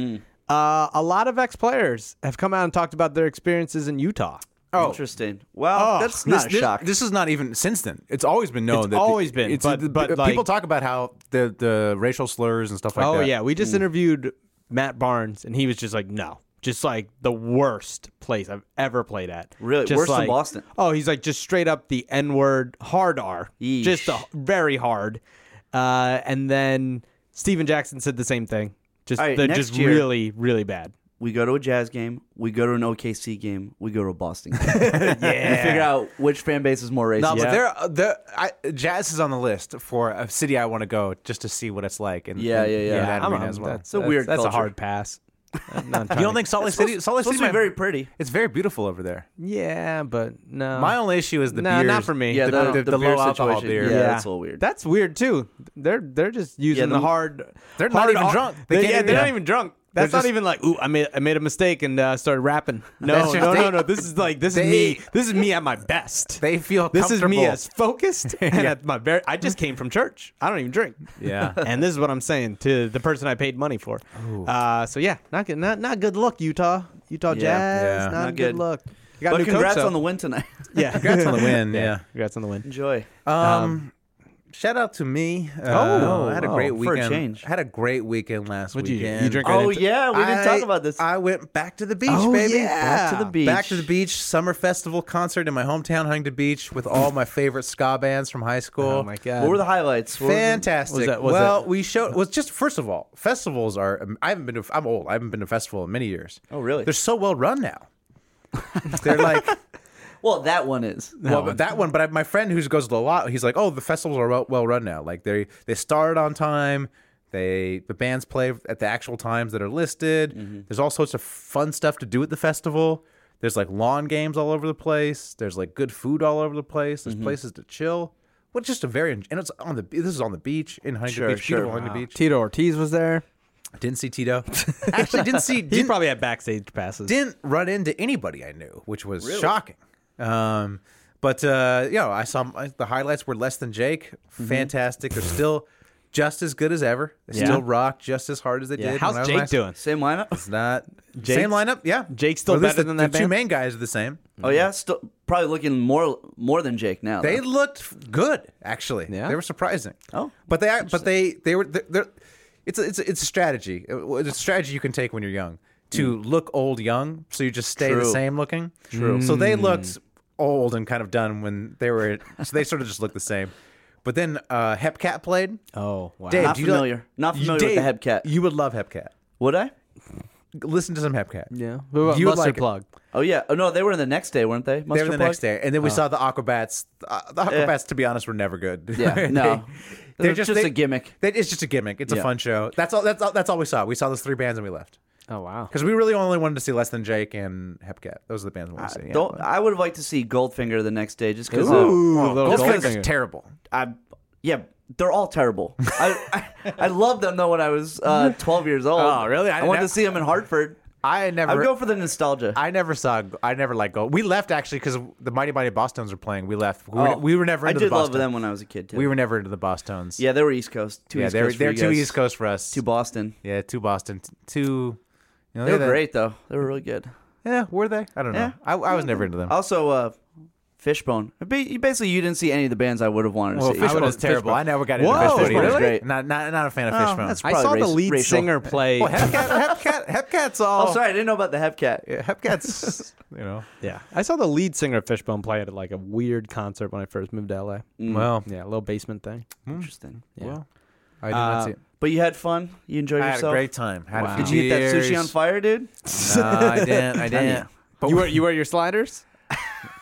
[SPEAKER 8] uh, a lot of ex players have come out and talked about their experiences in Utah.
[SPEAKER 7] Oh.
[SPEAKER 5] Interesting. Well,
[SPEAKER 7] Oh,
[SPEAKER 5] that's
[SPEAKER 7] this-
[SPEAKER 5] not
[SPEAKER 7] this,
[SPEAKER 5] a shock.
[SPEAKER 7] This is not even since then. It's always been known.
[SPEAKER 8] It's
[SPEAKER 7] that the-
[SPEAKER 8] always been, but-
[SPEAKER 7] the-
[SPEAKER 8] but,
[SPEAKER 7] people
[SPEAKER 8] like-
[SPEAKER 7] talk about how the the racial slurs and stuff like
[SPEAKER 8] oh
[SPEAKER 7] that.
[SPEAKER 8] yeah, we
[SPEAKER 5] Hmm.
[SPEAKER 8] just interviewed Matt Barnes, and he was just like, no, just like the worst place I've ever played at.
[SPEAKER 5] Really?
[SPEAKER 8] Just
[SPEAKER 5] Worse than
[SPEAKER 8] like-
[SPEAKER 5] Boston?
[SPEAKER 8] Oh, he's like just straight up the N word, hard R,
[SPEAKER 5] Yeesh.
[SPEAKER 8] just a, very hard. Uh, and then Steven Jackson said the same thing. Just
[SPEAKER 5] All right,
[SPEAKER 8] they're
[SPEAKER 5] next
[SPEAKER 8] just
[SPEAKER 5] year-
[SPEAKER 8] really, really bad.
[SPEAKER 5] we go to a Jazz game, we go to an OKC game, we go to a Boston game. yeah. And figure out which fan base is more racist.
[SPEAKER 7] No, but there, uh, there, I, Jazz is on the list for a city I want to go just to see what it's like. And
[SPEAKER 5] Yeah, yeah, yeah.
[SPEAKER 7] in that
[SPEAKER 8] I'm-
[SPEAKER 7] arena
[SPEAKER 8] I'm-
[SPEAKER 7] as well.
[SPEAKER 8] That's
[SPEAKER 5] a weird
[SPEAKER 8] That's
[SPEAKER 5] culture.
[SPEAKER 8] a hard pass. I'm Uh, [LAUGHS] not
[SPEAKER 7] you
[SPEAKER 8] trying
[SPEAKER 7] don't
[SPEAKER 8] to-
[SPEAKER 7] think Salt Lake City? Salt Lake
[SPEAKER 5] supposed
[SPEAKER 7] City
[SPEAKER 5] to be
[SPEAKER 7] might-
[SPEAKER 5] very pretty.
[SPEAKER 7] It's very beautiful over there.
[SPEAKER 8] Yeah, but no.
[SPEAKER 7] My only issue is the
[SPEAKER 8] No, not
[SPEAKER 7] beers.
[SPEAKER 8] for me.
[SPEAKER 5] yeah,
[SPEAKER 7] the,
[SPEAKER 5] the,
[SPEAKER 7] the, the
[SPEAKER 5] beer
[SPEAKER 7] low alcohol
[SPEAKER 5] situation.
[SPEAKER 7] beer.
[SPEAKER 5] Yeah,
[SPEAKER 8] Yeah.
[SPEAKER 5] that's a little weird.
[SPEAKER 8] That's weird too. They're they're just using the,
[SPEAKER 5] the-
[SPEAKER 8] hard.
[SPEAKER 7] They're not
[SPEAKER 8] hard
[SPEAKER 7] even
[SPEAKER 8] ar-
[SPEAKER 7] drunk. They
[SPEAKER 8] They
[SPEAKER 7] can't
[SPEAKER 8] yeah,
[SPEAKER 7] even-
[SPEAKER 8] they're not
[SPEAKER 7] Yeah.
[SPEAKER 8] even drunk. That's
[SPEAKER 7] They're
[SPEAKER 8] not
[SPEAKER 7] just-
[SPEAKER 8] even like, ooh, I made I made a mistake and uh, started
[SPEAKER 7] [LAUGHS]
[SPEAKER 8] rapping. No,
[SPEAKER 7] That's just-
[SPEAKER 8] no, no,
[SPEAKER 7] they-
[SPEAKER 8] no. This is like this
[SPEAKER 7] they-
[SPEAKER 8] is me. This is me at my best.
[SPEAKER 7] They feel
[SPEAKER 8] this is me
[SPEAKER 7] comfortable.
[SPEAKER 8] as
[SPEAKER 7] [LAUGHS]
[SPEAKER 8] focused and at my very. I just came from church. I don't even drink.
[SPEAKER 7] Yeah.
[SPEAKER 8] and this is what I'm saying to the person I paid money for. Uh, so yeah, not good. Not not good luck, Utah. Utah
[SPEAKER 5] Yeah.
[SPEAKER 8] Jazz.
[SPEAKER 7] Yeah.
[SPEAKER 8] Not,
[SPEAKER 5] Not
[SPEAKER 8] a good
[SPEAKER 5] good.
[SPEAKER 8] luck. You got
[SPEAKER 5] but
[SPEAKER 8] new coach,
[SPEAKER 5] congrats
[SPEAKER 8] though.
[SPEAKER 5] on the win tonight.
[SPEAKER 8] [LAUGHS]
[SPEAKER 5] [LAUGHS]
[SPEAKER 8] yeah.
[SPEAKER 7] Congrats on the win. Yeah.
[SPEAKER 8] Congrats on the win.
[SPEAKER 5] Enjoy.
[SPEAKER 7] Um, shout out to me. Uh,
[SPEAKER 8] Oh,
[SPEAKER 7] I had a
[SPEAKER 8] wow.
[SPEAKER 7] great
[SPEAKER 5] For a
[SPEAKER 7] weekend.
[SPEAKER 5] change.
[SPEAKER 7] I had a great weekend last
[SPEAKER 8] What'd you- you
[SPEAKER 7] weekend.
[SPEAKER 8] drink right
[SPEAKER 5] Oh,
[SPEAKER 8] into-
[SPEAKER 5] yeah. We didn't
[SPEAKER 7] I-
[SPEAKER 5] talk about this.
[SPEAKER 7] I went back to the beach,
[SPEAKER 8] Oh,
[SPEAKER 7] baby.
[SPEAKER 8] yeah.
[SPEAKER 5] Back to the beach.
[SPEAKER 7] Back to the beach. Summer festival concert in my hometown, Huntington Beach, with all my favorite ska bands from high school.
[SPEAKER 8] Oh my god.
[SPEAKER 5] What were the highlights? What was-
[SPEAKER 7] Fantastic.
[SPEAKER 8] Was that- was
[SPEAKER 7] well,
[SPEAKER 8] it-
[SPEAKER 7] we showed. Was just first of all, festivals are. um, I haven't been to. I'm old. I haven't been to a festival in many years.
[SPEAKER 5] Oh, really?
[SPEAKER 7] They're so well run now.
[SPEAKER 5] [LAUGHS]
[SPEAKER 7] They're like,
[SPEAKER 5] Well, that one is.
[SPEAKER 7] well, but that one. But I, my friend who goes to a lot, he's like, oh, the festivals are well, well run now. Like they they start on time. They the bands play at the actual times that are listed. There's all sorts of fun stuff to do at the festival. There's like lawn games all over the place. There's like good food all over the place. There's places to chill. Well, just a very and it's on the this is on the beach in Huntington
[SPEAKER 5] Sure,
[SPEAKER 7] Beach,
[SPEAKER 5] sure.
[SPEAKER 7] beautiful Huntington Beach.
[SPEAKER 8] Tito Ortiz was there.
[SPEAKER 7] Didn't see Tito. Actually, didn't see.
[SPEAKER 8] [LAUGHS] He
[SPEAKER 7] Didn't,
[SPEAKER 8] probably had backstage passes.
[SPEAKER 7] didn't run into anybody I knew, which was shocking. Um, but uh, you know, I saw I- the highlights were less than Jake. Fantastic. They're still just as good as ever. They
[SPEAKER 8] Mm-hmm. Yeah.
[SPEAKER 7] still rock just as hard as they did.
[SPEAKER 8] yeah.
[SPEAKER 7] when I
[SPEAKER 8] How's
[SPEAKER 7] was
[SPEAKER 8] Jake
[SPEAKER 7] last-
[SPEAKER 8] doing?
[SPEAKER 5] Same lineup?
[SPEAKER 7] [LAUGHS] It's not
[SPEAKER 8] Jake's-
[SPEAKER 7] same lineup. Yeah,
[SPEAKER 8] Jake's still
[SPEAKER 7] Or at least
[SPEAKER 8] better
[SPEAKER 7] the,
[SPEAKER 8] than that
[SPEAKER 7] The two
[SPEAKER 8] band?
[SPEAKER 7] main guys are the same.
[SPEAKER 5] Oh, yeah. Still, probably looking more more than Jake now.
[SPEAKER 7] They
[SPEAKER 5] though.
[SPEAKER 7] looked good, actually.
[SPEAKER 8] Yeah?
[SPEAKER 7] they were surprising.
[SPEAKER 5] Uh-huh. Oh,
[SPEAKER 7] but they but they they were they're, they're it's a, it's a, it's a strategy. Uh, It's a strategy you can take when you're young to look old young, so you just stay the
[SPEAKER 5] Mm. True. Mm.
[SPEAKER 7] same looking. True. So they looked old and kind of done when they were. so they sort of just looked the same. But then uh, Hepcat played.
[SPEAKER 8] Oh wow.
[SPEAKER 7] Dave,
[SPEAKER 5] Not
[SPEAKER 7] do you
[SPEAKER 5] familiar.
[SPEAKER 7] Like,
[SPEAKER 5] Not
[SPEAKER 7] you-
[SPEAKER 5] familiar with the
[SPEAKER 7] Dave,
[SPEAKER 5] Hepcat.
[SPEAKER 7] You would love Hepcat.
[SPEAKER 5] would I?
[SPEAKER 7] Listen to some Hepcat.
[SPEAKER 8] Yeah. What about
[SPEAKER 7] You would
[SPEAKER 8] Mustard
[SPEAKER 7] like it.
[SPEAKER 8] plug.
[SPEAKER 5] Oh, yeah. Oh, no. They were in the next day, weren't they?
[SPEAKER 7] They
[SPEAKER 5] Mustard
[SPEAKER 7] were the
[SPEAKER 5] plug? Oh.
[SPEAKER 7] next day, and then we saw the Aquabats. Uh, the Aquabats, to be honest, were never good. [LAUGHS]
[SPEAKER 5] Yeah, no. They're just a gimmick.
[SPEAKER 7] they- it's just a gimmick. It's a
[SPEAKER 5] Yeah.
[SPEAKER 7] fun show. That's all. That's all. That's all we saw. We saw those three bands and we left
[SPEAKER 8] Oh wow.
[SPEAKER 7] because we really only wanted to see less than Jake and Hepcat. Those are the bands we wanted to see. yeah.
[SPEAKER 5] Uh, Don't, I would have liked to see Goldfinger the next day just because.
[SPEAKER 8] Ooh,
[SPEAKER 7] Oh,
[SPEAKER 8] little
[SPEAKER 7] Goldfinger's
[SPEAKER 8] Goldfinger.
[SPEAKER 7] terrible.
[SPEAKER 5] I, yeah, they're all terrible. I, I, I loved them though when I was uh, 12 years old.
[SPEAKER 7] Oh, really? I
[SPEAKER 5] I,
[SPEAKER 7] didn't
[SPEAKER 5] wanted
[SPEAKER 7] know-
[SPEAKER 5] to see them in Hartford.
[SPEAKER 7] I
[SPEAKER 5] I
[SPEAKER 7] never.
[SPEAKER 5] would go for the nostalgia.
[SPEAKER 7] I never saw. I never liked Gold. We left actually because the Mighty Mighty Boston's were playing. We left. We, were,
[SPEAKER 5] Oh,
[SPEAKER 7] we were never
[SPEAKER 5] I
[SPEAKER 7] into
[SPEAKER 5] did
[SPEAKER 7] the
[SPEAKER 5] love
[SPEAKER 7] Boston.
[SPEAKER 5] them when I was a kid too.
[SPEAKER 7] we were never into the Boston's.
[SPEAKER 5] yeah, they were East Coast. Two
[SPEAKER 7] yeah,
[SPEAKER 5] East
[SPEAKER 7] they're
[SPEAKER 5] Coast for
[SPEAKER 7] they're
[SPEAKER 5] you
[SPEAKER 7] too
[SPEAKER 5] guys.
[SPEAKER 7] East Coast for us.
[SPEAKER 5] to Boston.
[SPEAKER 7] yeah, two Boston. t- Two. You know,
[SPEAKER 5] They were
[SPEAKER 7] they're-
[SPEAKER 5] great though. They were really good.
[SPEAKER 7] Yeah, Eh, were they? I don't know.
[SPEAKER 5] Yeah.
[SPEAKER 7] I, I was never into them.
[SPEAKER 5] Also, uh, Fishbone. Ba- you- Basically, you didn't see any of the bands I would have wanted to see.
[SPEAKER 7] Fishbone
[SPEAKER 8] would've-
[SPEAKER 7] was terrible.
[SPEAKER 8] Fishbone-
[SPEAKER 7] I never got
[SPEAKER 8] Whoa,
[SPEAKER 7] into Fishbone.
[SPEAKER 5] Fishbone was
[SPEAKER 7] Really?
[SPEAKER 5] great. Oh,
[SPEAKER 7] Not, not not a fan of Fishbone.
[SPEAKER 5] that's
[SPEAKER 8] I
[SPEAKER 5] probably
[SPEAKER 8] saw the
[SPEAKER 5] rac-
[SPEAKER 8] lead
[SPEAKER 5] racial.
[SPEAKER 8] singer play.
[SPEAKER 7] Well,
[SPEAKER 8] [LAUGHS]
[SPEAKER 7] Hepcat, Hepcat, Hepcat's all.
[SPEAKER 5] Oh, sorry, I didn't know about the Hepcat.
[SPEAKER 7] Yeah, Hepcat's, [LAUGHS] you know.
[SPEAKER 8] yeah. I saw the lead singer of Fishbone play at like a weird concert when I first moved to LA.
[SPEAKER 7] Well,
[SPEAKER 8] Yeah, a little basement thing.
[SPEAKER 5] [LAUGHS] Interesting.
[SPEAKER 7] well, I did not
[SPEAKER 8] Uh,
[SPEAKER 7] see it.
[SPEAKER 5] But you had fun. You enjoyed
[SPEAKER 7] I had
[SPEAKER 5] yourself.
[SPEAKER 7] a great time. Had a few
[SPEAKER 5] Did you hit that
[SPEAKER 7] beers.
[SPEAKER 5] sushi on fire, dude?
[SPEAKER 7] No, I didn't.
[SPEAKER 5] [LAUGHS]
[SPEAKER 7] I didn't. But
[SPEAKER 8] You
[SPEAKER 7] we-
[SPEAKER 8] wear you wear your sliders?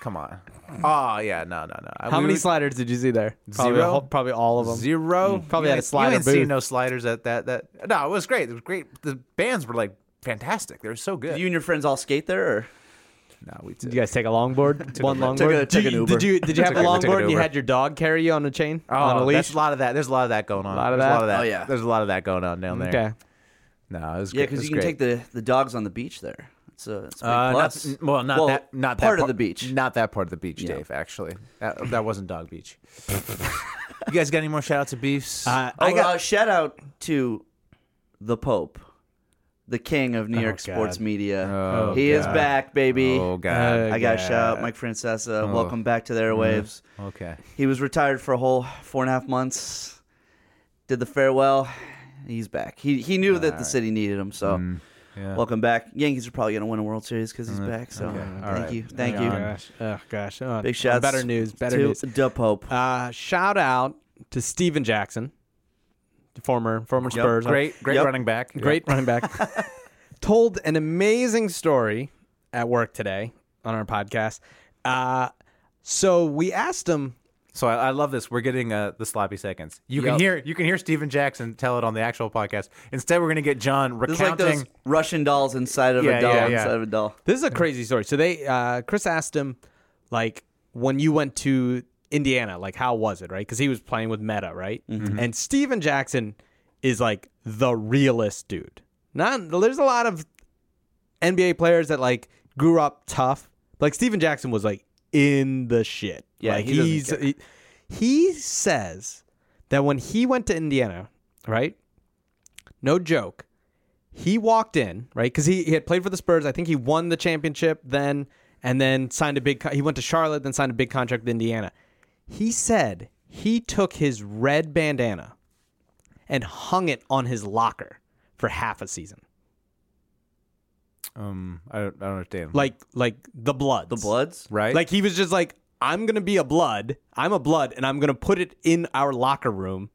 [SPEAKER 7] come on. Oh yeah, no, no, no.
[SPEAKER 8] How
[SPEAKER 7] We
[SPEAKER 8] many
[SPEAKER 7] would-
[SPEAKER 8] sliders did you see there? Probably
[SPEAKER 7] Zero.
[SPEAKER 8] all- Probably all of them.
[SPEAKER 7] Zero.
[SPEAKER 8] Mm, Probably
[SPEAKER 7] you
[SPEAKER 8] had a
[SPEAKER 7] ain't-
[SPEAKER 8] slider
[SPEAKER 7] You ain't
[SPEAKER 8] booth.
[SPEAKER 7] seen no sliders at that. That no, it was great. It was great. The bands were like fantastic. They were so good.
[SPEAKER 5] Did you and your friends all skate there? Or?
[SPEAKER 7] no, we
[SPEAKER 8] Did you guys take a longboard? One longboard.
[SPEAKER 5] took a-
[SPEAKER 8] Did
[SPEAKER 5] took
[SPEAKER 8] you-
[SPEAKER 5] an Uber.
[SPEAKER 8] Did you did you have a
[SPEAKER 7] Took a- took an
[SPEAKER 8] longboard? and You
[SPEAKER 7] Uber.
[SPEAKER 8] had your dog carry you on a chain on a
[SPEAKER 7] Oh,
[SPEAKER 8] leash.
[SPEAKER 7] that's a lot of that. There's a lot of that going on.
[SPEAKER 8] Lot of
[SPEAKER 7] There's
[SPEAKER 8] that?
[SPEAKER 7] A lot of that.
[SPEAKER 5] Oh, yeah.
[SPEAKER 7] There's a lot of that going on down there.
[SPEAKER 8] Okay.
[SPEAKER 7] No, it was
[SPEAKER 5] Yeah,
[SPEAKER 7] great.
[SPEAKER 5] because you can take the, the dogs on the beach there. It's a, it's a big
[SPEAKER 7] Uh, not,
[SPEAKER 5] plus.
[SPEAKER 7] n- well, not that, not
[SPEAKER 5] part
[SPEAKER 7] that
[SPEAKER 5] of the beach.
[SPEAKER 7] not that part of the beach, Dave. Actually, that, that wasn't Dog
[SPEAKER 5] [LAUGHS]
[SPEAKER 7] Beach. you guys got any more shout outs to beefs?
[SPEAKER 8] Uh,
[SPEAKER 5] Oh,
[SPEAKER 8] I got
[SPEAKER 5] uh, shout out to the Pope the king of New York sports
[SPEAKER 8] God.
[SPEAKER 5] media.
[SPEAKER 7] Oh,
[SPEAKER 5] he is
[SPEAKER 7] God.
[SPEAKER 5] back, baby.
[SPEAKER 7] Oh, God. Oh. Mm-hmm.
[SPEAKER 5] I got shout, Mike Francesa. Welcome back to the airwaves.
[SPEAKER 7] Okay.
[SPEAKER 5] He was retired for a whole four and a half months. Did the farewell. He's back. He he knew that the city needed him, so
[SPEAKER 7] Mm. Yeah.
[SPEAKER 5] welcome back. Yankees are probably gonna win a World Series because
[SPEAKER 8] Mm-hmm.
[SPEAKER 5] he's back. So
[SPEAKER 7] okay.
[SPEAKER 5] thank
[SPEAKER 7] All right.
[SPEAKER 5] you, thank
[SPEAKER 7] Moving
[SPEAKER 5] you.
[SPEAKER 7] on.
[SPEAKER 8] Gosh, oh gosh, oh,
[SPEAKER 5] Big shouts.
[SPEAKER 8] Better news, better
[SPEAKER 5] to
[SPEAKER 8] news.
[SPEAKER 5] Da Pope.
[SPEAKER 8] Uh, shout out to Steven Jackson, the former former
[SPEAKER 5] Yep,
[SPEAKER 8] Spurs.
[SPEAKER 7] Great, great
[SPEAKER 5] Yep.
[SPEAKER 7] running back.
[SPEAKER 8] great running back, told an amazing story at work today on our podcast. Uh, so we asked him.
[SPEAKER 7] So I, I love this. We're getting uh, the sloppy seconds. You can
[SPEAKER 8] Yep.
[SPEAKER 7] hear you can hear Steven Jackson tell it on the actual podcast. Instead, we're going to get John
[SPEAKER 5] This is
[SPEAKER 7] recounting.
[SPEAKER 5] like those Russian dolls inside of
[SPEAKER 7] Yeah,
[SPEAKER 5] a doll
[SPEAKER 7] yeah, yeah.
[SPEAKER 5] inside of a doll.
[SPEAKER 8] This is a crazy story. So they, uh, Chris asked him, like, when you went to Indiana, like, how was it, right? Because he was playing with Meta, right?
[SPEAKER 5] Mm-hmm.
[SPEAKER 8] And Steven Jackson is like the realest dude. Not there's a lot of NBA players that like grew up tough. Like Steven Jackson was like in the shit.
[SPEAKER 5] Yeah,
[SPEAKER 8] like,
[SPEAKER 5] he doesn't
[SPEAKER 8] he's
[SPEAKER 5] care.
[SPEAKER 8] he, he says that when he went to Indiana, right? No joke. He walked in, right? Because he, he had played for the Spurs. I think he won the championship then, and then signed a big. Con- he went to Charlotte, then signed a big contract with Indiana. He said he took his red bandana and hung it on his locker for half a season,
[SPEAKER 7] um, I don't, I don't understand.
[SPEAKER 8] like like the blood,
[SPEAKER 5] The Bloods.
[SPEAKER 7] right?
[SPEAKER 8] Like he was just like, I'm gonna be a blood. I'm a blood, and I'm gonna put it in our locker room,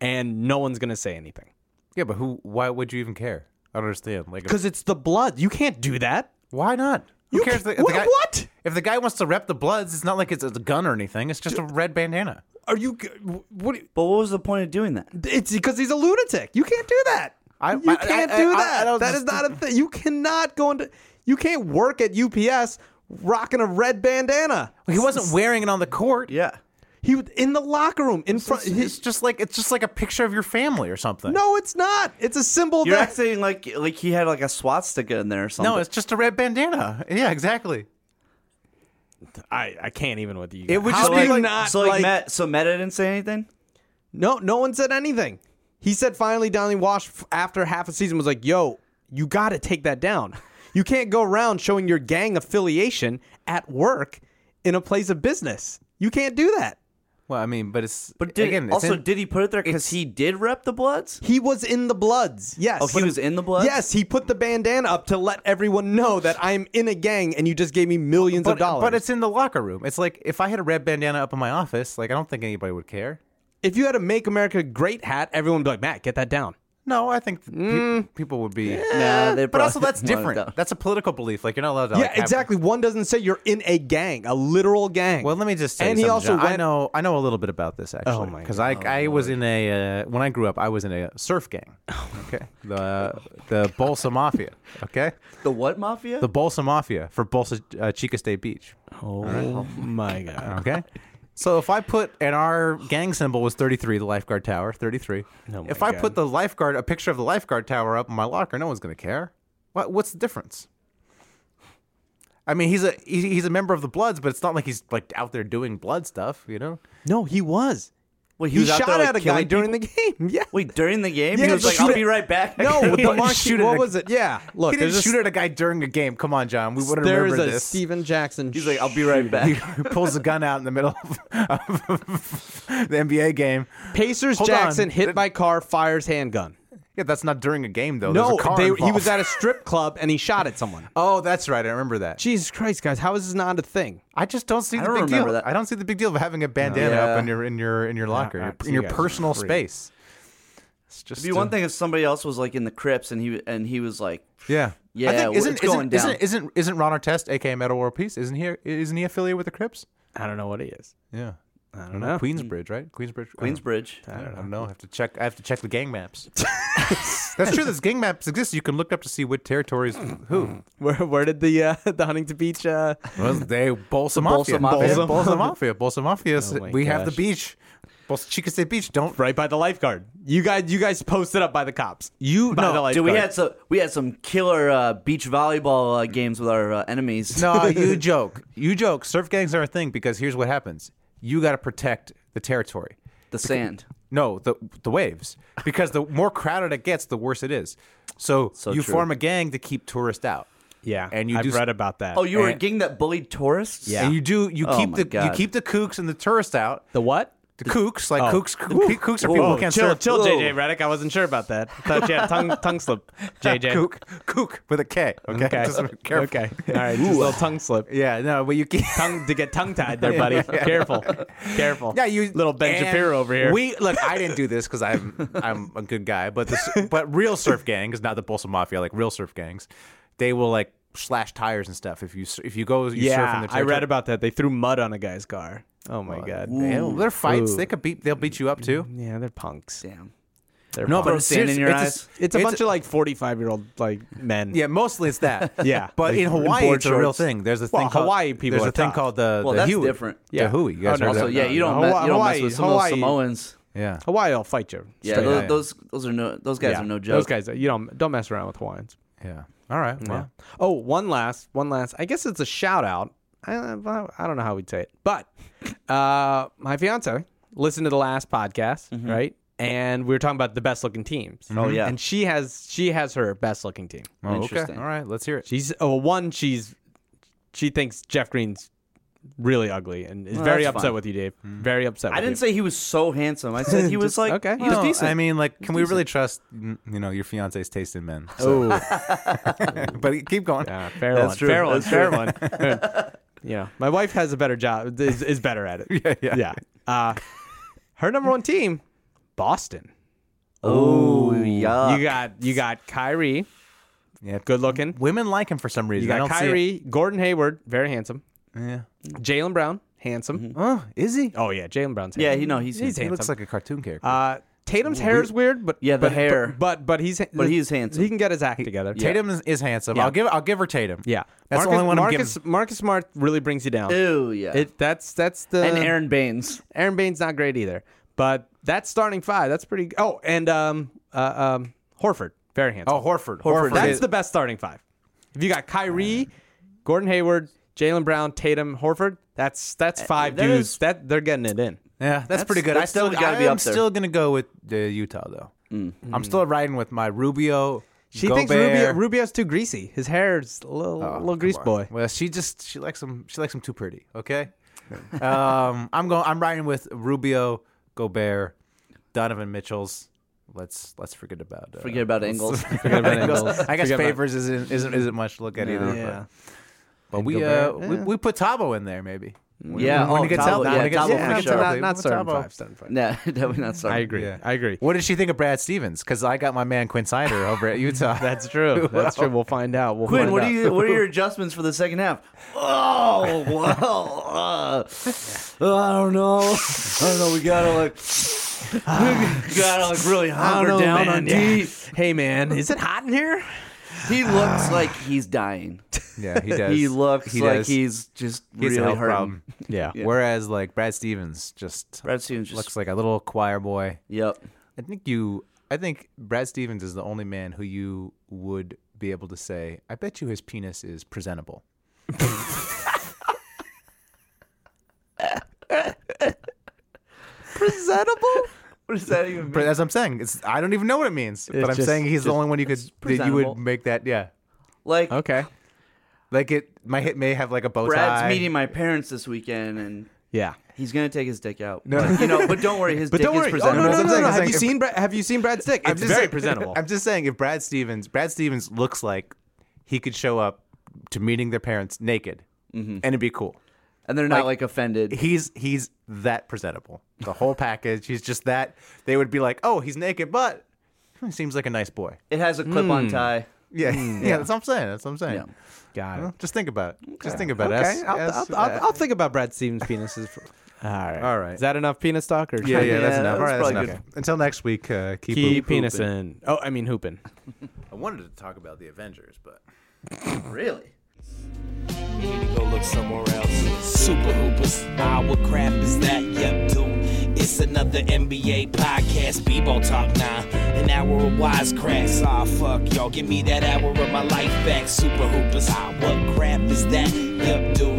[SPEAKER 8] and no one's gonna say anything.
[SPEAKER 7] yeah, but who? Why would you even care? I don't understand. Like,
[SPEAKER 8] Because it's the blood. You can't do that.
[SPEAKER 7] why not? Who
[SPEAKER 8] You
[SPEAKER 7] cares?
[SPEAKER 8] can't-
[SPEAKER 7] if
[SPEAKER 8] what-
[SPEAKER 7] guy-
[SPEAKER 8] what?
[SPEAKER 7] If the guy wants to rep the Bloods, it's not like it's a gun or anything. It's just a red bandana.
[SPEAKER 8] Are you? g- What? do you-
[SPEAKER 5] But what was the point of doing that?
[SPEAKER 8] It's because he's a lunatic. You can't do that.
[SPEAKER 7] I-
[SPEAKER 8] you
[SPEAKER 7] I-
[SPEAKER 8] can't
[SPEAKER 7] I-
[SPEAKER 8] do
[SPEAKER 7] I- I
[SPEAKER 8] that. That is
[SPEAKER 7] don't just-
[SPEAKER 8] not a thing. You cannot go into. You can't work at UPS rocking a red bandana.
[SPEAKER 7] He wasn't wearing it on the court.
[SPEAKER 5] Yeah.
[SPEAKER 8] He was in the locker room in front.
[SPEAKER 7] It's, it's just like it's just like a picture of your family or something.
[SPEAKER 8] [LAUGHS] no, it's not. It's a symbol
[SPEAKER 5] You're
[SPEAKER 8] that
[SPEAKER 5] acting like like he had like a swastika in there or something.
[SPEAKER 7] no, it's just a red bandana. Yeah, exactly.
[SPEAKER 8] I, I can't even with you.
[SPEAKER 7] It would
[SPEAKER 8] guys.
[SPEAKER 7] just
[SPEAKER 8] How
[SPEAKER 7] be
[SPEAKER 8] do you
[SPEAKER 7] like-
[SPEAKER 8] not
[SPEAKER 5] so like,
[SPEAKER 8] like-
[SPEAKER 5] Matt, so Meta didn't say anything.
[SPEAKER 8] No, no one said anything. He said finally Donnie Wash f- after half a season was like, "Yo, you got to take that down. You can't go around showing your gang affiliation at work in a place of business. You can't do that."
[SPEAKER 7] Well, I mean, but it's
[SPEAKER 5] But did,
[SPEAKER 7] again, it's
[SPEAKER 5] also,
[SPEAKER 7] in-
[SPEAKER 5] did he put it there because
[SPEAKER 7] it's-
[SPEAKER 5] he did rep the Bloods?
[SPEAKER 8] He was in the Bloods. Yes.
[SPEAKER 5] Oh, he was in the Bloods?
[SPEAKER 8] Yes, he put the bandana up to let everyone know that I'm in a gang and you just gave me millions
[SPEAKER 7] but,
[SPEAKER 8] of dollars.
[SPEAKER 7] but it's in the locker room. It's like if I had a red bandana up in my office, like I don't think anybody would care.
[SPEAKER 8] if you had a Make America Great hat, everyone would be like, "Matt, get that down."
[SPEAKER 7] No, I think that peop- people would be.
[SPEAKER 5] Nah, they
[SPEAKER 7] But also,
[SPEAKER 5] probably
[SPEAKER 7] [LAUGHS] that's
[SPEAKER 5] didn't want it
[SPEAKER 7] different.
[SPEAKER 5] though.
[SPEAKER 7] That's a political belief. Like you're not allowed to. like,
[SPEAKER 8] yeah,
[SPEAKER 7] have-
[SPEAKER 8] exactly. One doesn't say you're in a gang, a literal gang.
[SPEAKER 7] Well, let me just say.
[SPEAKER 8] And he
[SPEAKER 7] something,
[SPEAKER 8] also
[SPEAKER 7] John. I
[SPEAKER 8] went-
[SPEAKER 7] know. I know a little bit about this actually.
[SPEAKER 8] Oh my
[SPEAKER 7] Because I, I was in a uh, when I grew up, I was in a surf gang.
[SPEAKER 8] Oh.
[SPEAKER 7] Okay. The the Bolsa Mafia. Okay.
[SPEAKER 5] the what mafia?
[SPEAKER 7] The Bolsa Mafia for Bolsa uh, Chica State Beach.
[SPEAKER 8] Oh my god. [LAUGHS]
[SPEAKER 7] Okay. So if I put and our gang symbol was 33, the lifeguard tower, 33.
[SPEAKER 8] Oh my
[SPEAKER 7] if I
[SPEAKER 8] God.
[SPEAKER 7] put the lifeguard a picture of the lifeguard tower up in my locker, no one's going to care. What what's the difference? I mean, he's a he's he's a member of the Bloods, but it's not like he's like out there doing blood stuff, you know?
[SPEAKER 8] No, he was.
[SPEAKER 5] Wait,
[SPEAKER 8] He,
[SPEAKER 5] was out
[SPEAKER 8] shot
[SPEAKER 5] there, like,
[SPEAKER 8] at a guy
[SPEAKER 5] killing
[SPEAKER 8] during the game. [LAUGHS] Yeah.
[SPEAKER 5] Wait, during the game,
[SPEAKER 8] Yeah,
[SPEAKER 5] he was
[SPEAKER 8] the
[SPEAKER 5] like, "I'll
[SPEAKER 8] shooter-
[SPEAKER 5] be right back." [LAUGHS]
[SPEAKER 8] No,
[SPEAKER 7] He
[SPEAKER 8] with the
[SPEAKER 7] didn't
[SPEAKER 8] marquee.
[SPEAKER 7] shoot at
[SPEAKER 8] What
[SPEAKER 7] a-
[SPEAKER 8] was it? Yeah. Look,
[SPEAKER 7] he didn't
[SPEAKER 8] there's
[SPEAKER 7] shoot
[SPEAKER 8] a,
[SPEAKER 7] at a guy during a game. Come on, John. We wouldn't
[SPEAKER 8] there's
[SPEAKER 7] remember
[SPEAKER 8] a
[SPEAKER 7] this. [LAUGHS]
[SPEAKER 8] Steven Jackson.
[SPEAKER 5] he's like, "I'll be right back."
[SPEAKER 8] [LAUGHS]
[SPEAKER 7] He pulls a gun out in the middle of, of [LAUGHS] the NBA game.
[SPEAKER 8] Pacers
[SPEAKER 7] Hold on.
[SPEAKER 8] Jackson hit by car, fires handgun.
[SPEAKER 5] Oh,
[SPEAKER 7] Yeah, that's not during a game though.
[SPEAKER 8] No,
[SPEAKER 7] There's a car
[SPEAKER 8] they- he
[SPEAKER 7] involved.
[SPEAKER 8] was at a strip club and he shot at someone.
[SPEAKER 7] [LAUGHS] Oh, that's right. I remember that.
[SPEAKER 8] Jesus Christ, guys, how is this not a thing?
[SPEAKER 7] I just don't see
[SPEAKER 5] I
[SPEAKER 7] the
[SPEAKER 5] don't
[SPEAKER 7] big
[SPEAKER 5] remember
[SPEAKER 7] deal.
[SPEAKER 5] that.
[SPEAKER 7] I don't see the big deal of having a bandana up
[SPEAKER 5] Yeah.
[SPEAKER 7] in your in your in your locker,
[SPEAKER 8] I-
[SPEAKER 7] in
[SPEAKER 8] you
[SPEAKER 7] your
[SPEAKER 8] guys are
[SPEAKER 7] personal
[SPEAKER 8] freaks.
[SPEAKER 7] space. It's just
[SPEAKER 5] It'd be one thing if somebody else was like in the crypts and he and he was like,
[SPEAKER 7] Yeah.
[SPEAKER 5] Yeah,
[SPEAKER 7] I think,
[SPEAKER 5] well,
[SPEAKER 7] isn't,
[SPEAKER 5] it's
[SPEAKER 7] isn't,
[SPEAKER 5] going down.
[SPEAKER 7] Isn't, isn't isn't Ron Artest, aka Metal War Peace, isn't he isn't he affiliated with the Crips?
[SPEAKER 8] I don't know what he is.
[SPEAKER 7] Yeah. I
[SPEAKER 8] don't know.
[SPEAKER 7] Queensbridge, right? Queensbridge. uh, I don't know.
[SPEAKER 5] Hmm.
[SPEAKER 7] [LAUGHS]
[SPEAKER 5] "Queensbridge."
[SPEAKER 7] I don't, know. I have to check. I have to check the gang
[SPEAKER 8] [LAUGHS]
[SPEAKER 7] maps. That's true. Those gang maps exist. You can look up to see what territories who.
[SPEAKER 8] Where where did the uh, the Huntington Beach? Uh,
[SPEAKER 7] Well, they Bolsa
[SPEAKER 5] Bolsa Mafia.
[SPEAKER 7] Bolsa, Bolsa Mafia. Bolsa Mafia. is-
[SPEAKER 8] Oh my
[SPEAKER 7] we have the
[SPEAKER 8] gosh.
[SPEAKER 7] beach. Bolsa Chica State Beach. Don't
[SPEAKER 8] right by the lifeguard. You guys you guys posted up by the cops. You by [LAUGHS] the
[SPEAKER 5] Oh, Dude, we
[SPEAKER 8] lifeguard.
[SPEAKER 5] had some we had some killer uh, beach volleyball uh, games with our uh, enemies.
[SPEAKER 7] [LAUGHS]
[SPEAKER 5] [LAUGHS]
[SPEAKER 7] No, you joke. You joke. Surf gangs are a thing because here's what happens. You got to protect the territory.
[SPEAKER 5] the sand.
[SPEAKER 7] No, the the waves. Because the more crowded it gets, the worse it is. So,
[SPEAKER 5] So
[SPEAKER 7] you
[SPEAKER 5] true.
[SPEAKER 7] form a gang to keep tourists out.
[SPEAKER 8] Yeah,
[SPEAKER 7] And you
[SPEAKER 8] I've
[SPEAKER 7] do s-
[SPEAKER 8] read about that.
[SPEAKER 5] Oh, you were a
[SPEAKER 7] And-
[SPEAKER 5] gang that bullied tourists.
[SPEAKER 8] Yeah.
[SPEAKER 7] And you do you
[SPEAKER 5] Oh
[SPEAKER 7] keep
[SPEAKER 5] my
[SPEAKER 7] the you
[SPEAKER 5] God.
[SPEAKER 7] keep the kooks and the tourists out.
[SPEAKER 8] the what?
[SPEAKER 7] The kooks, like
[SPEAKER 8] Oh. [LAUGHS]
[SPEAKER 7] kooks, kooks, kooks are people who can't
[SPEAKER 8] chill,
[SPEAKER 7] surf.
[SPEAKER 8] chill,
[SPEAKER 7] Whoa.
[SPEAKER 8] JJ Redick. I wasn't sure about that. Thought you had a tongue tongue [LAUGHS] slip, JJ.
[SPEAKER 7] Kook, kook with a K. Okay,
[SPEAKER 8] [LAUGHS] Okay,
[SPEAKER 7] Just careful.
[SPEAKER 8] [LAUGHS] okay, all right. Just a little tongue slip.
[SPEAKER 7] Yeah, no, but you keep.
[SPEAKER 8] Tongue to get tongue tied there, [LAUGHS] buddy. Careful, careful.
[SPEAKER 7] Yeah, you
[SPEAKER 8] little Ben
[SPEAKER 7] and
[SPEAKER 8] Shapiro over here.
[SPEAKER 7] We look. I didn't do this because I'm I'm a good guy, but this
[SPEAKER 8] [LAUGHS]
[SPEAKER 7] but real surf gangs, not the Bolsa Mafia, like real surf gangs, they will like slash tires and stuff if you s- if you go you surf in
[SPEAKER 8] yeah,
[SPEAKER 7] the
[SPEAKER 8] I read about that. They threw mud on a guy's car. Oh my god.
[SPEAKER 7] Yeah, their fights.
[SPEAKER 8] Ooh.
[SPEAKER 7] They could beat. They'll beat you up too.
[SPEAKER 8] Yeah, they're punks.
[SPEAKER 5] Damn.
[SPEAKER 8] They're
[SPEAKER 7] No,
[SPEAKER 8] punks.
[SPEAKER 7] but
[SPEAKER 5] Throw sand in
[SPEAKER 7] seriously,
[SPEAKER 5] your
[SPEAKER 7] it's a-
[SPEAKER 5] eyes.
[SPEAKER 8] it's a bunch of like forty-five-year-old like men.
[SPEAKER 7] Yeah, mostly it's that.
[SPEAKER 8] [LAUGHS] Yeah.
[SPEAKER 7] but
[SPEAKER 8] Like
[SPEAKER 7] in Hawaii,
[SPEAKER 5] board
[SPEAKER 7] it's a real
[SPEAKER 5] shorts.
[SPEAKER 7] thing. There's a thing
[SPEAKER 8] Well,
[SPEAKER 7] called
[SPEAKER 8] Hawaii people
[SPEAKER 7] There's
[SPEAKER 8] are
[SPEAKER 7] a thing
[SPEAKER 8] tough.
[SPEAKER 7] called the
[SPEAKER 5] Well,
[SPEAKER 7] the
[SPEAKER 5] that's
[SPEAKER 7] Hui.
[SPEAKER 5] different.
[SPEAKER 7] The
[SPEAKER 8] Yeah.
[SPEAKER 7] Hui. You guys
[SPEAKER 8] Oh, no,
[SPEAKER 7] heard
[SPEAKER 5] Also,
[SPEAKER 7] that?
[SPEAKER 5] yeah, you don't
[SPEAKER 8] no,
[SPEAKER 5] mess,
[SPEAKER 8] Hawaii-
[SPEAKER 5] you don't mess
[SPEAKER 8] Hawaii-
[SPEAKER 5] with some of
[SPEAKER 8] Hawaii-
[SPEAKER 5] those Samoans.
[SPEAKER 7] Yeah.
[SPEAKER 8] Hawaii, I'll fight you.
[SPEAKER 5] Yeah,
[SPEAKER 8] straight
[SPEAKER 5] those,
[SPEAKER 8] up.
[SPEAKER 5] those those are no those guys
[SPEAKER 8] Yeah.
[SPEAKER 5] are no
[SPEAKER 8] Those
[SPEAKER 5] joke.
[SPEAKER 8] guys, you don't don't mess around with Hawaiians.
[SPEAKER 7] Yeah. All right.
[SPEAKER 8] Yeah.
[SPEAKER 7] Well,
[SPEAKER 8] Oh, one last, one last. I guess it's a shout out. I, I I don't know how we'd say it,
[SPEAKER 5] [LAUGHS]
[SPEAKER 8] but uh, my fiance listened to the last podcast, right? And we were talking about the best looking teams.
[SPEAKER 5] Mm-hmm. Oh, yeah.
[SPEAKER 8] and she has she has her best looking team.
[SPEAKER 7] oh, okay.
[SPEAKER 5] Interesting.
[SPEAKER 7] All right. Let's hear it.
[SPEAKER 8] She's oh one. She's she thinks Jeff Green's really ugly and is
[SPEAKER 5] Well,
[SPEAKER 8] very
[SPEAKER 5] that's
[SPEAKER 8] upset
[SPEAKER 5] fine. Mm-hmm.
[SPEAKER 8] with you, Dave. Very upset.
[SPEAKER 5] I
[SPEAKER 8] with you.
[SPEAKER 5] didn't say he was so handsome. I said
[SPEAKER 8] [LAUGHS]
[SPEAKER 5] he was like
[SPEAKER 8] okay. Oh,
[SPEAKER 5] He was
[SPEAKER 7] No,
[SPEAKER 5] decent.
[SPEAKER 7] I mean, like, can we really trust mm, you know your fiance's taste in men? So-
[SPEAKER 8] Oh,
[SPEAKER 7] [LAUGHS] but keep going.
[SPEAKER 8] yeah, Uh, fair
[SPEAKER 7] That's
[SPEAKER 8] one.
[SPEAKER 7] true.
[SPEAKER 8] Fair
[SPEAKER 7] That's
[SPEAKER 8] one. Fair
[SPEAKER 7] [LAUGHS]
[SPEAKER 8] one. [LAUGHS] yeah, my wife has a better job. Is, is better at it.
[SPEAKER 7] Yeah, yeah.
[SPEAKER 8] Uh, her number one team, Boston.
[SPEAKER 5] oh yeah.
[SPEAKER 8] you got you got Kyrie,
[SPEAKER 7] Yeah.
[SPEAKER 8] good looking.
[SPEAKER 7] Women like him for some reason.
[SPEAKER 8] You
[SPEAKER 7] I
[SPEAKER 8] got
[SPEAKER 7] don't see it.
[SPEAKER 8] Kyrie, Gordon Hayward, very handsome.
[SPEAKER 7] Yeah.
[SPEAKER 8] Jalen Brown, handsome.
[SPEAKER 7] Oh, is he?
[SPEAKER 8] Oh yeah, Jalen Brown's
[SPEAKER 5] yeah,
[SPEAKER 8] handsome.
[SPEAKER 5] he no, he's,
[SPEAKER 8] he's
[SPEAKER 5] handsome.
[SPEAKER 7] He looks
[SPEAKER 8] handsome.
[SPEAKER 7] like a cartoon character.
[SPEAKER 8] Uh, Tatum's hair is weird, but
[SPEAKER 5] Yeah, the
[SPEAKER 8] but,
[SPEAKER 5] hair.
[SPEAKER 8] but, but but he's
[SPEAKER 5] But he's handsome.
[SPEAKER 8] He can get his act together.
[SPEAKER 7] Tatum is, is handsome.
[SPEAKER 8] Yeah.
[SPEAKER 7] I'll give I'll give her Tatum.
[SPEAKER 8] yeah.
[SPEAKER 7] That's the only one I'm
[SPEAKER 8] Marcus Marcus Smart really brings you down.
[SPEAKER 5] Ew, yeah.
[SPEAKER 8] It uh, that's that's the
[SPEAKER 5] and Aaron Baines.
[SPEAKER 8] Aaron Baines not great either. But that's starting five. That's pretty. Oh, and um uh, um Horford, very handsome.
[SPEAKER 7] Oh, Horford.
[SPEAKER 5] Horford
[SPEAKER 8] That's
[SPEAKER 5] is-
[SPEAKER 8] the best starting five. If you got Kyrie, Gordon Hayward, Jalen Brown, Tatum, Horford, that's that's five
[SPEAKER 5] that
[SPEAKER 8] dudes.
[SPEAKER 5] is-
[SPEAKER 8] that they're getting it in.
[SPEAKER 7] Yeah, that's, pretty good. I
[SPEAKER 5] that's
[SPEAKER 7] still
[SPEAKER 5] still gotta
[SPEAKER 7] I
[SPEAKER 5] be
[SPEAKER 7] am
[SPEAKER 5] up there.
[SPEAKER 7] still gonna go with uh, Utah though. I'm still riding with my Rubio.
[SPEAKER 8] Mm. She
[SPEAKER 7] Gobert.
[SPEAKER 8] thinks Rubio, Rubio's too greasy. His hair's a little, little grease boy.
[SPEAKER 7] Oh, Well, she just she likes him. She likes him too pretty. Okay. [LAUGHS] um, I'm going. I'm riding with Rubio, Gobert, Donovan Mitchell's. Let's let's forget about uh, [LAUGHS]
[SPEAKER 5] Forget
[SPEAKER 8] [LAUGHS]
[SPEAKER 5] about Ingles.
[SPEAKER 8] Forget about Ingles.
[SPEAKER 7] I guess
[SPEAKER 8] Forget about-
[SPEAKER 7] favors isn't isn't isn't much to look at either.
[SPEAKER 8] Yeah.
[SPEAKER 7] But, but we, uh,
[SPEAKER 8] Gobert, eh.
[SPEAKER 7] we
[SPEAKER 8] yeah.
[SPEAKER 7] we put Tabo in there maybe.
[SPEAKER 5] yeah,
[SPEAKER 7] When
[SPEAKER 5] oh,
[SPEAKER 7] it gets
[SPEAKER 5] Tabo,
[SPEAKER 7] out,
[SPEAKER 5] yeah,
[SPEAKER 7] when it gets-
[SPEAKER 5] Tabo
[SPEAKER 7] yeah,
[SPEAKER 5] for
[SPEAKER 7] when it
[SPEAKER 5] sure.
[SPEAKER 7] gets
[SPEAKER 8] Not,
[SPEAKER 7] out,
[SPEAKER 8] not
[SPEAKER 7] What's
[SPEAKER 8] starting
[SPEAKER 7] up, Bo?
[SPEAKER 8] five, starting five.
[SPEAKER 5] No, [LAUGHS] definitely not starting.
[SPEAKER 8] I agree.
[SPEAKER 7] Yeah.
[SPEAKER 8] I agree.
[SPEAKER 7] What did she think of Brad Stevens? Because I got my man Quinn Snyder over at
[SPEAKER 5] [LAUGHS]
[SPEAKER 7] Utah.
[SPEAKER 8] That's true. That's true. We'll find out. We'll
[SPEAKER 5] Quinn,
[SPEAKER 8] find
[SPEAKER 5] what
[SPEAKER 8] out.
[SPEAKER 5] are you? What are
[SPEAKER 8] [LAUGHS]
[SPEAKER 5] your adjustments for the second half? Oh [LAUGHS] well, uh, I don't know. I don't know. We gotta like,
[SPEAKER 8] [SIGHS]
[SPEAKER 5] we gotta like really
[SPEAKER 8] I
[SPEAKER 5] hunker
[SPEAKER 8] don't know,
[SPEAKER 5] down
[SPEAKER 8] man.
[SPEAKER 5] on
[SPEAKER 8] Yeah.
[SPEAKER 5] D.
[SPEAKER 8] Hey, man, is it hot in here? [SIGHS]
[SPEAKER 5] He looks like he's dying.
[SPEAKER 7] [LAUGHS] yeah, he does.
[SPEAKER 5] [LAUGHS] He looks like
[SPEAKER 7] does.
[SPEAKER 5] he's just
[SPEAKER 7] He's a
[SPEAKER 5] really
[SPEAKER 7] health
[SPEAKER 5] hurting.
[SPEAKER 7] problem.
[SPEAKER 8] Yeah.
[SPEAKER 7] Whereas like Brad Stevens just
[SPEAKER 5] Brad Stevens just
[SPEAKER 7] looks like a little choir boy.
[SPEAKER 5] yep.
[SPEAKER 7] I think you. I think Brad Stevens is the only man who you would be able to say, "I bet you his penis is presentable."
[SPEAKER 5] Presentable? what does that even
[SPEAKER 7] But
[SPEAKER 5] mean?
[SPEAKER 7] as I'm saying, it's I don't even know what it means, but I'm
[SPEAKER 8] just-
[SPEAKER 7] saying he's the only one you could that you
[SPEAKER 5] presentable.
[SPEAKER 7] would make that. Yeah,
[SPEAKER 5] Like
[SPEAKER 8] Okay.
[SPEAKER 7] like it. My hit may have like a bow tie.
[SPEAKER 5] Brad's meeting my parents this weekend, and
[SPEAKER 8] Yeah.
[SPEAKER 5] he's gonna take his dick out. But, you know, but don't worry, his
[SPEAKER 8] But
[SPEAKER 5] dick
[SPEAKER 8] don't worry.
[SPEAKER 5] is
[SPEAKER 8] Oh, no, no,
[SPEAKER 5] presentable.
[SPEAKER 8] no,
[SPEAKER 7] I'm
[SPEAKER 8] no.
[SPEAKER 7] saying- I'm
[SPEAKER 8] Have you
[SPEAKER 7] saying-
[SPEAKER 8] seen Brad, Have you seen Brad's dick? It's very
[SPEAKER 7] saying-
[SPEAKER 8] presentable.
[SPEAKER 7] [LAUGHS] I'm just saying if Brad Stevens, Brad Stevens looks like he could show up to meeting their parents naked, and it'd be cool.
[SPEAKER 5] And they're not like offended.
[SPEAKER 7] He's he's that presentable. The whole package. He's just that. They would be like, oh, he's naked, but hmm, seems like a nice boy.
[SPEAKER 5] It has a clip-on tie.
[SPEAKER 7] Yeah, yeah, That's what I'm saying. That's what I'm saying.
[SPEAKER 5] Yeah.
[SPEAKER 8] Got
[SPEAKER 7] Well, Just think about it. Just think about it.
[SPEAKER 8] Okay,
[SPEAKER 7] As-
[SPEAKER 8] I'll,
[SPEAKER 7] as-
[SPEAKER 8] I'll,
[SPEAKER 7] uh,
[SPEAKER 8] I'll, I'll think about Brad Stevens' penises. For, [LAUGHS] all right,
[SPEAKER 7] All right.
[SPEAKER 8] Is that enough penis talk? Or
[SPEAKER 7] yeah, yeah, that's
[SPEAKER 5] Yeah,
[SPEAKER 7] enough. All
[SPEAKER 5] that's
[SPEAKER 7] right, that's
[SPEAKER 5] probably
[SPEAKER 7] enough. Until next week, uh, keep,
[SPEAKER 8] Keep penising. Oh, I mean hooping.
[SPEAKER 7] I wanted to talk about the Avengers, but
[SPEAKER 5] Really?
[SPEAKER 9] go look somewhere else. Super Hoopers, ah, what crap is that? Yep, dude, it's another NBA podcast, b-ball talk now. An hour of wisecracks, ah, fuck y'all, give me that hour of my life back. Super Hoopers, ah, what crap is that? Yep, dude,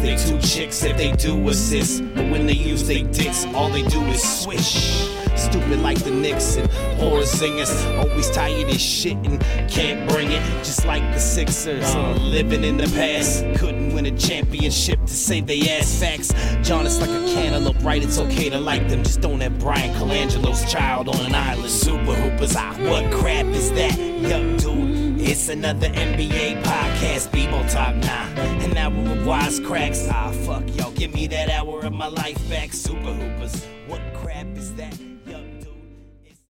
[SPEAKER 9] they two chicks if they do assist. But when they use they dicks, all they do is swish. Stupid like the Knicks and poor singers. Always tired as shit and can't bring it. Just like the Sixers. Living in the past. Couldn't win a championship to save they ass facts. John is like a cantaloupe, right? It's okay to like them. Just don't have Brian Colangelo's child on an island. Super hoopers. Ah, what crap is that? Yup, dude. It's another NBA podcast, Bebo Top 9. An hour of wisecracks. Ah, fuck, y'all. Give me that hour of my life back. Super Hoopers. What crap is that?